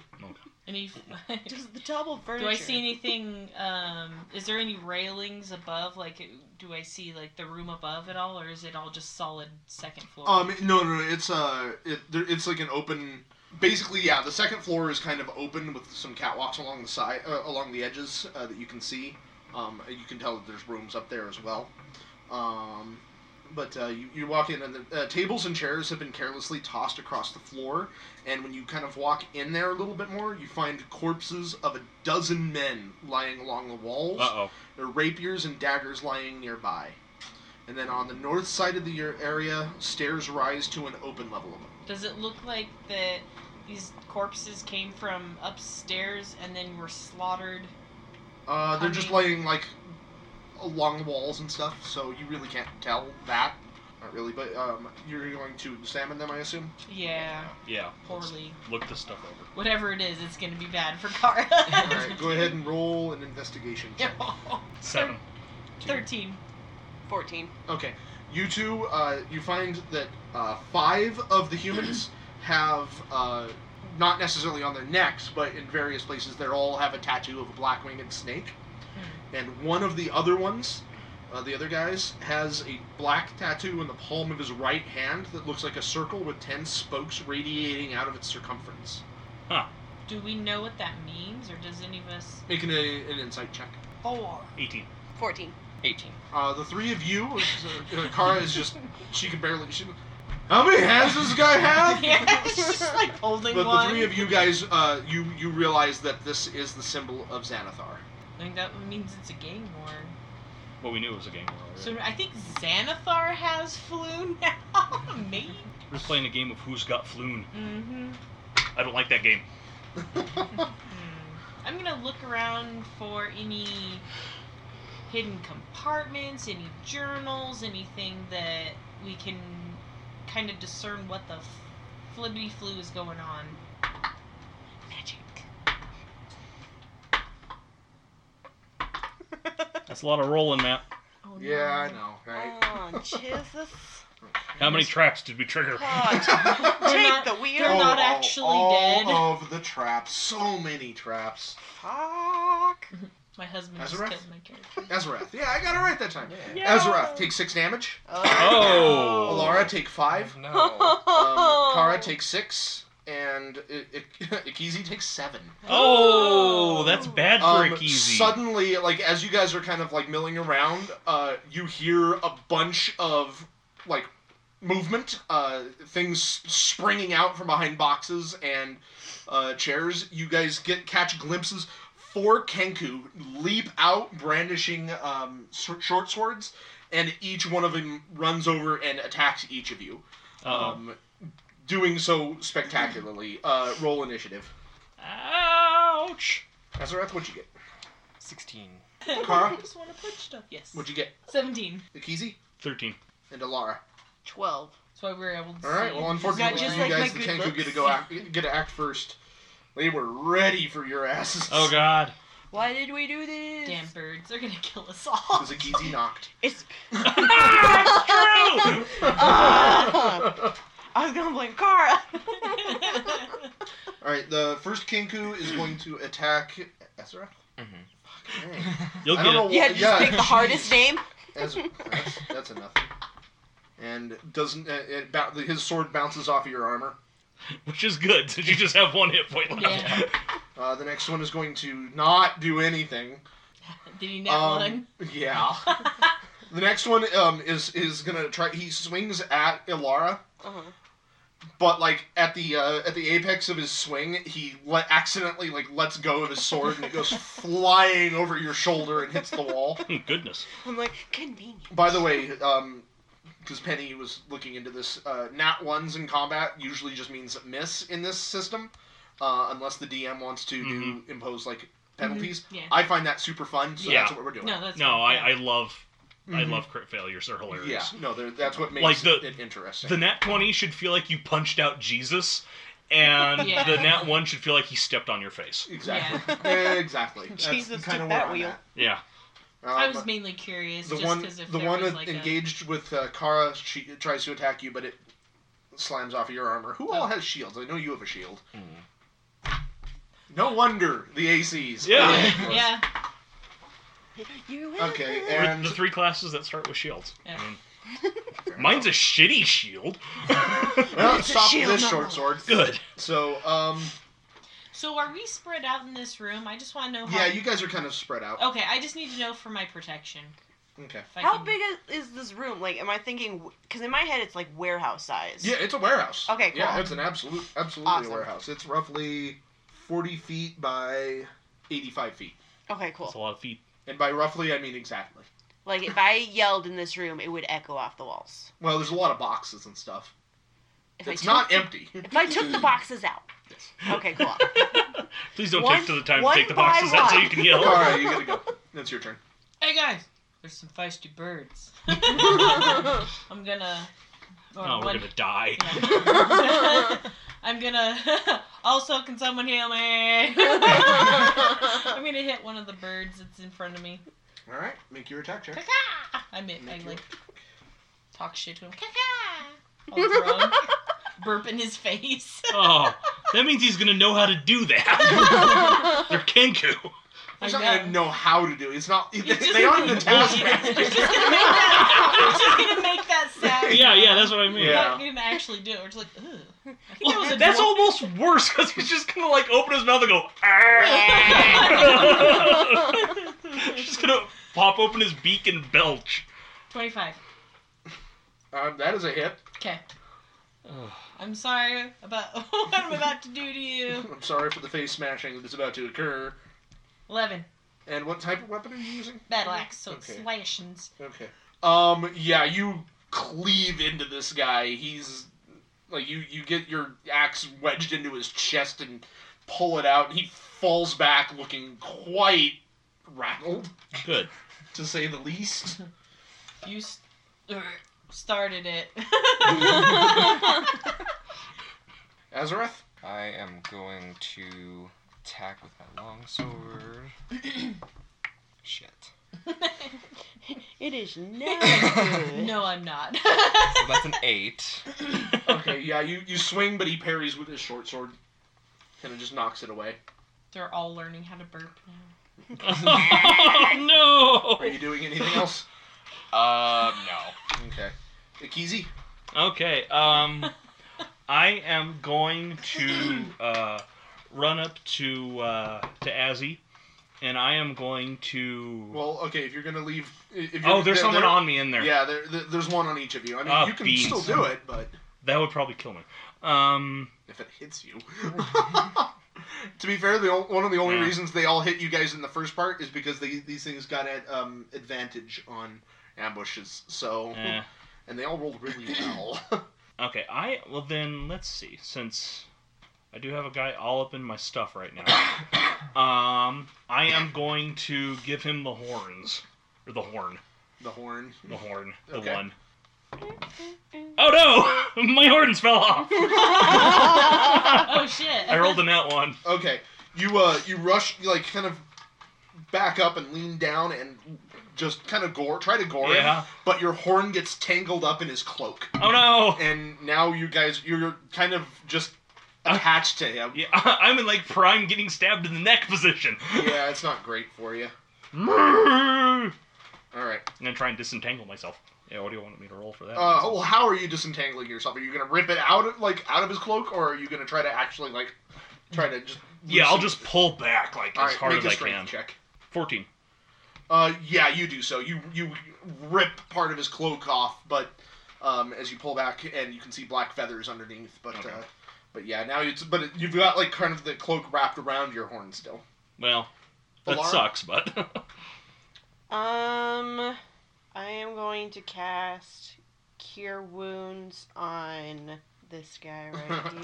Speaker 4: Any? *laughs*
Speaker 5: Just the double furniture.
Speaker 4: Do I see anything? Um, is there any railings above? Like, do I see like the room above at all, or is it all just solid second floor?
Speaker 1: Um, no, no, no it's uh, it, there, it's like an open. Basically, yeah, the second floor is kind of open with some catwalks along the side, uh, along the edges uh, that you can see. Um, you can tell that there's rooms up there as well. Um, but uh, you, you walk in, and the uh, tables and chairs have been carelessly tossed across the floor. And when you kind of walk in there a little bit more, you find corpses of a dozen men lying along the walls.
Speaker 7: Uh oh.
Speaker 1: There are rapiers and daggers lying nearby. And then on the north side of the ar- area, stairs rise to an open level above.
Speaker 4: Does it look like that these corpses came from upstairs and then were slaughtered?
Speaker 1: Uh, they're just
Speaker 4: Honey.
Speaker 1: laying like along the walls and stuff, so you really can't tell that. Not really, but um, you're going to examine them, I assume.
Speaker 4: Yeah,
Speaker 7: Yeah. let's
Speaker 4: poorly.
Speaker 7: Look this stuff over.
Speaker 4: Whatever it is, it's gonna be bad for Kara.
Speaker 1: All
Speaker 4: *laughs*
Speaker 1: right, go ahead and roll an investigation check.
Speaker 7: Seven.
Speaker 4: Thirteen.
Speaker 5: Fourteen.
Speaker 1: Okay, you two, uh, you find that uh, five of the humans *clears throat* have, uh, not necessarily on their necks, but in various places, they all have a tattoo of a black winged snake. And one of the other ones, uh, the other guys, has a black tattoo in the palm of his right hand that looks like a circle with ten spokes radiating out of its circumference.
Speaker 4: Do we know what that means, or does any of us?
Speaker 1: Making a, an insight check.
Speaker 4: Four.
Speaker 7: Eighteen.
Speaker 5: Fourteen.
Speaker 6: 18.
Speaker 1: Uh, the three of you, uh, Kara is just, she can barely, she, how many hands does this guy have?
Speaker 4: *laughs* *laughs* yeah,
Speaker 1: *laughs*
Speaker 4: she's just like holding
Speaker 1: But
Speaker 4: one.
Speaker 1: the three of you guys, uh, you you realize that this is the symbol of Xanathar. *laughs*
Speaker 4: I think that means it's a gang horn.
Speaker 7: Well, we knew it was a game. We're,
Speaker 4: So I think Xanathar has flu *laughs* now, maybe.
Speaker 7: we're playing a game of who's got floon.
Speaker 4: Mm-hmm.
Speaker 7: I don't like that game.
Speaker 4: Hmm. I'm gonna look around for any hidden compartments, any journals, anything that we can kind of discern what the f- flippity flu is going on.
Speaker 5: Magic.
Speaker 7: That's a lot of rolling, Matt.
Speaker 4: Oh,
Speaker 1: yeah, I know, right?
Speaker 5: Oh
Speaker 1: *laughs*
Speaker 5: Jesus!
Speaker 7: How many traps did we trigger?
Speaker 4: Ah.
Speaker 5: God,
Speaker 4: We're
Speaker 5: take
Speaker 4: not-
Speaker 5: the
Speaker 4: They're
Speaker 1: Oh,
Speaker 5: wheel.
Speaker 4: not actually
Speaker 1: all
Speaker 4: dead.
Speaker 1: of the traps, so many traps.
Speaker 5: Fuck.
Speaker 4: My husband just
Speaker 1: Azarath?
Speaker 4: killed my
Speaker 1: *laughs*
Speaker 4: character.
Speaker 1: Azarath, yeah, I got it right that time.
Speaker 5: Yeah.
Speaker 1: Azarath, take six damage.
Speaker 7: Oh.
Speaker 1: Alara, take five.
Speaker 6: No.
Speaker 1: *laughs*
Speaker 4: Oh.
Speaker 1: Um, Kara, take six. And I- I- *laughs* Ikizi takes seven.
Speaker 7: Oh, that's bad for
Speaker 1: Um,
Speaker 7: Akizi.
Speaker 1: suddenly, like as you guys are kind of like milling around, uh, you hear a bunch of like movement, uh, things springing out from behind boxes and uh, chairs. You guys get catch glimpses. Four Kenku leap out, brandishing um, s- short swords, and each one of them runs over and attacks each of you,
Speaker 7: Uh-oh.
Speaker 1: um, doing so spectacularly. Uh, roll initiative.
Speaker 7: Ouch.
Speaker 1: Azareth, what'd you get?
Speaker 6: 16.
Speaker 1: Kara?
Speaker 4: *laughs* I just want to punch stuff. Yes.
Speaker 1: What'd you get?
Speaker 4: Seventeen.
Speaker 1: Ikizi
Speaker 7: Thirteen.
Speaker 1: and Alara.
Speaker 5: Twelve.
Speaker 4: That's why we were able to.
Speaker 1: All right.
Speaker 4: see.
Speaker 1: Well, unfortunately,
Speaker 5: just
Speaker 1: you
Speaker 5: like
Speaker 1: guys,
Speaker 5: my
Speaker 1: the *laughs*
Speaker 5: good
Speaker 1: Tenku, get to go act, get to act first. They were ready for your asses.
Speaker 4: *laughs*
Speaker 7: Oh God.
Speaker 5: Why did we do this?
Speaker 4: Damn birds, they're gonna kill us all.
Speaker 1: Is Akizi knocked?
Speaker 5: It's
Speaker 2: Ah, it's true!
Speaker 5: *laughs* Ah! I was gonna blame Kara.
Speaker 1: All right, the first Kinku is going to attack Ezra.
Speaker 6: Mhm.
Speaker 1: Mm-hmm. Dang.
Speaker 2: You'll
Speaker 1: I
Speaker 2: get
Speaker 1: don't know
Speaker 2: it.
Speaker 1: why.
Speaker 5: yeah, just
Speaker 1: yeah,
Speaker 5: pick
Speaker 1: *laughs*
Speaker 5: the hardest name.
Speaker 1: Ezra. That's, that's a nothing. And doesn't uh, it, bou- his sword bounces off of your armor?
Speaker 2: Which is good, since you just have one hit point left.
Speaker 4: Yeah.
Speaker 1: Uh, the next one is going to not do anything.
Speaker 4: *laughs* Did he net
Speaker 1: Um,
Speaker 4: one?
Speaker 1: Yeah. The next one um, is is gonna try. He swings at Ilara,
Speaker 5: Uh-huh.
Speaker 1: but like at the uh, at the apex of his swing, he le- accidentally like lets go of his sword and it goes flying over your shoulder and hits the wall.
Speaker 7: *laughs*
Speaker 2: Goodness.
Speaker 5: I'm like convenient.
Speaker 1: By the way, um, because Penny was looking into this, uh, nat ones in combat usually just means miss in this system, uh, unless the DM wants to do impose like penalties.
Speaker 4: Yeah.
Speaker 1: I find that super fun, so that's
Speaker 2: Yeah.
Speaker 1: what we're doing.
Speaker 4: No, that's
Speaker 2: No,
Speaker 4: fine.
Speaker 2: I, I love I
Speaker 1: Mhm.
Speaker 2: love crit failures. They're hilarious.
Speaker 1: Yeah, no, they're- that's what makes
Speaker 2: Like the-
Speaker 1: it, it interesting.
Speaker 2: The nat 20 should feel like you punched out Jesus, and
Speaker 4: Yeah.
Speaker 2: the nat 1 should feel like he stepped on your face.
Speaker 1: Exactly. *laughs*
Speaker 5: *laughs*
Speaker 1: exactly. That's
Speaker 5: Jesus
Speaker 1: kinda where
Speaker 5: took that
Speaker 1: I'm
Speaker 5: wheel.
Speaker 1: at.
Speaker 2: Yeah.
Speaker 1: Um,
Speaker 4: I was mainly curious
Speaker 1: the
Speaker 4: just
Speaker 1: one,
Speaker 4: because if
Speaker 1: the
Speaker 4: there
Speaker 1: one
Speaker 4: was
Speaker 1: with,
Speaker 4: like
Speaker 1: engaged with uh, Kara, she tries to attack you, but it slams off of your armor. Who
Speaker 5: Oh.
Speaker 1: all has shields? I know you have a shield.
Speaker 6: Mhm.
Speaker 1: No wonder the ACs.
Speaker 2: Yeah. *laughs*
Speaker 4: a yeah,
Speaker 5: You will.
Speaker 1: Okay,
Speaker 2: With
Speaker 1: and
Speaker 2: the three classes that start with shields.
Speaker 4: Yeah.
Speaker 2: I mean, mine's a shitty shield. *laughs*
Speaker 1: well,
Speaker 5: It's a
Speaker 1: stop
Speaker 5: shield,
Speaker 1: this
Speaker 5: not
Speaker 1: short
Speaker 5: walls.
Speaker 1: sword.
Speaker 2: Good.
Speaker 1: So, um,
Speaker 4: So are we spread out in this room? I just
Speaker 5: Oh,
Speaker 4: want to know. How...
Speaker 1: yeah, you guys are kind of spread out.
Speaker 4: Okay, I just need to know for my protection.
Speaker 1: Okay.
Speaker 4: If I
Speaker 5: How
Speaker 4: can-
Speaker 5: big is, is this room? Like, am I thinking? Because in my head, it's like warehouse size.
Speaker 1: Yeah, it's a warehouse.
Speaker 5: Okay,
Speaker 1: Yeah,
Speaker 5: cool.
Speaker 1: it's an absolute, absolutely
Speaker 5: Awesome.
Speaker 1: a warehouse. It's roughly forty feet by eighty-five feet,
Speaker 5: Okay,
Speaker 2: That's a
Speaker 5: cool.
Speaker 2: lot of feet.
Speaker 1: and by roughly I mean exactly.
Speaker 5: Like, if I yelled in this room, it would echo off the walls.
Speaker 1: Well, there's a lot of boxes and stuff.
Speaker 5: If I
Speaker 1: it's
Speaker 5: took
Speaker 1: not
Speaker 5: the-
Speaker 1: empty. *laughs*
Speaker 5: If I took the boxes out. Okay, cool.
Speaker 2: Please don't
Speaker 5: One-
Speaker 2: take to the time to
Speaker 5: one
Speaker 2: take the
Speaker 5: by
Speaker 2: boxes out so
Speaker 5: one.
Speaker 2: you can yell.
Speaker 1: All right, you gotta go.
Speaker 4: *laughs*
Speaker 1: That's your turn.
Speaker 4: Hey guys, there's some
Speaker 5: *laughs*
Speaker 4: feisty birds.
Speaker 6: Mm-hmm.
Speaker 4: I'm gonna. or
Speaker 2: Oh, we're
Speaker 4: what- *laughs*
Speaker 2: gonna die.
Speaker 4: yeah. I'm gonna. *laughs* also, can someone
Speaker 5: *laughs*
Speaker 4: heal me? I'm gonna hit one of the birds that's in front of me.
Speaker 1: All right, make your attack check.
Speaker 4: I mean, I
Speaker 1: Make your-
Speaker 4: like talk shit to him. All drunk, burp in his face.
Speaker 2: Oh, that means he's gonna know how to do that. *laughs* They're Kenku.
Speaker 1: He's
Speaker 4: I
Speaker 1: not gonna know how to do. it. It's not. *laughs* They,
Speaker 4: just-
Speaker 1: they aren't the
Speaker 4: He's just
Speaker 1: taskmaster.
Speaker 4: gonna make that. He's just gonna make that sound.
Speaker 2: Yeah, yeah, that's what I mean.
Speaker 4: We're
Speaker 1: Yeah.
Speaker 4: not gonna actually do it. We're just like, ugh. I think that was a
Speaker 2: That's
Speaker 4: dwarf.
Speaker 2: almost worse because he's just gonna like open his mouth and go. "Ah." *laughs* He's just gonna pop open his beak and belch.
Speaker 4: Twenty-five.
Speaker 1: *laughs* Um, that is a hit.
Speaker 4: Okay. I'm sorry about *laughs* what I'm about to do to you.
Speaker 1: I'm sorry for the face smashing that is about to occur.
Speaker 4: Eleven.
Speaker 1: And what type of weapon are you using?
Speaker 4: Battle axe, so it's
Speaker 1: Okay.
Speaker 4: slashings.
Speaker 1: Okay. Um. Yeah. You cleave into this guy. He's like you. You get your axe wedged into his chest and pull it out, and he falls back, looking quite rattled,
Speaker 2: Good.
Speaker 4: *laughs*
Speaker 1: to say the least.
Speaker 4: You s- er, started it.
Speaker 1: Azareth.
Speaker 6: I am going to attack with my
Speaker 1: *clears throat*
Speaker 6: longsword. Shit.
Speaker 5: *laughs*
Speaker 6: *laughs*
Speaker 5: it is
Speaker 1: *laughs*
Speaker 5: not good.
Speaker 4: no, I'm not. *laughs*
Speaker 6: So that's an eight.
Speaker 1: Okay. Yeah. You you swing, but he parries with his short sword. Kind of just knocks it away.
Speaker 4: They're all learning how to burp now.
Speaker 2: Oh,
Speaker 1: Are you doing anything else?
Speaker 6: Uh, no.
Speaker 1: Okay. Akizi.
Speaker 2: no. Okay. Um, I am going to uh, run up to uh, to Azzy, and I am going to.
Speaker 1: Well, okay. If you're gonna leave, if you're,
Speaker 2: oh, there's
Speaker 1: there-
Speaker 2: someone
Speaker 1: there-
Speaker 2: on me in there.
Speaker 1: Yeah, there, there- there's one on each of you. I mean,
Speaker 2: Ah,
Speaker 1: you can
Speaker 2: beans.
Speaker 1: still do it, but
Speaker 2: That would probably kill me. Um.
Speaker 1: if it hits you. to be fair, the o- one of the only
Speaker 2: Yeah.
Speaker 1: reasons they all hit you guys in the first part is because they, these things got an um, advantage on ambushes. So,
Speaker 2: eh.
Speaker 1: and they all rolled really well. *laughs*
Speaker 2: Okay, I well then let's see. Since I do have a guy all up in my stuff right
Speaker 1: *coughs*
Speaker 2: now, um, I am going to give him the horns or the horn,
Speaker 1: the horn.
Speaker 2: the horn, the
Speaker 1: Okay.
Speaker 2: one. Oh no, *laughs* my horns fell off. I
Speaker 4: oh shit.
Speaker 2: rolled in that one.
Speaker 1: Okay, you uh, you rush, you, like kind of back up and lean down and just kind of gore, try to gore him,
Speaker 7: Yeah.
Speaker 1: but your horn gets tangled up in his cloak,
Speaker 7: Oh no!
Speaker 1: and now you guys you're kind of just
Speaker 7: Uh,
Speaker 1: attached to
Speaker 7: *laughs*
Speaker 1: him.
Speaker 2: *laughs*
Speaker 7: Yeah, I'm in like prime getting stabbed in the neck
Speaker 1: *laughs*
Speaker 7: position.
Speaker 1: Yeah, it's not great for you.
Speaker 7: I'm
Speaker 1: All right.
Speaker 7: gonna try and disentangle myself. Yeah, what do you want me to roll for that?
Speaker 1: Uh, well, how are you disentangling yourself? Are you gonna rip it out of like out of his cloak, or are you gonna try to actually like try to just?
Speaker 7: yeah, I'll
Speaker 1: loosen-
Speaker 7: just pull back like
Speaker 1: All
Speaker 7: as
Speaker 1: right,
Speaker 7: hard
Speaker 1: make
Speaker 7: as
Speaker 1: a
Speaker 7: I
Speaker 1: strength
Speaker 7: can.
Speaker 1: check.
Speaker 7: Fourteen.
Speaker 1: Uh, yeah, you do so. You you rip part of his cloak off, but um, as you pull back, and you can see black feathers underneath. But
Speaker 7: Okay.
Speaker 1: uh, but yeah, now it's but it, you've got like kind of the cloak wrapped around your horn still.
Speaker 7: Well, that
Speaker 1: Alarm?
Speaker 7: sucks, but *laughs*
Speaker 5: Um, I am going to cast Cure Wounds on this guy right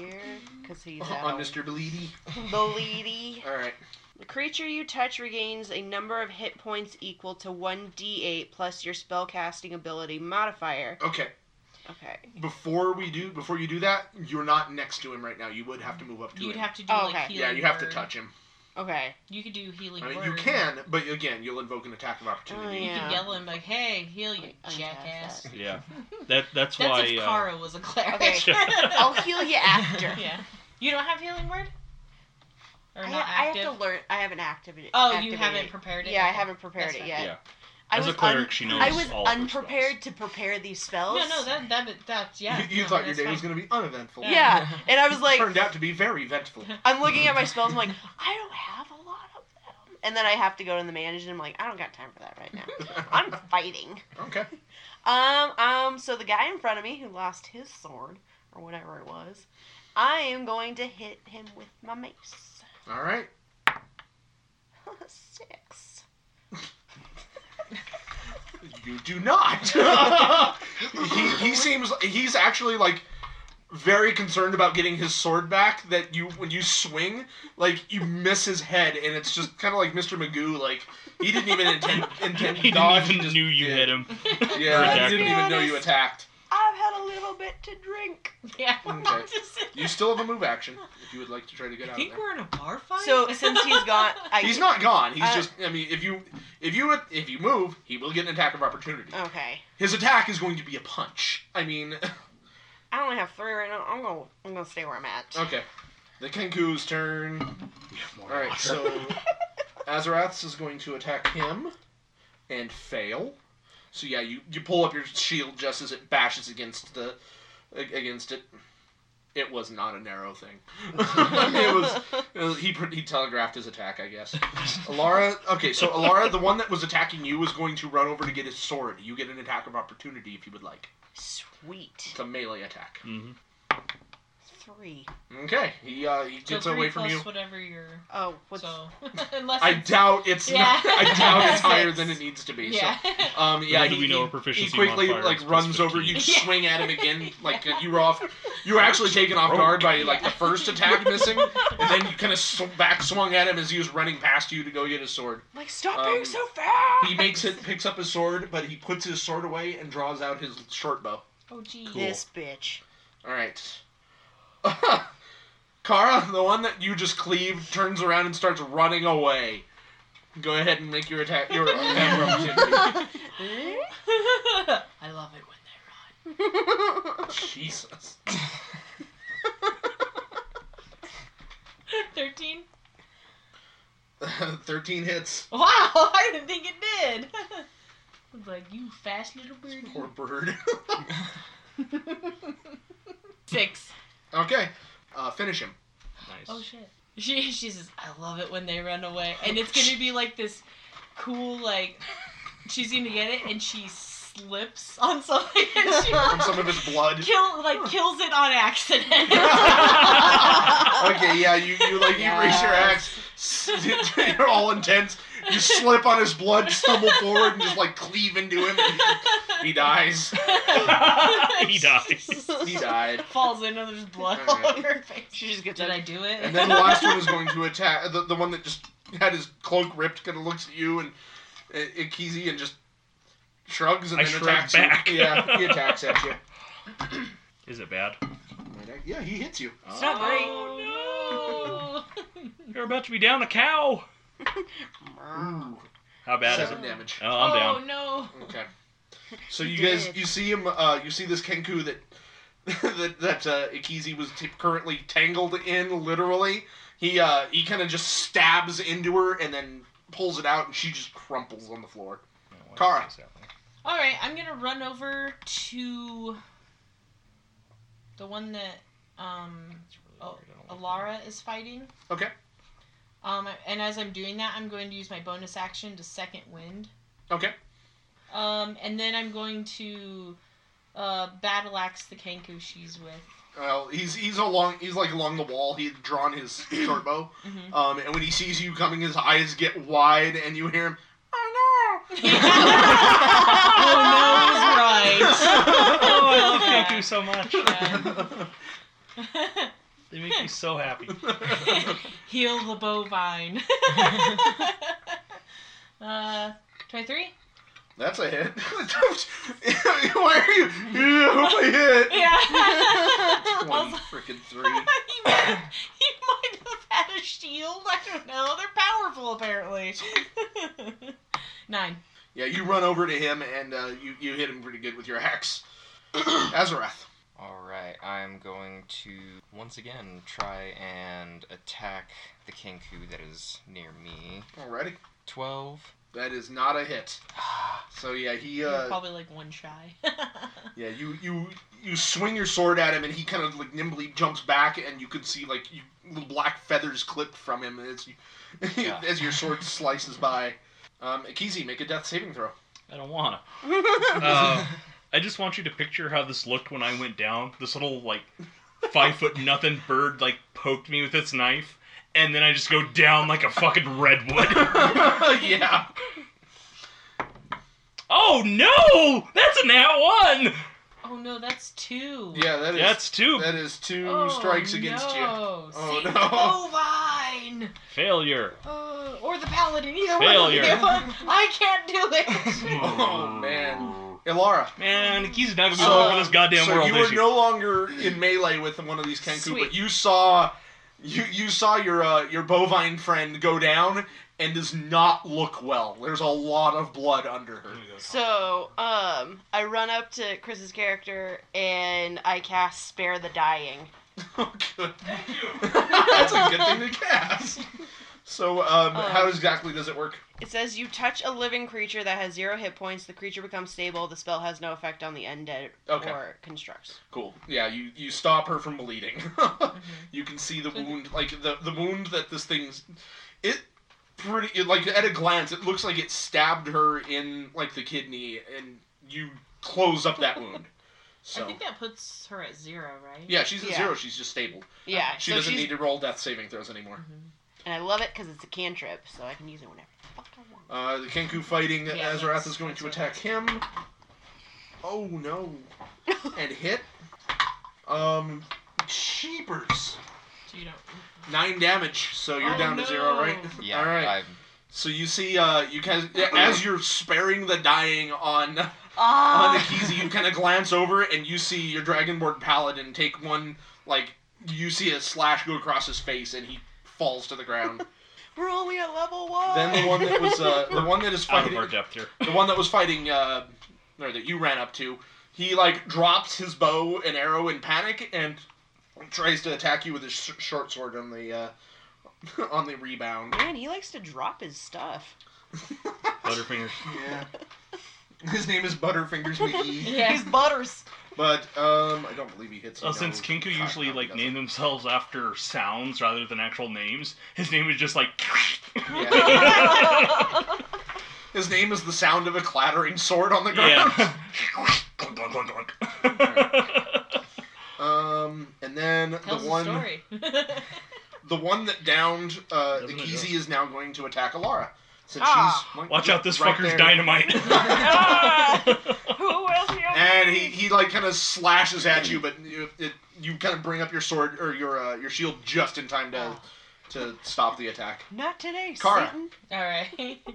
Speaker 1: *laughs*
Speaker 5: here because he's out.
Speaker 1: on Uh-huh, Mister Belidi.
Speaker 5: the lady.
Speaker 1: All right.
Speaker 5: The creature you touch regains a number of hit points equal to one d8 plus your spellcasting ability modifier.
Speaker 1: Okay.
Speaker 5: Okay.
Speaker 1: *laughs* Before we do before you do that, you're not next to him right now. You would have to move up to
Speaker 4: You'd
Speaker 1: him.
Speaker 4: have to do
Speaker 5: Oh,
Speaker 4: like
Speaker 5: okay.
Speaker 1: yeah,
Speaker 4: healing.
Speaker 1: you have to
Speaker 4: word.
Speaker 1: touch him.
Speaker 5: Okay.
Speaker 4: You could do healing.
Speaker 1: I mean,
Speaker 4: word.
Speaker 1: you can, but again, you'll invoke an attack of opportunity.
Speaker 5: Oh,
Speaker 4: You
Speaker 5: Yeah.
Speaker 4: could yell at him like, "Hey, heal you,
Speaker 5: Untap *laughs*
Speaker 4: jackass."
Speaker 5: that.
Speaker 7: yeah, that that's,
Speaker 4: That's
Speaker 7: why.
Speaker 4: if
Speaker 7: uh,
Speaker 4: Kara was a cleric.
Speaker 1: *laughs*
Speaker 5: Okay. *laughs* I'll heal you after.
Speaker 4: *laughs* yeah. You don't have healing word? Or
Speaker 5: I,
Speaker 4: not
Speaker 5: I
Speaker 4: active?
Speaker 5: have to learn. I haven't activated.
Speaker 4: Oh, you
Speaker 5: activated
Speaker 4: haven't
Speaker 5: it.
Speaker 4: prepared it.
Speaker 5: Yeah, I
Speaker 4: Okay.
Speaker 5: haven't prepared
Speaker 4: That's
Speaker 5: it
Speaker 4: fine.
Speaker 5: yet.
Speaker 7: Yeah.
Speaker 5: I
Speaker 7: As a
Speaker 5: was
Speaker 7: cleric,
Speaker 5: un-
Speaker 7: she knows.
Speaker 5: I was
Speaker 7: all of her
Speaker 5: unprepared to prepare these
Speaker 4: No,
Speaker 5: spells.
Speaker 4: no, that that that's yeah.
Speaker 1: You, you
Speaker 4: no,
Speaker 1: thought your
Speaker 4: that's
Speaker 1: day was
Speaker 4: fine.
Speaker 1: going to be uneventful.
Speaker 4: Yeah.
Speaker 5: Yeah, and I was like,
Speaker 1: Turned out to be very
Speaker 4: *laughs*
Speaker 1: *laughs* eventful.
Speaker 5: I'm looking at my spells. I'm like, *laughs* I don't have a lot of them. And then I have to go to the manager. And I'm like, I don't got time for that
Speaker 7: *laughs*
Speaker 5: right now. I'm fighting.
Speaker 1: okay.
Speaker 5: Um, um. So the guy in front of me who lost his sword or whatever it was, I am going to hit him with my mace. *laughs*
Speaker 1: All right.
Speaker 5: Six.
Speaker 1: You do
Speaker 4: *laughs*
Speaker 1: not. he, he seems he's actually like very concerned about getting his sword back. That you when you swing, like you miss his head, and it's just kind of like Mr. Magoo. Like he didn't even
Speaker 4: *laughs*
Speaker 1: intend intend to
Speaker 7: *laughs* He
Speaker 1: dodge.
Speaker 7: didn't even
Speaker 1: just
Speaker 7: knew you
Speaker 1: did.
Speaker 7: hit him.
Speaker 1: Yeah,
Speaker 7: Let's
Speaker 1: he didn't
Speaker 5: be
Speaker 1: even know you
Speaker 5: honest.
Speaker 1: attacked.
Speaker 5: I've had a little bit to drink.
Speaker 4: *laughs* Yeah.
Speaker 1: *laughs* Okay.
Speaker 4: Just-
Speaker 1: You still have a move action if you would like to try to get
Speaker 4: I
Speaker 1: out.
Speaker 4: think
Speaker 1: of there.
Speaker 4: we're in a bar
Speaker 5: *laughs*
Speaker 4: fight.
Speaker 5: So since he's gone, I
Speaker 1: He's not gone. He's
Speaker 5: Uh,
Speaker 1: just. I mean, if you if you if you move, he will get an attack of opportunity.
Speaker 5: Okay.
Speaker 1: His attack is going to be a punch. I mean, *laughs*
Speaker 5: I only have three right now. I'm gonna I'm gonna stay where I'm at.
Speaker 1: okay. The Kenku's turn. All right, so Azarath's is going to attack him and fail. So yeah, you you pull up your shield just as it bashes against the ag- against it. It was not an arrow thing. *laughs* it was Uh, He pre- he telegraphed his attack, I guess. Alara, okay, so Alara, the one that was attacking you, is going to run over to get his sword. You get an attack of opportunity if you would like.
Speaker 5: Sweet.
Speaker 1: It's a melee attack.
Speaker 7: Mhm.
Speaker 5: Three.
Speaker 1: Okay, he uh, he
Speaker 4: So
Speaker 1: gets
Speaker 4: three
Speaker 1: away from
Speaker 4: plus
Speaker 1: you.
Speaker 4: Whatever your
Speaker 5: Oh, what's *laughs*
Speaker 4: so *laughs* unless
Speaker 1: I
Speaker 4: it's-
Speaker 1: doubt it's
Speaker 4: Yeah.
Speaker 1: I doubt it's higher
Speaker 5: Six.
Speaker 1: than
Speaker 4: *laughs*
Speaker 1: it needs to be.
Speaker 4: yeah. *laughs*
Speaker 1: So, um, yeah,
Speaker 7: Little do
Speaker 1: he,
Speaker 7: we know
Speaker 1: he-
Speaker 7: our proficiency
Speaker 1: he quickly
Speaker 7: modifier
Speaker 1: like
Speaker 7: is plus
Speaker 1: runs over you,
Speaker 7: 15.
Speaker 4: Yeah.
Speaker 1: swing at him again. Like uh, you were off, you were actually taken off
Speaker 7: Broke.
Speaker 1: guard by like the
Speaker 4: Yeah.
Speaker 1: first
Speaker 4: *laughs*
Speaker 1: attack missing, and then you kind of sw- back swung at him as he was running past you to go get his sword.
Speaker 5: like? Stop
Speaker 1: um,
Speaker 5: being so fast.
Speaker 1: He makes
Speaker 5: *laughs*
Speaker 1: it, picks up his sword, but he puts his sword away and draws out his short bow.
Speaker 4: oh geez.
Speaker 7: Cool.
Speaker 5: This bitch.
Speaker 1: All right. *laughs* Kara, the one that you just cleaved, turns around and starts running away. Go ahead and make your attack. Your attack of opportunity.
Speaker 4: *laughs*
Speaker 5: *laughs*
Speaker 4: I love it when they run.
Speaker 5: *laughs*
Speaker 1: Jesus. *laughs*
Speaker 4: Thirteen.
Speaker 1: Thirteen hits.
Speaker 4: Wow, *laughs* I didn't think it did. *laughs* I was like, you fast little birdie.
Speaker 1: Poor bird.
Speaker 4: *laughs*
Speaker 1: *laughs*
Speaker 7: *laughs*
Speaker 4: Six.
Speaker 1: okay. Uh, finish him.
Speaker 4: Oh
Speaker 7: Nice.
Speaker 4: shit. She she says, I love it when they run away. And it's gonna be like this cool like she's gonna get it and she slips on something and
Speaker 7: *laughs*
Speaker 4: she
Speaker 1: From some of his blood. *laughs*
Speaker 4: *laughs* kill like kills it on
Speaker 7: *laughs*
Speaker 4: accident.
Speaker 1: okay, yeah, you, you like you raise your axe. *laughs* s- You're all intense. You slip on his blood, stumble forward, and just like cleave into him.
Speaker 4: *laughs*
Speaker 1: He dies.
Speaker 7: *laughs* he dies.
Speaker 1: He died.
Speaker 4: Falls in and there's blood all
Speaker 1: Alright.
Speaker 4: over her face.
Speaker 5: she just gets
Speaker 4: Did
Speaker 5: up.
Speaker 4: I do it?
Speaker 1: And then the last one is going to attack the, the one that just had his cloak ripped. Kind of looks at you and uh, Ikizi and just shrugs and
Speaker 7: I
Speaker 1: then
Speaker 7: shrug
Speaker 1: attacks
Speaker 7: back.
Speaker 1: you. Yeah, he attacks at you.
Speaker 7: Is it bad?
Speaker 1: Yeah, he hits you.
Speaker 5: It's not great.
Speaker 4: *laughs* Oh, no.
Speaker 7: You're about to be down a cow.
Speaker 5: "Mm."
Speaker 1: Ooh,
Speaker 7: How bad is it?
Speaker 1: seven damage.
Speaker 7: Oh, I'm
Speaker 4: oh
Speaker 7: down.
Speaker 4: no!
Speaker 1: Okay. So you
Speaker 5: Dead.
Speaker 1: guys, you see him. Uh, you see this Kenku that *laughs* that that uh, Ikizi was t- currently tangled in. Literally, he uh, he kind of just stabs into her and then pulls it out, and she just crumples on the floor. Kara.
Speaker 4: All right, I'm gonna run over to the one that um, Alara is fighting.
Speaker 1: Okay.
Speaker 4: Um, and as I'm doing that, I'm going to use my bonus action to second wind.
Speaker 1: Okay.
Speaker 4: Um, and then I'm going to uh, battle axe the Kenku she's with. *laughs*
Speaker 1: Well, he's he's along he's like along the wall. He'd drawn his short bow,
Speaker 4: Mhm.
Speaker 1: um, and when he sees you coming, his eyes get wide, and you hear him. *laughs* Oh no!
Speaker 5: *laughs*
Speaker 4: oh no,
Speaker 1: *laughs*
Speaker 4: he's right.
Speaker 7: *laughs*
Speaker 4: *laughs*
Speaker 7: Oh, I love Kenku so much.
Speaker 4: Yeah.
Speaker 7: They make me so happy.
Speaker 4: Heal the bovine. *laughs* uh, 23?
Speaker 1: That's a hit. *laughs* Why are you? *laughs* Yeah, hope I hit. *laughs*
Speaker 4: Yeah. I
Speaker 7: *laughs*
Speaker 1: One
Speaker 4: was like, *laughs*
Speaker 1: freaking
Speaker 4: he,
Speaker 1: three.
Speaker 4: might, he might have had a shield. I don't know. They're powerful, apparently. *laughs* Nine.
Speaker 1: Yeah, you run over to him and uh, you you hit him pretty good with your axe. *clears throat* Azarath.
Speaker 6: Alright, I'm going to once again try and attack the Kenku that is near me.
Speaker 1: Alrighty.
Speaker 6: 12.
Speaker 1: That is not a hit.
Speaker 6: Ah,
Speaker 1: So yeah, he
Speaker 4: You're
Speaker 1: uh,
Speaker 4: probably like one shy. *laughs*
Speaker 1: yeah you you you swing your sword at him and he kind of like nimbly jumps back and you can see like you, little black feathers clip from him as you,
Speaker 6: Yeah.
Speaker 1: *laughs* as your sword slices by. Um, Akizi, make a death saving
Speaker 7: *laughs*
Speaker 1: throw. *laughs*
Speaker 7: I don't wanna. Uh, I just want you to picture how this looked when I went down. This little like five foot nothing bird like poked me with its knife, and then I just go down like a
Speaker 1: *laughs*
Speaker 7: fucking redwood.
Speaker 1: yeah.
Speaker 7: oh no! That's a nat one.
Speaker 4: oh no, that's two.
Speaker 1: Yeah, that is
Speaker 7: That's two
Speaker 1: that is two
Speaker 4: Oh,
Speaker 1: strikes against
Speaker 4: no.
Speaker 1: you. Oh,
Speaker 4: Save
Speaker 1: no.
Speaker 4: the bovine!
Speaker 7: failure.
Speaker 4: Uh, or the paladin, either
Speaker 7: Failure.
Speaker 4: one. of the two. *laughs* I can't do
Speaker 1: *laughs*
Speaker 4: it. *laughs*
Speaker 1: Oh man, Ilara.
Speaker 7: Man, he's not gonna be
Speaker 1: So-
Speaker 7: going for this goddamn
Speaker 1: Uh-huh. so
Speaker 7: world,
Speaker 1: you
Speaker 7: is
Speaker 1: were
Speaker 7: he?
Speaker 1: no longer in melee with one of these Kenku,
Speaker 4: Sweet.
Speaker 1: but you saw, you you saw your uh, your bovine friend go down and does not look well. There's a lot of blood under her.
Speaker 5: So, um, I run up to Chris's character and I cast Spare the Dying.
Speaker 1: *laughs*
Speaker 7: Hmm.
Speaker 1: Oh, good. That's a good thing to cast. So, um,
Speaker 5: Um,
Speaker 1: how exactly does it work?
Speaker 5: It says you touch a living creature that has zero hit points, the creature becomes stable, the spell has no effect on the undead
Speaker 1: Okay.
Speaker 5: or constructs.
Speaker 1: Cool. Yeah, you you stop her from bleeding. *laughs*
Speaker 4: Mhm.
Speaker 1: you can see the
Speaker 4: So the-
Speaker 1: wound, like the the wound that this thing's. It pretty it, like at a glance, it looks like it stabbed her in like the kidney, and you close up that
Speaker 4: *laughs*
Speaker 1: wound.
Speaker 4: I
Speaker 1: So
Speaker 4: think that puts her at zero, right?
Speaker 1: yeah, she's at
Speaker 5: Yeah.
Speaker 1: zero. She's just stable.
Speaker 5: Yeah,
Speaker 1: She
Speaker 5: so
Speaker 1: doesn't
Speaker 5: she's-
Speaker 1: need to roll death saving throws anymore.
Speaker 4: Mhm.
Speaker 5: And I love it because it's a cantrip, so I can use it whenever the fuck I want.
Speaker 1: Uh, the Kenku fighting
Speaker 4: Yeah,
Speaker 1: Azarath
Speaker 4: that's-
Speaker 1: is going to
Speaker 4: that's
Speaker 1: attack him. Oh
Speaker 4: *laughs*
Speaker 1: no! and hit. Um, cheapers.
Speaker 4: So you don't.
Speaker 1: Nine damage. So you're
Speaker 4: Oh,
Speaker 1: down to zero,
Speaker 4: no.
Speaker 1: right?
Speaker 6: Yeah,
Speaker 1: All right.
Speaker 6: I'm
Speaker 1: So you see, uh, you kind of, as you're sparing the dying on on
Speaker 5: Ah!
Speaker 1: Akizi, you kind
Speaker 7: *laughs*
Speaker 1: of glance over and you see your Dragonborn Paladin take one like you see a slash go across his face and he falls to the ground.
Speaker 5: We're only at level one!
Speaker 1: then the one that was uh, the one that is
Speaker 7: Out of
Speaker 1: fighting
Speaker 7: our depth here.
Speaker 1: the one that was fighting uh, or that you ran up to, he like drops his bow and arrow in panic and tries to attack you with his sh- short sword on the uh, *laughs* on the rebound.
Speaker 5: Man, he likes to drop his stuff.
Speaker 7: Butterfingers.
Speaker 1: Yeah. His name is Butterfingers McGee.
Speaker 4: Yeah.
Speaker 5: He's butters.
Speaker 1: But um, I don't believe he hits.
Speaker 7: Well, Uh, since Kinku usually like name themselves after sounds rather than actual names, his name is
Speaker 1: *laughs*
Speaker 7: just like. *laughs*
Speaker 1: Yeah. *laughs* His name is the sound of a clattering sword on the ground.
Speaker 7: yeah. Clunk, clunk, clunk, clunk.
Speaker 1: *laughs* Um, and then
Speaker 4: Tells
Speaker 1: the
Speaker 4: the,
Speaker 1: one,
Speaker 4: story. *laughs*
Speaker 1: the one that downed uh,
Speaker 7: Doesn't it
Speaker 1: Akizi
Speaker 7: just-
Speaker 1: is now going to attack Alara. Since
Speaker 5: Ah.
Speaker 1: she's like,
Speaker 7: *laughs* Watch out, this
Speaker 1: right
Speaker 7: fucker's
Speaker 1: there.
Speaker 7: dynamite.
Speaker 5: Ah! Who will heal
Speaker 1: And he,
Speaker 5: me?
Speaker 1: he like kind of slashes at you, but you, it, you kind of bring up your sword or your uh, your shield just in time to to stop the attack.
Speaker 5: Not today,
Speaker 1: Kara. *laughs*
Speaker 5: Satan. *laughs*
Speaker 4: All right. *laughs*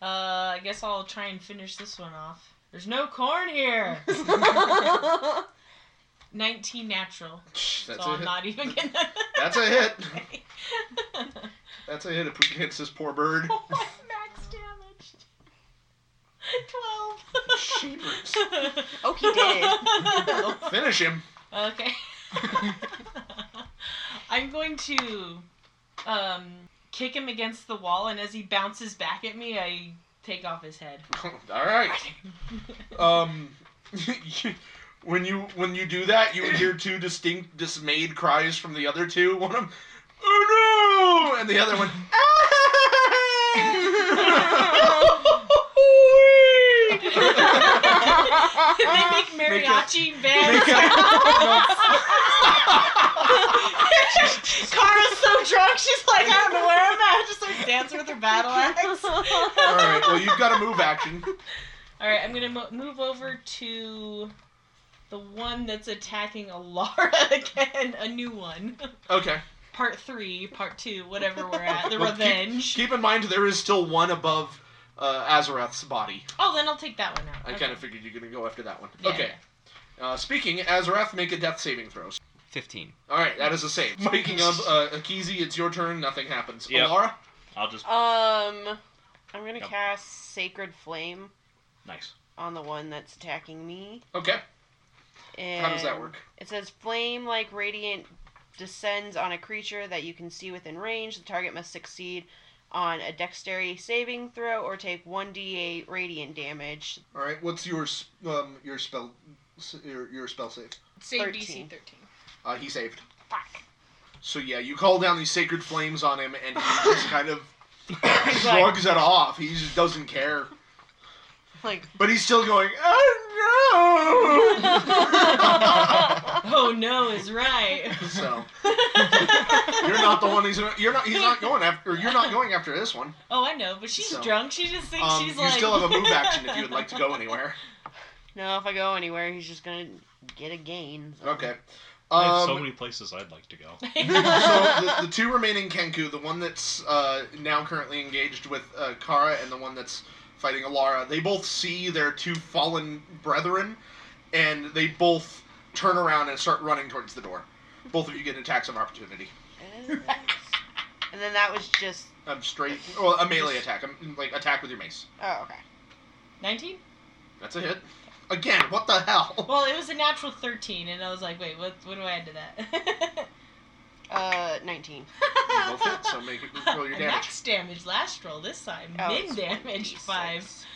Speaker 4: Uh, I guess I'll try and finish this one off. There's no
Speaker 5: *laughs*
Speaker 4: corn here. 19 natural,
Speaker 1: That's
Speaker 4: so
Speaker 1: a
Speaker 4: I'm
Speaker 1: hit.
Speaker 4: *laughs* not even gonna.
Speaker 1: That's a hit. *laughs* That's a hit if we hits this poor
Speaker 4: *laughs*
Speaker 1: bird.
Speaker 4: Oh, max damage.
Speaker 1: Sheepers.
Speaker 4: Twelve.
Speaker 5: Oh, he did.
Speaker 1: Finish him.
Speaker 4: *laughs* Okay. *laughs* I'm going to um, kick him against the wall, and as he bounces back at me, I take off his head.
Speaker 1: *laughs* All right. Um, *laughs* when you when you do that, you hear two distinct dismayed cries from the other two. One of them, oh no, and the other one, "Ah!"
Speaker 4: they make mariachi bands. *laughs* Kara's so drunk, she's like, I don't know where I'm at. Just like dancing with her battle axe.
Speaker 1: *laughs* all right. Well, you've got a move action.
Speaker 4: All right, I'm gonna mo- move over to the one that's attacking Alara *laughs* again, a new one.
Speaker 1: Okay.
Speaker 4: Part three, part two, whatever we're at, the
Speaker 1: Well, keep-
Speaker 4: revenge.
Speaker 1: Keep in mind there is still one above uh, Azareth's body.
Speaker 4: Oh, then I'll take that one out.
Speaker 1: I kind of figured you're gonna go after that one.
Speaker 4: Yeah.
Speaker 1: Okay. Uh, speaking, Azarath make a death saving throw.
Speaker 6: Fifteen.
Speaker 1: All right, that is the same. Speaking of uh, Akizi, it's your turn. Nothing happens.
Speaker 7: Yep.
Speaker 1: Alara,
Speaker 7: I'll just
Speaker 5: *laughs* um, I'm gonna
Speaker 7: Yep.
Speaker 5: cast Sacred Flame
Speaker 7: nice.
Speaker 5: on the one that's attacking me.
Speaker 1: okay.
Speaker 5: And
Speaker 1: How does that work?
Speaker 5: It says flame like radiant descends on a creature that you can see within range. The target must succeed on a dexterity saving throw or take 1d8 radiant damage. *laughs*
Speaker 1: All right, what's your s- um your spell s- your, your spell save?
Speaker 4: Save
Speaker 5: 13.
Speaker 4: DC 13.
Speaker 1: Uh, he saved.
Speaker 5: Fuck.
Speaker 1: So yeah, you call down these sacred flames on him, and
Speaker 5: *laughs*
Speaker 1: he just kind of
Speaker 5: He's like,
Speaker 1: shrugs it off. He just doesn't care.
Speaker 5: like
Speaker 1: But he's still going. Oh
Speaker 4: Oh no, is right.
Speaker 1: no! *laughs* so you're not the one. He's you're not. He's not going after. You're not going after this one.
Speaker 4: Oh, I know, but she's
Speaker 1: So,
Speaker 4: drunk. She just thinks
Speaker 1: Um,
Speaker 4: *laughs* she's
Speaker 1: you
Speaker 4: like.
Speaker 1: still have a move action if you would like to
Speaker 4: *laughs*
Speaker 1: go anywhere.
Speaker 5: no, if I go anywhere, he's just gonna get a gain. *laughs* so-
Speaker 1: Okay.
Speaker 7: I have so
Speaker 1: Um,
Speaker 7: many places I'd like to go.
Speaker 1: *laughs* so the, the two remaining Kenku, the one that's uh, now currently engaged with uh, Kara and the one that's fighting Alara, they both see their two fallen brethren, and they both turn around and start running towards the door. Both of you get an attack of opportunity.
Speaker 5: and then that was just.
Speaker 1: Um, straight, well, a melee attack. Um, like attack with your mace.
Speaker 5: Oh, okay.
Speaker 4: 19?
Speaker 1: That's a hit. Again, what the
Speaker 4: *laughs*
Speaker 1: hell?
Speaker 4: Well, it was a natural 13, and I was like, wait, what, what do I add to that?
Speaker 5: Uh, 19.
Speaker 1: both hit, so make
Speaker 4: *laughs*
Speaker 1: it roll your damage.
Speaker 4: Max damage last roll this time.
Speaker 5: Oh,
Speaker 4: Min
Speaker 5: it's
Speaker 4: damage
Speaker 5: 1d6.
Speaker 4: 5.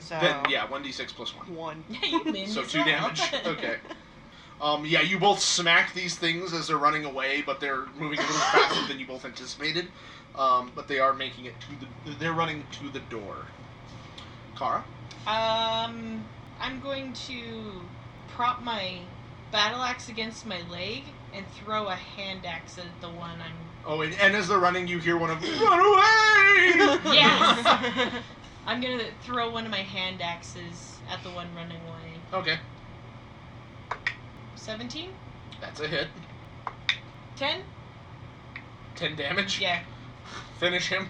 Speaker 5: So.
Speaker 1: Then yeah, one d six plus one.
Speaker 5: One.
Speaker 4: *laughs* yeah, you min
Speaker 1: So
Speaker 4: as
Speaker 1: two
Speaker 4: well.
Speaker 1: damage.
Speaker 4: *laughs*
Speaker 1: Okay. Um, yeah, you both smack these things as they're running away, but they're moving a
Speaker 4: *coughs*
Speaker 1: little faster than you both anticipated. Um, but they are making it to the. They're running to the door. Kara.
Speaker 4: Um, I'm going to prop my battle axe against my leg and throw a hand axe at the one I'm.
Speaker 1: Oh, and, and as they're running, you hear one of run away.
Speaker 4: *laughs* Yes! I'm gonna throw one of my hand axes at the one running away.
Speaker 1: Okay,
Speaker 4: 17?
Speaker 1: that's a hit.
Speaker 4: 10?
Speaker 1: Ten damage.
Speaker 4: Yeah. *laughs*
Speaker 1: Finish him.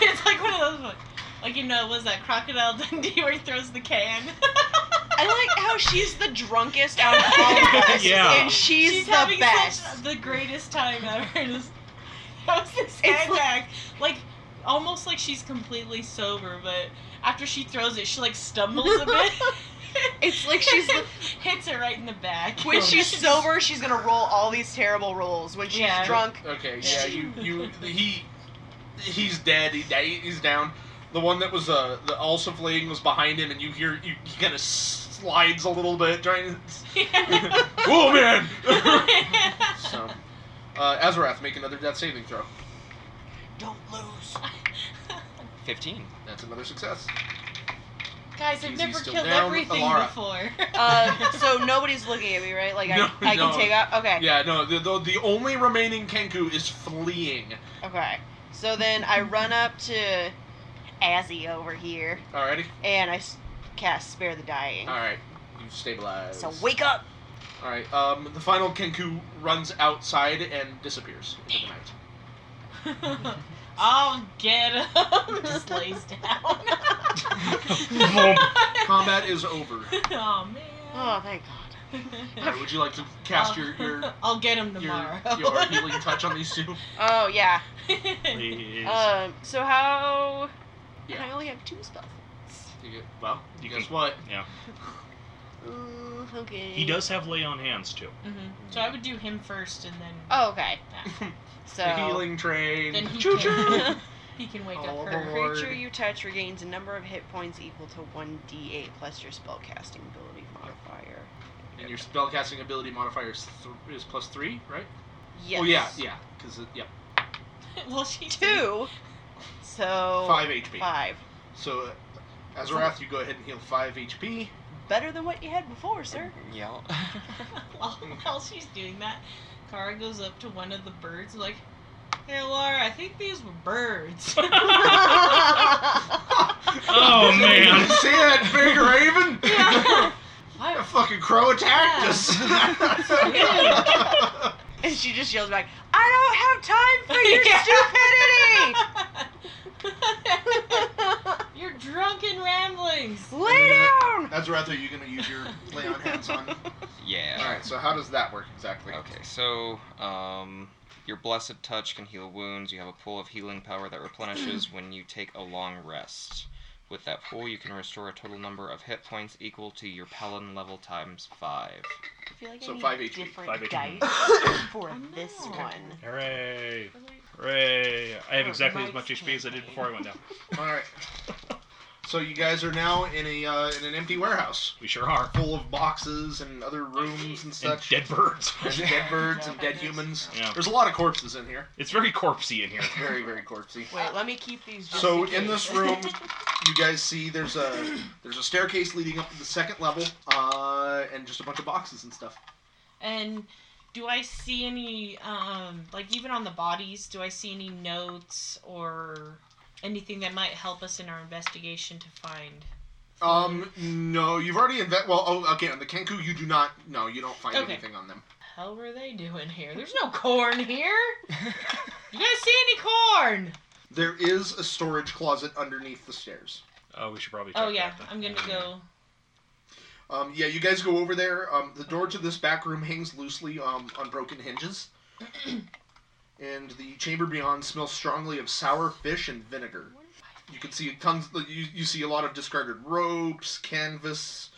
Speaker 4: it's like one of those like, like you know, was that Crocodile *laughs* Dundee where he throws the can?
Speaker 5: I
Speaker 4: *laughs*
Speaker 5: like how she's the drunkest out of
Speaker 1: *laughs*
Speaker 5: all of us,
Speaker 7: Yeah.
Speaker 5: and she's,
Speaker 4: She's
Speaker 5: the
Speaker 4: having
Speaker 5: best.
Speaker 4: such the greatest time ever. *laughs* Just throws this
Speaker 5: It's
Speaker 4: handbag, like, almost like she's completely sober, but after she throws it, she like stumbles
Speaker 5: *laughs*
Speaker 4: a bit.
Speaker 5: It's like she's the-
Speaker 4: *laughs* hits it right in the back.
Speaker 5: when
Speaker 4: *laughs*
Speaker 5: she's sober, she's gonna roll all these terrible rolls. When she's
Speaker 4: Yeah.
Speaker 5: drunk,
Speaker 1: Okay, yeah, you, you, he, he's dead. He, di- he's down. The one that was uh, the also fleeing was behind him, and you hear you he kind of slides a little bit, trying. to... Whoa, man! *laughs*
Speaker 4: *laughs*
Speaker 1: so, uh, Azarath, make another death saving throw.
Speaker 5: don't lose.
Speaker 6: Fifteen.
Speaker 1: That's another success.
Speaker 4: Guys, I've
Speaker 1: He's
Speaker 4: never
Speaker 1: still
Speaker 4: killed
Speaker 1: down,
Speaker 4: everything
Speaker 1: Alara.
Speaker 4: before. *laughs*
Speaker 5: Uh, so nobody's looking at me, right? Like I,
Speaker 1: No,
Speaker 5: I can
Speaker 1: no.
Speaker 5: take out. Okay,
Speaker 1: Yeah, no, the, the, the only remaining Kenku is fleeing.
Speaker 5: okay. So then I run up to Azzy over here,
Speaker 1: Alrighty?
Speaker 5: and I s- cast Spare the Dying.
Speaker 1: Alright. You stabilize.
Speaker 5: So wake up.
Speaker 1: Alright, um, the final Kenku runs outside and disappears into the night.
Speaker 4: I'll get him. *laughs* Just lays down. *laughs*
Speaker 1: Combat is over.
Speaker 4: oh man.
Speaker 5: Oh, thank God.
Speaker 1: All right, would you like to *laughs* cast
Speaker 4: I'll,
Speaker 1: your your
Speaker 4: *laughs* I'll get him
Speaker 1: your,
Speaker 4: Um, tomorrow.
Speaker 1: your
Speaker 4: *laughs*
Speaker 1: healing touch on these two?
Speaker 5: Oh yeah.
Speaker 7: Please.
Speaker 4: Uh,
Speaker 5: Um. So how?
Speaker 1: Yeah.
Speaker 5: I only have two spells.
Speaker 1: You get- well,
Speaker 7: You
Speaker 1: guess
Speaker 7: can-
Speaker 1: what?
Speaker 5: Mm, okay.
Speaker 7: He does have lay on
Speaker 4: *laughs*
Speaker 7: hands too.
Speaker 4: Mhm. So I would do him first, and then
Speaker 5: Oh, okay. So.
Speaker 1: The healing train.
Speaker 4: then he
Speaker 1: Choo-choo!
Speaker 4: can *laughs* he can wake
Speaker 1: Oh,
Speaker 4: up
Speaker 1: I'm
Speaker 5: The
Speaker 4: her. *laughs*
Speaker 5: creature
Speaker 1: Lord.
Speaker 5: you touch regains a number of hit points equal to 1d8 plus your spellcasting ability modifier.
Speaker 1: and your spellcasting ability modifier is, th- is plus three, right?
Speaker 5: Yes.
Speaker 1: Oh yeah, yeah. Because yeah,
Speaker 4: well, she
Speaker 5: Two. So.
Speaker 4: Oh,
Speaker 1: five HP.
Speaker 5: Five.
Speaker 1: So, uh, Azarath, you go ahead and heal five *laughs*
Speaker 4: *laughs*
Speaker 1: HP.
Speaker 5: Better than what you had before, sir.
Speaker 6: Yeah.
Speaker 4: while, while she's doing that, Kara goes up to one of the birds, like, "Hey, Laura, I think these were
Speaker 1: *laughs*
Speaker 4: birds." *laughs*
Speaker 7: Oh man.
Speaker 1: you see that big raven?
Speaker 4: *laughs*
Speaker 1: *laughs*
Speaker 4: Yeah.
Speaker 1: A fucking crow attacked
Speaker 4: *laughs*
Speaker 1: us. *laughs*
Speaker 5: and she just yells back, I don't have time for
Speaker 1: *laughs*
Speaker 5: your stupidity!
Speaker 4: *laughs* Your drunken ramblings.
Speaker 5: Lay
Speaker 1: Mm-hmm.
Speaker 5: down!
Speaker 1: Azarath, are you gonna use your lay on hands on?
Speaker 6: yeah.
Speaker 1: All right. So how does that work exactly? *laughs*
Speaker 6: Okay, so um, your blessed touch can heal wounds. You have a pool of healing power that replenishes when you take a long rest. With that pool, you can restore a total number of hit points equal to your paladin level times five.
Speaker 5: I feel like
Speaker 1: So
Speaker 5: I need
Speaker 1: five HP.
Speaker 5: different
Speaker 7: Five
Speaker 1: *laughs*
Speaker 7: HP.
Speaker 5: dice for
Speaker 4: I know.
Speaker 5: this one.
Speaker 7: Hooray. Hooray. I have
Speaker 5: Oh,
Speaker 7: exactly as
Speaker 5: nice
Speaker 7: much HP as I did before I went down.
Speaker 1: All right. So you guys are now in a uh, in an empty warehouse
Speaker 7: We
Speaker 1: *laughs*
Speaker 7: sure are.
Speaker 1: full of boxes and other rooms and
Speaker 7: And
Speaker 1: such.
Speaker 7: dead birds.
Speaker 2: *laughs*
Speaker 1: There's dead birds and dead humans.
Speaker 7: Yeah.
Speaker 1: There's a lot of corpses in here.
Speaker 7: It's very corpsey in here.
Speaker 1: Very, very corpsey.
Speaker 5: Wait, let me keep these. Just
Speaker 1: So
Speaker 5: case.
Speaker 1: in this room, you guys see there's a there's a staircase leading up to the second level, uh, and just a bunch of boxes and stuff.
Speaker 4: And do I see any, um, like even on the bodies, do I see any notes or anything that might help us in our investigation to find?
Speaker 1: Um, no, you've already inve- well, oh, okay, on the Kenku, you do not. No, you don't find
Speaker 4: Okay.
Speaker 1: anything on them.
Speaker 4: Hell, were they doing here? There's no corn here. You guys see any corn?
Speaker 1: There is a storage closet underneath the stairs.
Speaker 7: Oh, we should probably check
Speaker 4: Oh yeah,
Speaker 7: that then.
Speaker 4: I'm gonna go.
Speaker 1: Um, yeah, you guys go over there. Um, the door to this back room hangs loosely um, on broken hinges, and the chamber beyond smells strongly of sour fish and vinegar. You can see tons. You, you see a lot of discarded ropes, canvas,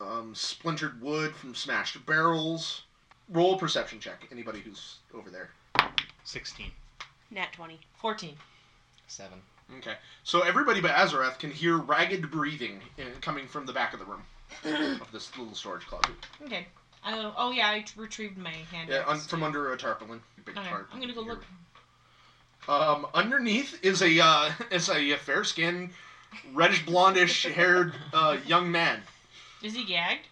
Speaker 1: um, splintered wood from smashed barrels. Roll a perception check. Anybody who's over there.
Speaker 4: *laughs*
Speaker 7: 16.
Speaker 5: *laughs* Nat 20.
Speaker 4: Fourteen.
Speaker 6: Seven.
Speaker 1: Okay. So everybody but Azarath can hear ragged breathing uh, coming from the back of the room of this little storage closet.
Speaker 4: Okay. Uh, oh yeah, I t- retrieved my hand.
Speaker 1: Yeah, un- from under a tarpaulin. Big
Speaker 4: Okay,
Speaker 1: tarp.
Speaker 4: I'm gonna go look.
Speaker 1: Um, underneath is a uh, is a fair skinned, reddish blondish haired uh, young man.
Speaker 4: Is he gagged?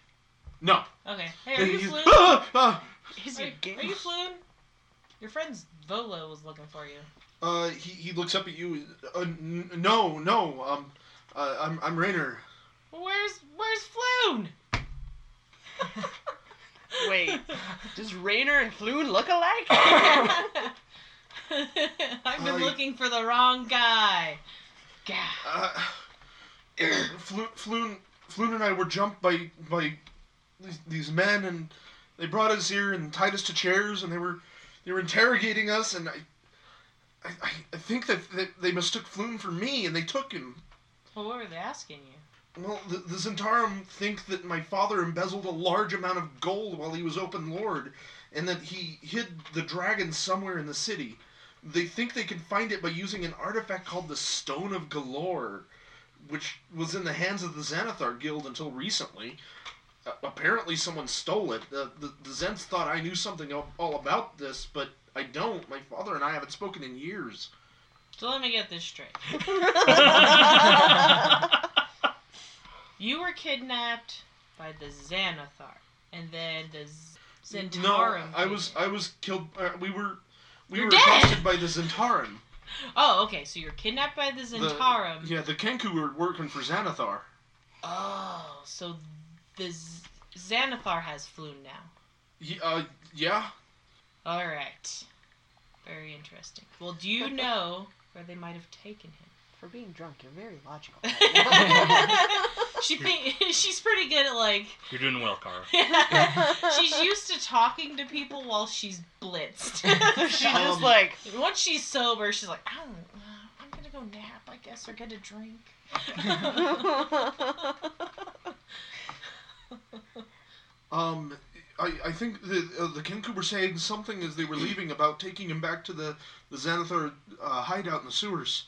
Speaker 1: No.
Speaker 4: Okay. Hey, are you
Speaker 1: He's- *laughs*
Speaker 4: flu? Are,
Speaker 1: Ah! Ah!
Speaker 5: Is
Speaker 4: you- are you flu? Your friend's Volo was looking for you.
Speaker 1: Uh, he, he looks up at you. Uh, n- no, no. Um, uh, I'm I'm Rainer.
Speaker 4: Well, where's where's Floon?
Speaker 5: *laughs* Wait. Does Rainer and Floon look alike?
Speaker 4: *laughs*
Speaker 1: *laughs*
Speaker 4: I've been
Speaker 1: Hi.
Speaker 4: looking for the wrong guy. Gah.
Speaker 1: Uh, Flo- Floon Floon and I were jumped by by these, these men, and they brought us here and tied us to chairs, and they were they were interrogating us, and I. I, I- I think that that they mistook Floon for me, and they took him.
Speaker 4: Well, what were they asking you?
Speaker 1: Well, the, the Zentarum think that my father embezzled a large amount of gold while he was open lord, and that he hid the dragon somewhere in the city. They think they can find it by using an artifact called the Stone of Galore, which was in the hands of the Xanathar Guild until recently. Uh, apparently, someone stole it. The, the, the Zents thought I knew something all, all about this, but I don't. My father and I haven't spoken in years.
Speaker 4: So let me get this straight. You were kidnapped by the Xanathar, and then the Z- Zentarum.
Speaker 1: no, I
Speaker 4: came
Speaker 1: was
Speaker 4: in.
Speaker 1: I was killed. Uh, we were we
Speaker 4: You're
Speaker 1: were
Speaker 4: dead!
Speaker 1: accosted by the Zentarum.
Speaker 4: Oh, okay. So you're kidnapped by the Zentarum.
Speaker 1: Yeah, the Kenku were working for Xanathar.
Speaker 4: Oh, so the Z- Xanathar has Floon now.
Speaker 1: He, uh, yeah.
Speaker 4: All right. Very interesting. Well, do you know where they might have taken him?
Speaker 5: For being drunk, you're very logical.
Speaker 4: She think, *laughs* she's pretty good at like
Speaker 7: You're doing well, Kara.
Speaker 4: she's used to talking to people while she's blitzed.
Speaker 5: *laughs* She's just
Speaker 1: Um,
Speaker 5: *laughs* like,
Speaker 4: And Once she's sober, she's like, I don't know. I'm gonna go nap, I guess, or get a drink. *laughs*
Speaker 1: Um, I, I think the uh, the Kenku were saying something as they were leaving about taking him back to the the Xanathar uh, hideout in the sewers.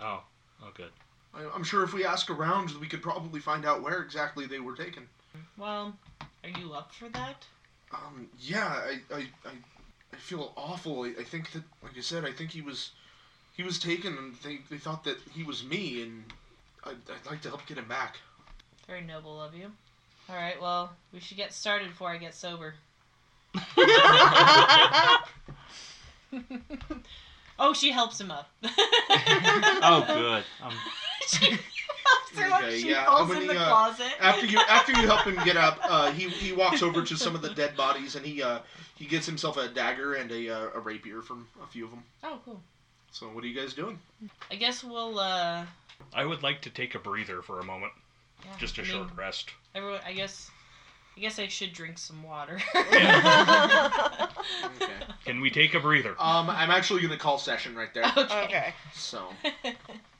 Speaker 7: Oh, oh, good.
Speaker 1: I, I'm sure if we ask around, we could probably find out where exactly they were taken.
Speaker 4: well, are you up for that?
Speaker 1: Um, yeah, I, I, I, I feel awful. I, I think that, like I said, I think he was, he was taken, and they, they thought that he was me, and I'd, I'd like to help get him back.
Speaker 4: Very noble of you. All right, well, we should get started before I get sober. *laughs* oh, she helps him up. *laughs*
Speaker 2: Oh, good. Um,
Speaker 4: she helps her up.
Speaker 1: Okay,
Speaker 4: She
Speaker 1: yeah,
Speaker 4: falls
Speaker 1: I'm
Speaker 4: in the
Speaker 1: gonna, uh,
Speaker 4: closet.
Speaker 1: After you, after you help him get up, uh, he, he walks over to some of the dead bodies, and he, uh, he gets himself a dagger and a, uh, a rapier from a few of them.
Speaker 4: Oh, cool.
Speaker 1: So what are you guys doing?
Speaker 4: I guess we'll. uh...
Speaker 7: I would like to take a breather for a moment,
Speaker 4: yeah,
Speaker 7: just a
Speaker 4: I
Speaker 7: short
Speaker 4: mean,
Speaker 7: rest.
Speaker 4: Everyone, I guess. I guess I should drink some water.
Speaker 1: Okay. *laughs*
Speaker 4: *laughs*
Speaker 7: Can we take a breather?
Speaker 1: Um, I'm actually gonna call session right there.
Speaker 4: okay.
Speaker 5: okay.
Speaker 4: *laughs*
Speaker 1: So